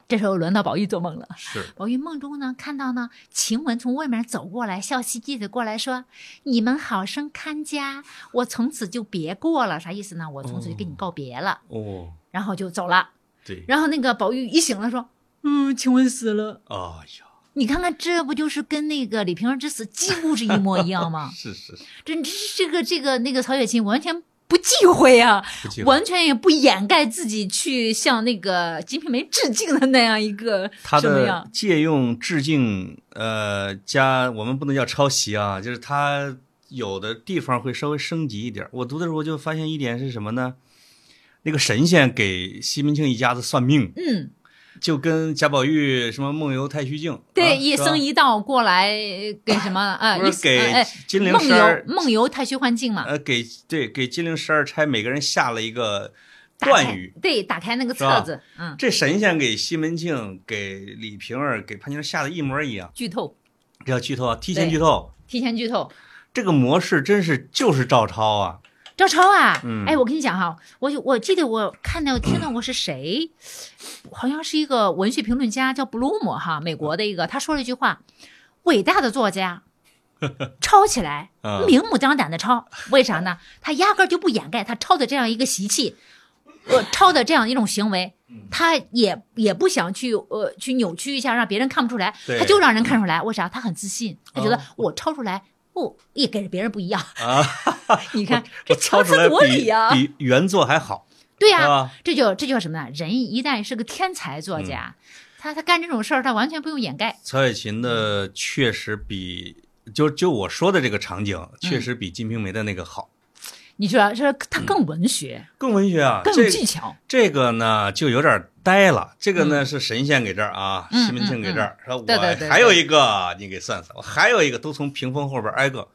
[SPEAKER 2] 这时候轮到宝玉做梦了。
[SPEAKER 1] 是
[SPEAKER 2] 宝玉梦中呢，看到呢晴雯从外面走过来，笑嘻嘻的过来说：“你们好生看家，我从此就别过了。”啥意思呢？我从此就跟你告别了，
[SPEAKER 1] 哦，
[SPEAKER 2] 然后就走了。
[SPEAKER 1] 对，
[SPEAKER 2] 然后那个宝玉一醒了，说：“嗯，晴雯死了。
[SPEAKER 1] 哎呀，”
[SPEAKER 2] 你看看，这不就是跟那个李瓶儿之死几乎是一模一样吗？ *laughs*
[SPEAKER 1] 是是是，
[SPEAKER 2] 这这这个这个那个曹雪芹完全不忌讳啊，
[SPEAKER 1] 不忌讳
[SPEAKER 2] 完全也不掩盖自己去向那个《金瓶梅》致敬的那样一个
[SPEAKER 1] 他
[SPEAKER 2] 什么
[SPEAKER 1] 的
[SPEAKER 2] 样？
[SPEAKER 1] 借用致敬，呃，加我们不能叫抄袭啊，就是他有的地方会稍微升级一点儿。我读的时候就发现一点是什么呢？那个神仙给西门庆一家子算命，
[SPEAKER 2] 嗯，
[SPEAKER 1] 就跟贾宝玉什么梦游太虚镜，啊
[SPEAKER 2] 对，一生。
[SPEAKER 1] 是吧
[SPEAKER 2] 一道过来呃给什么啊？
[SPEAKER 1] 不
[SPEAKER 2] 一
[SPEAKER 1] 是给
[SPEAKER 2] 哎
[SPEAKER 1] 金陵
[SPEAKER 2] 梦
[SPEAKER 1] 十
[SPEAKER 2] 游
[SPEAKER 1] 二
[SPEAKER 2] 梦游太虚幻境嘛，
[SPEAKER 1] 呃，给对给金陵十二钗每个人下了一个
[SPEAKER 2] 打开
[SPEAKER 1] 断语，
[SPEAKER 2] 对，打开那个
[SPEAKER 1] 是吧
[SPEAKER 2] 册子，嗯，
[SPEAKER 1] 这神仙给西门庆、给李瓶儿、给潘金莲吓得一模一样。
[SPEAKER 2] 剧透，
[SPEAKER 1] 这叫剧透啊，提前
[SPEAKER 2] 对
[SPEAKER 1] 剧透。
[SPEAKER 2] 提前剧透，
[SPEAKER 1] 这个模式真是就是照抄啊，
[SPEAKER 2] 照抄啊！
[SPEAKER 1] 嗯
[SPEAKER 2] 哎，我跟你讲哈，我有我记得我看到听到过是谁，好像是一个文学评论家叫 Bloom 哈，美国的一个，他说了一句话：伟大的
[SPEAKER 1] *laughs*
[SPEAKER 2] 作家抄起来，
[SPEAKER 1] 嗯
[SPEAKER 2] 明目张胆的抄，为啥呢？他压根儿就不掩盖他抄的这样一个习气，呃，抄的这样一种行为，
[SPEAKER 1] 嗯
[SPEAKER 2] 他也也不想去呃去扭曲一下，让别人看不出来，
[SPEAKER 1] 对
[SPEAKER 2] 他就让人看出来，为啥？他很自信，他觉得
[SPEAKER 1] 哦
[SPEAKER 2] 我抄出来。不，也跟别人不一样。
[SPEAKER 1] 啊， *laughs*
[SPEAKER 2] *laughs* 你看，
[SPEAKER 1] 我
[SPEAKER 2] *laughs* 这
[SPEAKER 1] 抄
[SPEAKER 2] 抄
[SPEAKER 1] 出
[SPEAKER 2] 自
[SPEAKER 1] 来
[SPEAKER 2] 我理
[SPEAKER 1] 比啊
[SPEAKER 2] 呀、
[SPEAKER 1] 比原作还好，
[SPEAKER 2] 啊对
[SPEAKER 1] 是
[SPEAKER 2] 呀、
[SPEAKER 1] 吧？
[SPEAKER 2] 这就这叫什么呢？人一旦是个天才作家，
[SPEAKER 1] 嗯
[SPEAKER 2] 他他干这种事儿，他完全不用掩盖。
[SPEAKER 1] 曹雪芹的确实比就就我说的这个场景，
[SPEAKER 2] 嗯
[SPEAKER 1] 确实比《金瓶梅》的那个好，
[SPEAKER 2] 你说说他更文学，
[SPEAKER 1] 更文学嗯啊。
[SPEAKER 2] 更
[SPEAKER 1] 这
[SPEAKER 2] 有
[SPEAKER 1] 个
[SPEAKER 2] 技巧。
[SPEAKER 1] 这个呢就有点呆了，这个呢是神仙给这儿啊，
[SPEAKER 2] 嗯
[SPEAKER 1] 西门庆给这儿，说
[SPEAKER 2] 对对对
[SPEAKER 1] 我还有一个，你给算算，我还有一个，都从屏风后边挨个。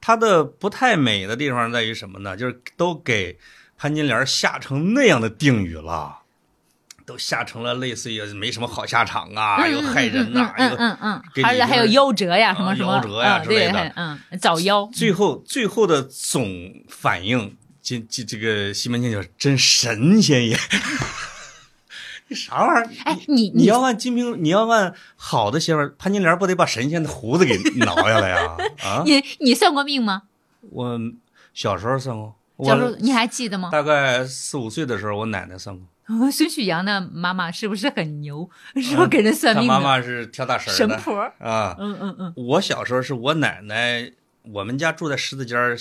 [SPEAKER 1] 它的不太美的地方在于什么呢？就是都给潘金莲下成那样的定语了。都下成了类似于没什么好下场啊，又害人呐、
[SPEAKER 2] 嗯
[SPEAKER 1] 又
[SPEAKER 2] 嗯嗯
[SPEAKER 1] 给
[SPEAKER 2] 嗯，
[SPEAKER 1] 你
[SPEAKER 2] 而且还有夭折呀，
[SPEAKER 1] 啊
[SPEAKER 2] 什么什么
[SPEAKER 1] 夭折呀
[SPEAKER 2] 嗯
[SPEAKER 1] 之类的
[SPEAKER 2] 对嗯，早夭。
[SPEAKER 1] 最后最后的总反应，这这这个西门庆就是真神仙爷， *laughs* 你啥玩意儿？
[SPEAKER 2] 哎，你
[SPEAKER 1] 你要按金瓶，你要按好的写法，潘金莲不得把神仙的胡子给挠下来 *laughs* 呀？啊，
[SPEAKER 2] 你你算过命吗？
[SPEAKER 1] 我小时候算过，
[SPEAKER 2] 小时候
[SPEAKER 1] 我
[SPEAKER 2] 你还记得吗？
[SPEAKER 1] 大概四五岁的时候，我奶奶算过，
[SPEAKER 2] 孙旭阳的妈妈是不是很牛？是不是给人算
[SPEAKER 1] 她嗯
[SPEAKER 2] 命
[SPEAKER 1] 妈
[SPEAKER 2] 的
[SPEAKER 1] 妈是跳大神
[SPEAKER 2] 神
[SPEAKER 1] 的
[SPEAKER 2] 婆儿？
[SPEAKER 1] 啊。
[SPEAKER 2] 嗯嗯嗯
[SPEAKER 1] 我小时候是我奶奶，我们家住在十字街儿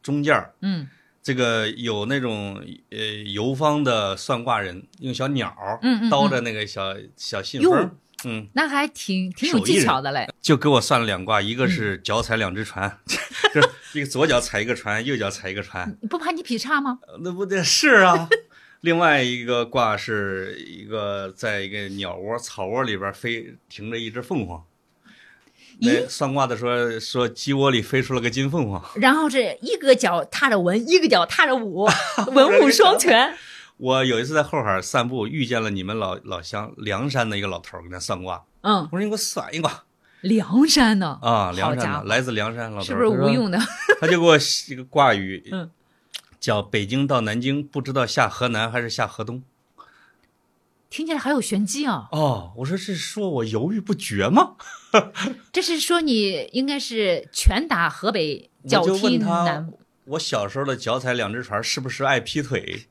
[SPEAKER 1] 中间儿，
[SPEAKER 2] 嗯
[SPEAKER 1] 这个有那种呃游方的算卦人，用小鸟儿
[SPEAKER 2] 嗯嗯，
[SPEAKER 1] 叨
[SPEAKER 2] 嗯，
[SPEAKER 1] 着那个小小信
[SPEAKER 2] 哟
[SPEAKER 1] 封，嗯，
[SPEAKER 2] 那还挺挺有
[SPEAKER 1] 手艺人
[SPEAKER 2] 技巧的嘞。
[SPEAKER 1] 就给我算了两卦，一个是脚踩两只船， *laughs* 就是一个左脚踩一个船，右脚踩一个船，
[SPEAKER 2] 你不怕你劈叉吗？
[SPEAKER 1] 呃 *laughs* 那不得是啊。 *laughs* 另外一个卦是一个在一个鸟窝、草窝里边飞停着一只凤凰，那
[SPEAKER 2] 咦
[SPEAKER 1] 算卦的说说鸡窝里飞出了个金凤凰，
[SPEAKER 2] 然后这一个脚踏着文，一个脚踏
[SPEAKER 1] *laughs*
[SPEAKER 2] 着武，文武双全。
[SPEAKER 1] 我有一次在后海散步，遇见了你们老老乡梁山的一个老头儿，跟他算卦。
[SPEAKER 2] 嗯，
[SPEAKER 1] 我说你给我算一卦
[SPEAKER 2] 梁山呢？
[SPEAKER 1] 啊，梁
[SPEAKER 2] 好家
[SPEAKER 1] 山的，
[SPEAKER 2] 伙
[SPEAKER 1] 来自梁山老头儿，
[SPEAKER 2] 是不是
[SPEAKER 1] 他说
[SPEAKER 2] 吴用的？
[SPEAKER 1] *laughs* 他就给我写一个卦语，
[SPEAKER 2] 嗯
[SPEAKER 1] 叫“北京到南京，不知道下河南还是下河东
[SPEAKER 2] 听起来好有玄机”。哦。
[SPEAKER 1] 哦，我说这是说我犹豫不决吗？
[SPEAKER 2] 这是说你应该是拳打河北，脚
[SPEAKER 1] 我就
[SPEAKER 2] 踢
[SPEAKER 1] 问他
[SPEAKER 2] 南。
[SPEAKER 1] *laughs* 我小时候的脚踩两只船是不是爱劈腿？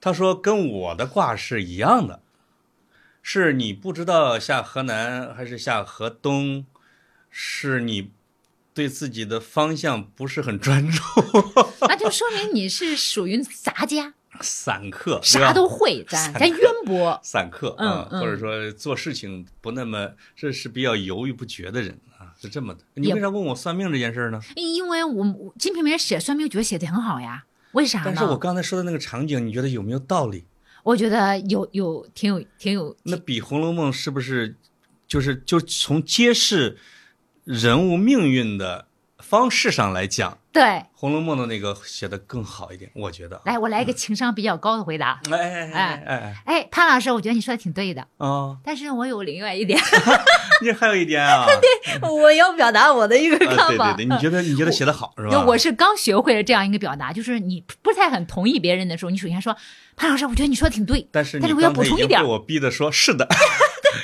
[SPEAKER 1] 他说跟我的卦是一样的，是你不知道下河南还是下河东，是你对自己的方向不是很专注， *laughs*
[SPEAKER 2] 那就说明你是属于
[SPEAKER 1] *laughs*
[SPEAKER 2] 杂家，
[SPEAKER 1] 散客，对吧
[SPEAKER 2] 啥都会，
[SPEAKER 1] *laughs*
[SPEAKER 2] 咱咱渊博。
[SPEAKER 1] 散客
[SPEAKER 2] 嗯
[SPEAKER 1] 啊，
[SPEAKER 2] 嗯
[SPEAKER 1] 或者说做事情不那么这是比较犹豫不决的人啊，是这么的。你
[SPEAKER 2] 也
[SPEAKER 1] 为啥问我算命这件事呢？
[SPEAKER 2] 因为我们《金瓶梅》写算命诀写的很好呀，为啥
[SPEAKER 1] 但是我
[SPEAKER 2] 呢？
[SPEAKER 1] 刚才说的那个场景，你觉得有没有道理？
[SPEAKER 2] 我觉得有有挺有挺有
[SPEAKER 1] 那比《红楼梦》是不是就是就从揭示人物命运的方式上来讲，《
[SPEAKER 2] 对。
[SPEAKER 1] 红楼梦》的那个写的更好一点，我觉得啊。
[SPEAKER 2] 来，我来一个情商比较高的回答。
[SPEAKER 1] 哎哎哎哎哎
[SPEAKER 2] 哎，潘老师，我觉得你说的挺对的，
[SPEAKER 1] 啊！
[SPEAKER 2] 但是我有另外
[SPEAKER 1] *laughs*
[SPEAKER 2] 一点，
[SPEAKER 1] 这还有一点
[SPEAKER 2] *laughs*
[SPEAKER 1] 啊，
[SPEAKER 2] 我要表达我的一个
[SPEAKER 1] 啊对
[SPEAKER 2] 看法。
[SPEAKER 1] 对对，啊你觉得你觉得写的好是
[SPEAKER 2] 就
[SPEAKER 1] 吧？
[SPEAKER 2] 我是刚学会了这样一个表达，就是你不太很同意别人的时候，你首先说潘老师，我觉得你说的挺对，
[SPEAKER 1] 但是你
[SPEAKER 2] 但是
[SPEAKER 1] 刚
[SPEAKER 2] 我要
[SPEAKER 1] 才
[SPEAKER 2] 补
[SPEAKER 1] 已
[SPEAKER 2] 充
[SPEAKER 1] 经
[SPEAKER 2] 一点
[SPEAKER 1] 被
[SPEAKER 2] 儿
[SPEAKER 1] 我逼的说是
[SPEAKER 2] *laughs*
[SPEAKER 1] 的，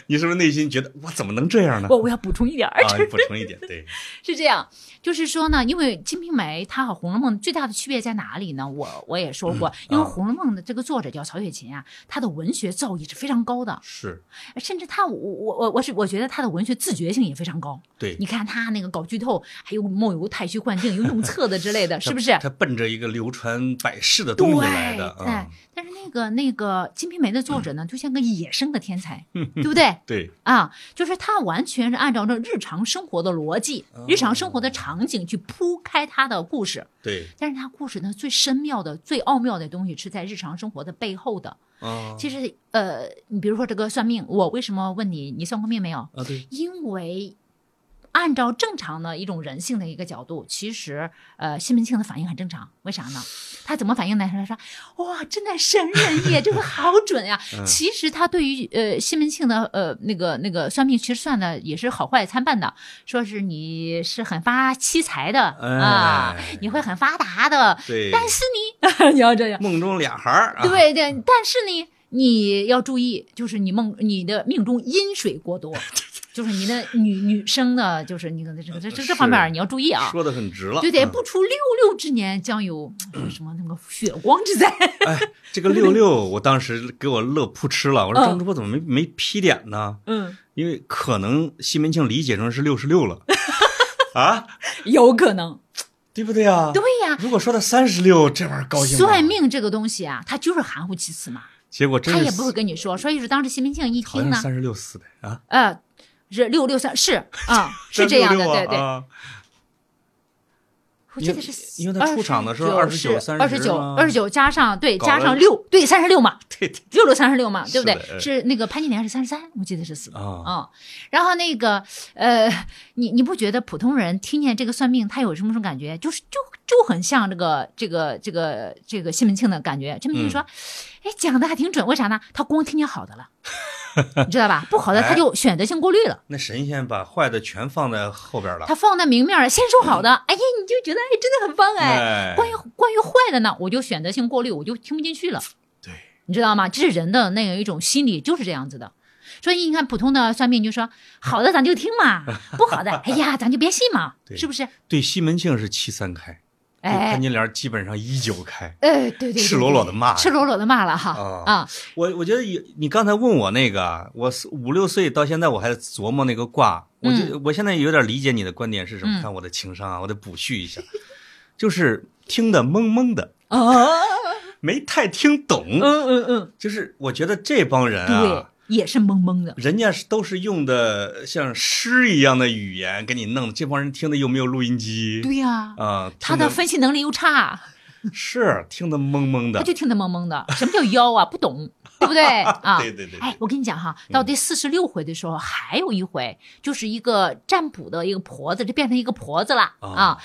[SPEAKER 1] 你是不是内心觉得我怎么能这样呢？
[SPEAKER 2] 我我要补充一点儿，
[SPEAKER 1] 啊，你补充一点，对，
[SPEAKER 2] 是这样，就是说呢，因为《金瓶梅》它和《红楼梦》最大的区别在哪里呢？我我也说
[SPEAKER 1] 嗯
[SPEAKER 2] 过，因为《
[SPEAKER 1] 啊
[SPEAKER 2] 红楼梦》的这个作者叫曹雪芹啊，他的文学造诣是非常高的，
[SPEAKER 1] 是
[SPEAKER 2] 甚至他我我我我是我觉得他的文学自觉性也非常高。
[SPEAKER 1] 对，
[SPEAKER 2] 你看他那个搞剧透，还有梦游太虚幻境、有用册子之类
[SPEAKER 1] *laughs*
[SPEAKER 2] 的，
[SPEAKER 1] 他
[SPEAKER 2] 是不是？
[SPEAKER 1] 他奔着一个流传百世的东西来
[SPEAKER 2] 对
[SPEAKER 1] 的，
[SPEAKER 2] 哎
[SPEAKER 1] 啊，，
[SPEAKER 2] 但是那个那个《金瓶梅》的作者呢，就像个野生的天
[SPEAKER 1] *laughs*
[SPEAKER 2] 才，对不对？
[SPEAKER 1] 对，
[SPEAKER 2] 啊，就是他完全是按照这日常生活的逻辑、
[SPEAKER 1] 哦
[SPEAKER 2] 日常生活的场景去铺开他的故事，
[SPEAKER 1] 对，
[SPEAKER 2] 但是他故事呢最深妙的、最奥妙的东西是在日常生活的背后的。
[SPEAKER 1] 啊，
[SPEAKER 2] 其实，呃，你比如说这个算命，我为什么问你，你算过命没有？
[SPEAKER 1] 啊对，
[SPEAKER 2] 因为按照正常的一种人性的一个角度，其实呃，西门庆的反应很正常。为啥呢？他怎么反应呢？他说：“哇，真乃神人也，这个好
[SPEAKER 1] *laughs*
[SPEAKER 2] 准呀、
[SPEAKER 1] 嗯
[SPEAKER 2] 其实他对于呃西门庆的呃那个那个算命，其实算的也是好坏参半的，说是你是很发七财的、啊
[SPEAKER 1] 哎，
[SPEAKER 2] 你会很发达的，
[SPEAKER 1] 对，
[SPEAKER 2] 但是 *laughs* 你你要这样。
[SPEAKER 1] 梦中俩孩儿啊，
[SPEAKER 2] 对对，但是呢，你要注意，就是你梦你的命中阴水
[SPEAKER 1] *laughs*
[SPEAKER 2] 过多，就是你的女女生呢，就是你可能这个这这这方面
[SPEAKER 1] 是
[SPEAKER 2] 儿你要注意啊，
[SPEAKER 1] 说的很直了，
[SPEAKER 2] 就得
[SPEAKER 1] 嗯
[SPEAKER 2] 不出六六之年
[SPEAKER 1] *clears throat*
[SPEAKER 2] 将有什么那个血光之灾。
[SPEAKER 1] 哎，这个六六，我当时给我乐扑哧了。我说
[SPEAKER 2] 嗯
[SPEAKER 1] 张主播怎么没没批点呢？
[SPEAKER 2] 嗯，
[SPEAKER 1] 因为可能西门庆理解成是六十六了，啊，
[SPEAKER 2] *laughs* 有可能。
[SPEAKER 1] 对不对啊？
[SPEAKER 2] 对呀、
[SPEAKER 1] 如果说他三十六，这玩意儿高兴吗
[SPEAKER 2] 算命这个东西啊，它就是含糊其辞嘛，
[SPEAKER 1] 结果真
[SPEAKER 2] 他
[SPEAKER 1] 是
[SPEAKER 2] 也不会跟你说。所以说，当时西门庆一
[SPEAKER 1] 好
[SPEAKER 2] 听
[SPEAKER 1] 像
[SPEAKER 2] 呢
[SPEAKER 1] 是，三十六死的啊，
[SPEAKER 2] 呃，是六六三是
[SPEAKER 1] *laughs*
[SPEAKER 2] 啊，是这样的，
[SPEAKER 1] 366啊
[SPEAKER 2] 对对。
[SPEAKER 1] 啊
[SPEAKER 2] 我记得是
[SPEAKER 1] 因为因为他出场的时候29 30
[SPEAKER 2] 二十九
[SPEAKER 1] 嘛
[SPEAKER 2] 二十九加上对
[SPEAKER 1] 搞
[SPEAKER 2] 加上
[SPEAKER 1] 了
[SPEAKER 2] 六对三十六嘛，
[SPEAKER 1] 对对
[SPEAKER 2] 六六三十六嘛，对不
[SPEAKER 1] 是的哎
[SPEAKER 2] 对？是那个潘金莲是三十三，我记得是死的
[SPEAKER 1] 啊，
[SPEAKER 2] 啊。然后那个呃，你你不觉得普通人听见这个算命，他有什么什么感觉？就是就就很像这个这个这个这个西门庆的感觉。西门
[SPEAKER 1] 嗯
[SPEAKER 2] 庆说，哎，讲的还挺准，为啥呢？他光听见好的
[SPEAKER 1] *laughs*
[SPEAKER 2] 了，你知道吧？不好的他
[SPEAKER 1] 哎
[SPEAKER 2] 就选择性过滤了。
[SPEAKER 1] 那神仙把坏的全放在后边了
[SPEAKER 2] 他。放在明面儿，先说好的，哎呀，你就觉得哎，真的很棒哎。
[SPEAKER 1] 哎，
[SPEAKER 2] 关于关于坏的呢，我就选择性过滤，我就听不进去了，
[SPEAKER 1] 对，
[SPEAKER 2] 你知道吗？这是人的那个一种心理就是这样子的。所以你看，普通的算命就说好的咱就听嘛，不好的，哎呀，咱就别信嘛，
[SPEAKER 1] 对
[SPEAKER 2] 是不是？
[SPEAKER 1] 对西门庆是七三开，对潘
[SPEAKER 2] 哎，
[SPEAKER 1] 金莲基本上一九开。
[SPEAKER 2] 哎，对对对，
[SPEAKER 1] 赤裸裸地骂
[SPEAKER 2] 赤裸裸的骂了哈
[SPEAKER 1] 啊
[SPEAKER 2] 啊，
[SPEAKER 1] 我我觉得有你刚才问我那个啊，我四五六岁到现在我还琢磨那个卦，我就、我现在有点理解你的观点是什么。
[SPEAKER 2] 嗯
[SPEAKER 1] 看我的情商啊，我得补续一下，就是听得懵懵的，
[SPEAKER 2] 哦，
[SPEAKER 1] 没太听懂。
[SPEAKER 2] 嗯嗯嗯，
[SPEAKER 1] 就是我觉得这帮人
[SPEAKER 2] 对
[SPEAKER 1] 啊，，
[SPEAKER 2] 也是懵懵的，
[SPEAKER 1] 人家是都是用的像诗一样的语言给你弄，这帮人听的又没有录音机
[SPEAKER 2] 对呀，
[SPEAKER 1] 啊、
[SPEAKER 2] 他
[SPEAKER 1] 听得
[SPEAKER 2] 的分析能力又差，
[SPEAKER 1] 是听得懵懵
[SPEAKER 2] 他
[SPEAKER 1] 的，
[SPEAKER 2] 就听得懵懵的。什么叫妖啊？不懂，对不对
[SPEAKER 1] *laughs*
[SPEAKER 2] 啊？
[SPEAKER 1] 对对对对嗯
[SPEAKER 2] 哎，我跟你讲哈，到第四十六回的时候，还有一回，就是一个占卜的一个婆子，就变成一个婆子了、
[SPEAKER 1] 啊
[SPEAKER 2] 啊，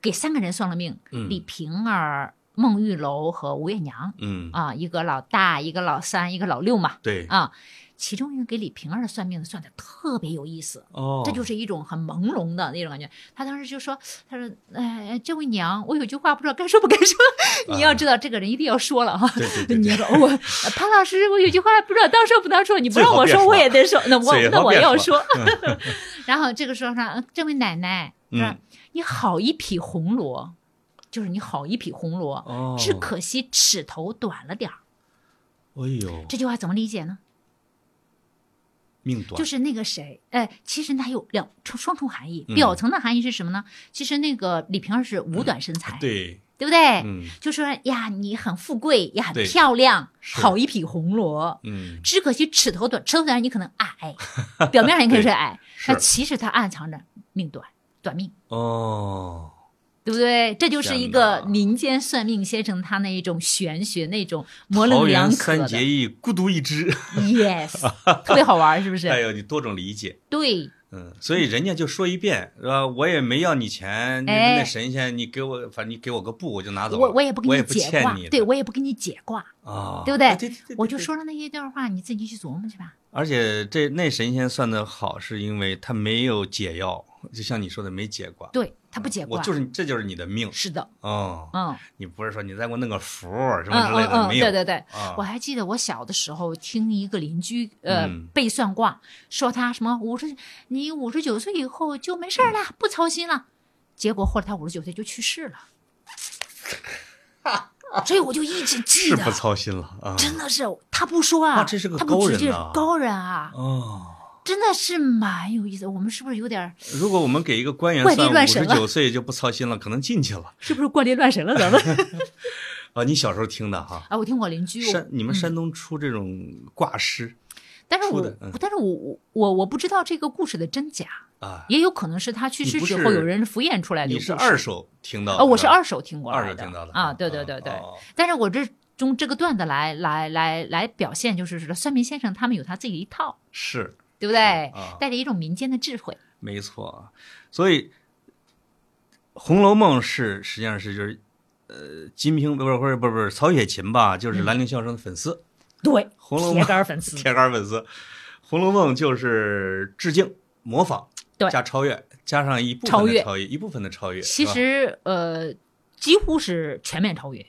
[SPEAKER 2] 给三个人算了命，
[SPEAKER 1] 嗯
[SPEAKER 2] 李瓶儿、孟玉楼和吴月娘
[SPEAKER 1] 嗯，
[SPEAKER 2] 啊，一个老大，一个老三，一个老六嘛
[SPEAKER 1] 对，
[SPEAKER 2] 啊。其中一个给李瓶儿算命的算的特别有意思，
[SPEAKER 1] 哦，
[SPEAKER 2] 这就是一种很朦胧的那种感觉。他当时就说：“他说，哎，这位娘，我有句话不知道该说不该
[SPEAKER 1] *laughs*
[SPEAKER 2] 说。
[SPEAKER 1] 啊
[SPEAKER 2] 你要知道，这个人一定要说了哈。
[SPEAKER 1] 对
[SPEAKER 2] *laughs*
[SPEAKER 1] 对对
[SPEAKER 2] 你
[SPEAKER 1] 对
[SPEAKER 2] 说
[SPEAKER 1] *laughs*
[SPEAKER 2] 我呃潘老师，我有句话不知道当说不当说，你不
[SPEAKER 1] 最
[SPEAKER 2] 让
[SPEAKER 1] 好
[SPEAKER 2] 我
[SPEAKER 1] 别
[SPEAKER 2] 说，
[SPEAKER 1] 说
[SPEAKER 2] 我也得说。那我
[SPEAKER 1] 最
[SPEAKER 2] 那
[SPEAKER 1] 好
[SPEAKER 2] 我
[SPEAKER 1] 别
[SPEAKER 2] 要
[SPEAKER 1] 说
[SPEAKER 2] 说。 *laughs* 然后这个时候呢，呃这位奶奶，
[SPEAKER 1] 嗯
[SPEAKER 2] 说你好一匹红罗，就是你好一匹红罗，
[SPEAKER 1] 哦，
[SPEAKER 2] 只可惜尺头短了点儿。
[SPEAKER 1] 哎呦，
[SPEAKER 2] 这句话怎么理解呢？
[SPEAKER 1] 命短，
[SPEAKER 2] 就是那个谁，哎，其实它有两重双重含义。
[SPEAKER 1] 嗯
[SPEAKER 2] 表层的含义是什么呢？其实那个李瓶儿是五短身材，
[SPEAKER 1] 啊对，
[SPEAKER 2] 对不对？
[SPEAKER 1] 嗯
[SPEAKER 2] 就说哎呀，你很富贵，也很
[SPEAKER 1] 对
[SPEAKER 2] 漂亮，
[SPEAKER 1] 是
[SPEAKER 2] 好一匹红罗。
[SPEAKER 1] 嗯，
[SPEAKER 2] 只可惜尺头短，尺头短你可能
[SPEAKER 1] *laughs*
[SPEAKER 2] 矮，表面上你可以说矮，
[SPEAKER 1] 是
[SPEAKER 2] 那其实它暗藏着命短，短命，
[SPEAKER 1] 哦，
[SPEAKER 2] 对不对？这就是一
[SPEAKER 1] 天
[SPEAKER 2] 个
[SPEAKER 1] 哪
[SPEAKER 2] 民间算命先生他那一种玄学、那种模
[SPEAKER 1] 桃
[SPEAKER 2] 棱两
[SPEAKER 1] 园
[SPEAKER 2] 可
[SPEAKER 1] 三
[SPEAKER 2] 的 *laughs*
[SPEAKER 1] 结义，孤独一只。
[SPEAKER 2] ，yes，特别好玩，是不
[SPEAKER 1] 哎
[SPEAKER 2] 是？
[SPEAKER 1] 呦，你多种理解，
[SPEAKER 2] 对，
[SPEAKER 1] 嗯，所以人家就说一遍，是吧？我也没要你钱，
[SPEAKER 2] 哎
[SPEAKER 1] 那那神仙你给我，反正你给我个布，我就拿走了。
[SPEAKER 2] 我我也不给
[SPEAKER 1] 我也
[SPEAKER 2] 你
[SPEAKER 1] 不
[SPEAKER 2] 解
[SPEAKER 1] 欠
[SPEAKER 2] 卦
[SPEAKER 1] 你，的，
[SPEAKER 2] 对我也不给你解卦，
[SPEAKER 1] 啊，
[SPEAKER 2] 对不对
[SPEAKER 1] 哎对对
[SPEAKER 2] 我就，说了那一段话，你自己去琢磨去吧。
[SPEAKER 1] 而且这那神仙算的好，是因为他没有解药，就像你说的没解卦。
[SPEAKER 2] 对他不解
[SPEAKER 1] 嗯我
[SPEAKER 2] 卦，
[SPEAKER 1] 就是这就是你的命
[SPEAKER 2] 是的，
[SPEAKER 1] 哦，
[SPEAKER 2] 嗯
[SPEAKER 1] 你不是说你再给我弄个符什
[SPEAKER 2] 嗯
[SPEAKER 1] 么之类
[SPEAKER 2] 嗯
[SPEAKER 1] 的，
[SPEAKER 2] 嗯，
[SPEAKER 1] 没有
[SPEAKER 2] 对对对。
[SPEAKER 1] 啊
[SPEAKER 2] 我还记得我小的时候听一个邻居呃、
[SPEAKER 1] 嗯
[SPEAKER 2] 背算卦，说他什么五十，你五十九岁以后就没事儿了，不操心了。结果后来他五十九岁就去
[SPEAKER 1] *laughs*
[SPEAKER 2] 世了，所以我就一直记
[SPEAKER 1] 是
[SPEAKER 2] 得
[SPEAKER 1] 不，操心了啊，
[SPEAKER 2] 真的是他不说啊，
[SPEAKER 1] 哇这是个
[SPEAKER 2] 他不
[SPEAKER 1] 高
[SPEAKER 2] 直
[SPEAKER 1] 人
[SPEAKER 2] 接
[SPEAKER 1] 呐
[SPEAKER 2] 高人啊，
[SPEAKER 1] 哦。
[SPEAKER 2] 真的是蛮有意思。我们是不是有点儿
[SPEAKER 1] 如果我们给一个官员
[SPEAKER 2] 怪力
[SPEAKER 1] 算五
[SPEAKER 2] 乱
[SPEAKER 1] 十
[SPEAKER 2] 神了
[SPEAKER 1] 九岁就不操心了，可能进去了
[SPEAKER 2] *laughs* 是不是怪力乱神了？咱们
[SPEAKER 1] 啊！你小时候听的哈，
[SPEAKER 2] 啊，我听我邻居，我
[SPEAKER 1] 山你们山东出这种挂诗
[SPEAKER 2] 但是
[SPEAKER 1] 出
[SPEAKER 2] 我
[SPEAKER 1] 的嗯
[SPEAKER 2] 但是我我我我不知道这个故事的真假，
[SPEAKER 1] 啊，
[SPEAKER 2] 也有可能是他去
[SPEAKER 1] 你
[SPEAKER 2] 世
[SPEAKER 1] 不
[SPEAKER 2] 之
[SPEAKER 1] 是
[SPEAKER 2] 后有人敷衍出来的
[SPEAKER 1] 你
[SPEAKER 2] 故事。
[SPEAKER 1] 是二手听到
[SPEAKER 2] 啊、
[SPEAKER 1] 的吧？
[SPEAKER 2] 我是二手听过
[SPEAKER 1] 二
[SPEAKER 2] 来
[SPEAKER 1] 手
[SPEAKER 2] 的
[SPEAKER 1] 听到的
[SPEAKER 2] 啊，对对对对。
[SPEAKER 1] 哦
[SPEAKER 2] 但是我这用这个段子来来来来表现，就是说算命先生他们有他自己一套，
[SPEAKER 1] 是
[SPEAKER 2] 对不对？
[SPEAKER 1] 啊
[SPEAKER 2] 带着一种民间的智慧，
[SPEAKER 1] 没错，所以《红楼梦》是实际上是就是，呃，金瓶不是不是不是不是曹雪芹吧，就是兰陵笑声的粉丝，
[SPEAKER 2] 对，
[SPEAKER 1] 红楼梦
[SPEAKER 2] 嗯铁杆粉丝，
[SPEAKER 1] *laughs* 铁杆粉丝，《红楼梦》就是致敬、模仿，
[SPEAKER 2] 对
[SPEAKER 1] 加超越，加上一部
[SPEAKER 2] 超
[SPEAKER 1] 分
[SPEAKER 2] 越
[SPEAKER 1] 的超越，一部分的超越，
[SPEAKER 2] 其
[SPEAKER 1] 是吧
[SPEAKER 2] 实呃，几乎是全面超越。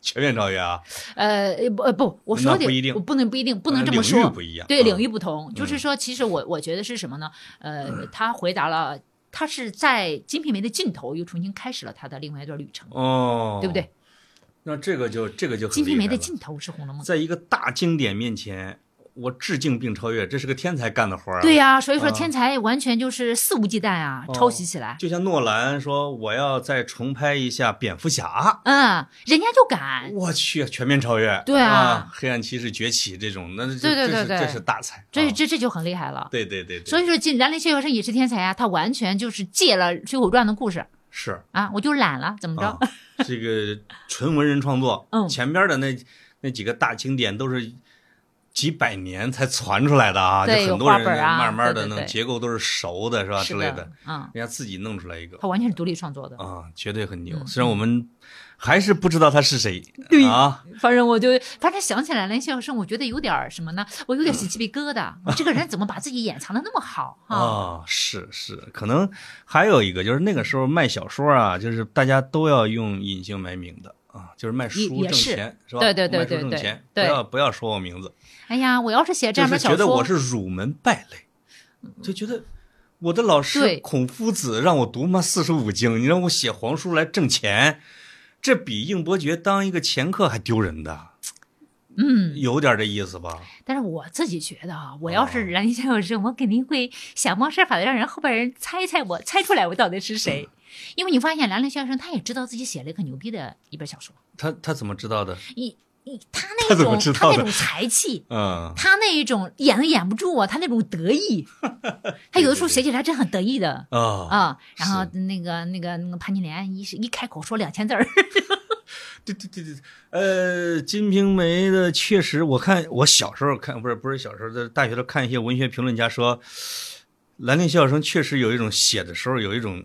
[SPEAKER 1] 全面超越啊，
[SPEAKER 2] 呃，不呃不，我说
[SPEAKER 1] 那
[SPEAKER 2] 的
[SPEAKER 1] 不一定呃
[SPEAKER 2] 我不能不一定，不能这
[SPEAKER 1] 领
[SPEAKER 2] 么
[SPEAKER 1] 域
[SPEAKER 2] 说。
[SPEAKER 1] 不一样，啊嗯
[SPEAKER 2] 对，领
[SPEAKER 1] 域
[SPEAKER 2] 域不同，就是说，其实我我觉得是什么呢？
[SPEAKER 1] *clears throat*
[SPEAKER 2] 呃，他回答了，他是在《金瓶梅》的尽头又重新开始了他的另外一段旅程，
[SPEAKER 1] 哦，
[SPEAKER 2] 对不对？？《
[SPEAKER 1] 那这个就这个就很
[SPEAKER 2] 金瓶梅》
[SPEAKER 1] 厉害
[SPEAKER 2] 的
[SPEAKER 1] 了
[SPEAKER 2] 尽头是《红楼梦》。
[SPEAKER 1] 在一个大经典面前，我致敬并超越，这是个天才干的活儿、啊。
[SPEAKER 2] 对、呀、所以说
[SPEAKER 1] 啊
[SPEAKER 2] 天才完全就是肆无忌惮啊，
[SPEAKER 1] 哦
[SPEAKER 2] 抄袭起来。
[SPEAKER 1] 就像诺兰说我要再重拍一下蝙蝠侠，
[SPEAKER 2] 嗯，人家就敢，
[SPEAKER 1] 我去，全面超越。
[SPEAKER 2] 哎对啊
[SPEAKER 1] 啊，黑暗骑士崛起这种，那这这
[SPEAKER 2] 对对
[SPEAKER 1] 是
[SPEAKER 2] 对对
[SPEAKER 1] 这是大才，
[SPEAKER 2] 这
[SPEAKER 1] 啊
[SPEAKER 2] 这这就很厉害了。
[SPEAKER 1] 对对对对，
[SPEAKER 2] 所以说，这兰陵谢和生也是天才啊，他完全就是借了《水浒传》的故事
[SPEAKER 1] 是
[SPEAKER 2] 啊，我就懒了，怎么着？
[SPEAKER 1] 啊，这个纯文人创作，
[SPEAKER 2] 嗯
[SPEAKER 1] 前边的那那几个大经典都是。几百年才传出来的啊，就
[SPEAKER 2] 对有
[SPEAKER 1] 很多人
[SPEAKER 2] 话本啊
[SPEAKER 1] 慢慢的
[SPEAKER 2] 对对
[SPEAKER 1] 那
[SPEAKER 2] 对
[SPEAKER 1] 种结构都是熟的，是吧？
[SPEAKER 2] 是
[SPEAKER 1] 之类啊的，，
[SPEAKER 2] 嗯，
[SPEAKER 1] 人家自己弄出来一个。
[SPEAKER 2] 他完全是独立创作的。
[SPEAKER 1] 啊，绝对很牛。
[SPEAKER 2] 嗯
[SPEAKER 1] 虽然我们还是不知道他是谁，
[SPEAKER 2] *laughs* 对
[SPEAKER 1] 啊，
[SPEAKER 2] 反正我就，反正想起来兰陵谢和生，我觉得有点儿什么呢？我有
[SPEAKER 1] *laughs*
[SPEAKER 2] 点起鸡皮疙瘩。我这个人怎么把自己掩藏的那么好啊？
[SPEAKER 1] 啊，是是，可能还有一个就是那个时候卖小说啊，就是大家都要用隐姓埋名的啊，就是卖
[SPEAKER 2] 也
[SPEAKER 1] 书
[SPEAKER 2] 也
[SPEAKER 1] 挣
[SPEAKER 2] 是
[SPEAKER 1] 钱是吧？
[SPEAKER 2] 对对对
[SPEAKER 1] 卖书
[SPEAKER 2] 对
[SPEAKER 1] 挣
[SPEAKER 2] 对
[SPEAKER 1] 钱，不
[SPEAKER 2] 对
[SPEAKER 1] 要不要说我名字，
[SPEAKER 2] 哎呀，我要是写这
[SPEAKER 1] 就
[SPEAKER 2] 样
[SPEAKER 1] 是
[SPEAKER 2] 的小
[SPEAKER 1] 觉得我
[SPEAKER 2] 说，嗯
[SPEAKER 1] 是儒门败类，就觉得。我的老师
[SPEAKER 2] 对
[SPEAKER 1] 孔夫子让我读嘛四书五经，你让我写皇书来挣钱，这比应伯爵当一个掮客还丢人的，
[SPEAKER 2] 嗯，
[SPEAKER 1] 有点这意思吧？
[SPEAKER 2] 但是我自己觉得啊，我要
[SPEAKER 1] 哦
[SPEAKER 2] 是兰陵谢和生，我肯定会想方设法的让人后边人猜一猜我，猜出来我到底是谁。
[SPEAKER 1] 嗯
[SPEAKER 2] *laughs* 因为你发现兰陵谢和生，他也知道自己写了一个牛逼的一本小说，
[SPEAKER 1] 他他怎么知道的？
[SPEAKER 2] 一一他
[SPEAKER 1] 他
[SPEAKER 2] 那
[SPEAKER 1] 怎么
[SPEAKER 2] 种
[SPEAKER 1] 知道的
[SPEAKER 2] 那种才气，
[SPEAKER 1] 嗯，
[SPEAKER 2] 他那一种演都演不住啊，他那种
[SPEAKER 1] *laughs*
[SPEAKER 2] 得意，他有的时候写起来真很得意的。
[SPEAKER 1] 啊，
[SPEAKER 2] 啊、然后那个那个那个潘金莲一是一开口说两千
[SPEAKER 1] *laughs*
[SPEAKER 2] 字儿，
[SPEAKER 1] 对对对对，呃，《金瓶梅》的确实，我看我小时候看，不是不是小时候，在大学的时候看一些文学评论家说，兰陵笑声确实有一种写的时候有一种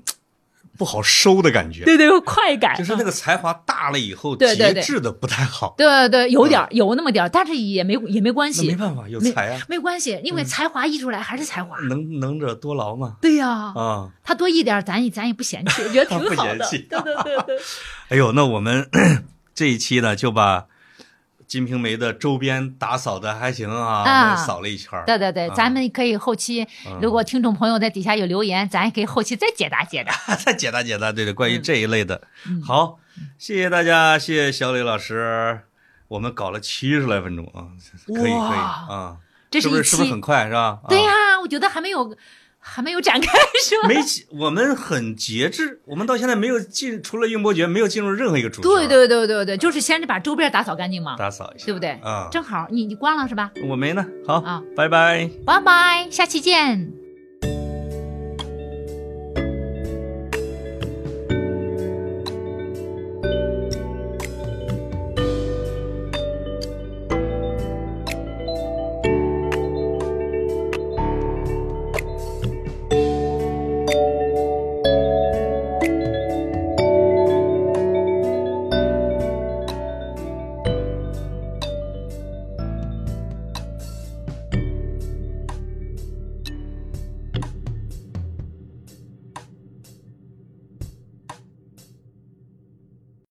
[SPEAKER 1] 不好收的感觉，
[SPEAKER 2] 对对，有快感啊
[SPEAKER 1] 就是那个才华大了以后
[SPEAKER 2] 嗯对对
[SPEAKER 1] 节
[SPEAKER 2] 对
[SPEAKER 1] 制的不太好，
[SPEAKER 2] 对对，有点儿、有那么点儿，但是也没也没关
[SPEAKER 1] 嗯那没
[SPEAKER 2] 系，
[SPEAKER 1] 办法，有才啊，
[SPEAKER 2] 没关系，因为才华溢出来还是才华。
[SPEAKER 1] 能能者多劳嘛，
[SPEAKER 2] 对呀、
[SPEAKER 1] 啊，
[SPEAKER 2] 他多一点儿，咱也咱也不嫌弃，我
[SPEAKER 1] *laughs*
[SPEAKER 2] 觉得挺
[SPEAKER 1] 不
[SPEAKER 2] 好的。
[SPEAKER 1] 嫌弃
[SPEAKER 2] 对对
[SPEAKER 1] *laughs*
[SPEAKER 2] 对对，
[SPEAKER 1] 哎呦，那我们 *clears throat* 这一期呢就把《金瓶梅》的周边打扫的还行啊，
[SPEAKER 2] 啊
[SPEAKER 1] 扫了一圈儿
[SPEAKER 2] 对对对，
[SPEAKER 1] 啊
[SPEAKER 2] 咱们可以后期，如果听众朋友在底下有留言，咱也可以后期再解答解
[SPEAKER 1] *laughs*
[SPEAKER 2] 答。
[SPEAKER 1] 再解答解答，对对，关于
[SPEAKER 2] 嗯
[SPEAKER 1] 这一类的。
[SPEAKER 2] 嗯
[SPEAKER 1] 好，谢谢大家，谢谢小李老师，我们搞了七十来分钟啊，可以可以
[SPEAKER 2] 哇
[SPEAKER 1] 啊，
[SPEAKER 2] 这
[SPEAKER 1] 是
[SPEAKER 2] 一
[SPEAKER 1] 不是
[SPEAKER 2] 期，
[SPEAKER 1] 是不是很快是吧？啊
[SPEAKER 2] 对、呀、我觉得还没有还没有展开说。
[SPEAKER 1] 没起我们很节制，我们到现在没有进，除了应伯爵没有进入任何一个主题，
[SPEAKER 2] 对，对对对对，就是先是把周边打扫干净嘛，
[SPEAKER 1] 打扫一下
[SPEAKER 2] 对不对？
[SPEAKER 1] 啊，
[SPEAKER 2] 正好你你关了是吧？
[SPEAKER 1] 我没呢，好，
[SPEAKER 2] 啊
[SPEAKER 1] 拜拜。
[SPEAKER 2] 拜拜，下期见。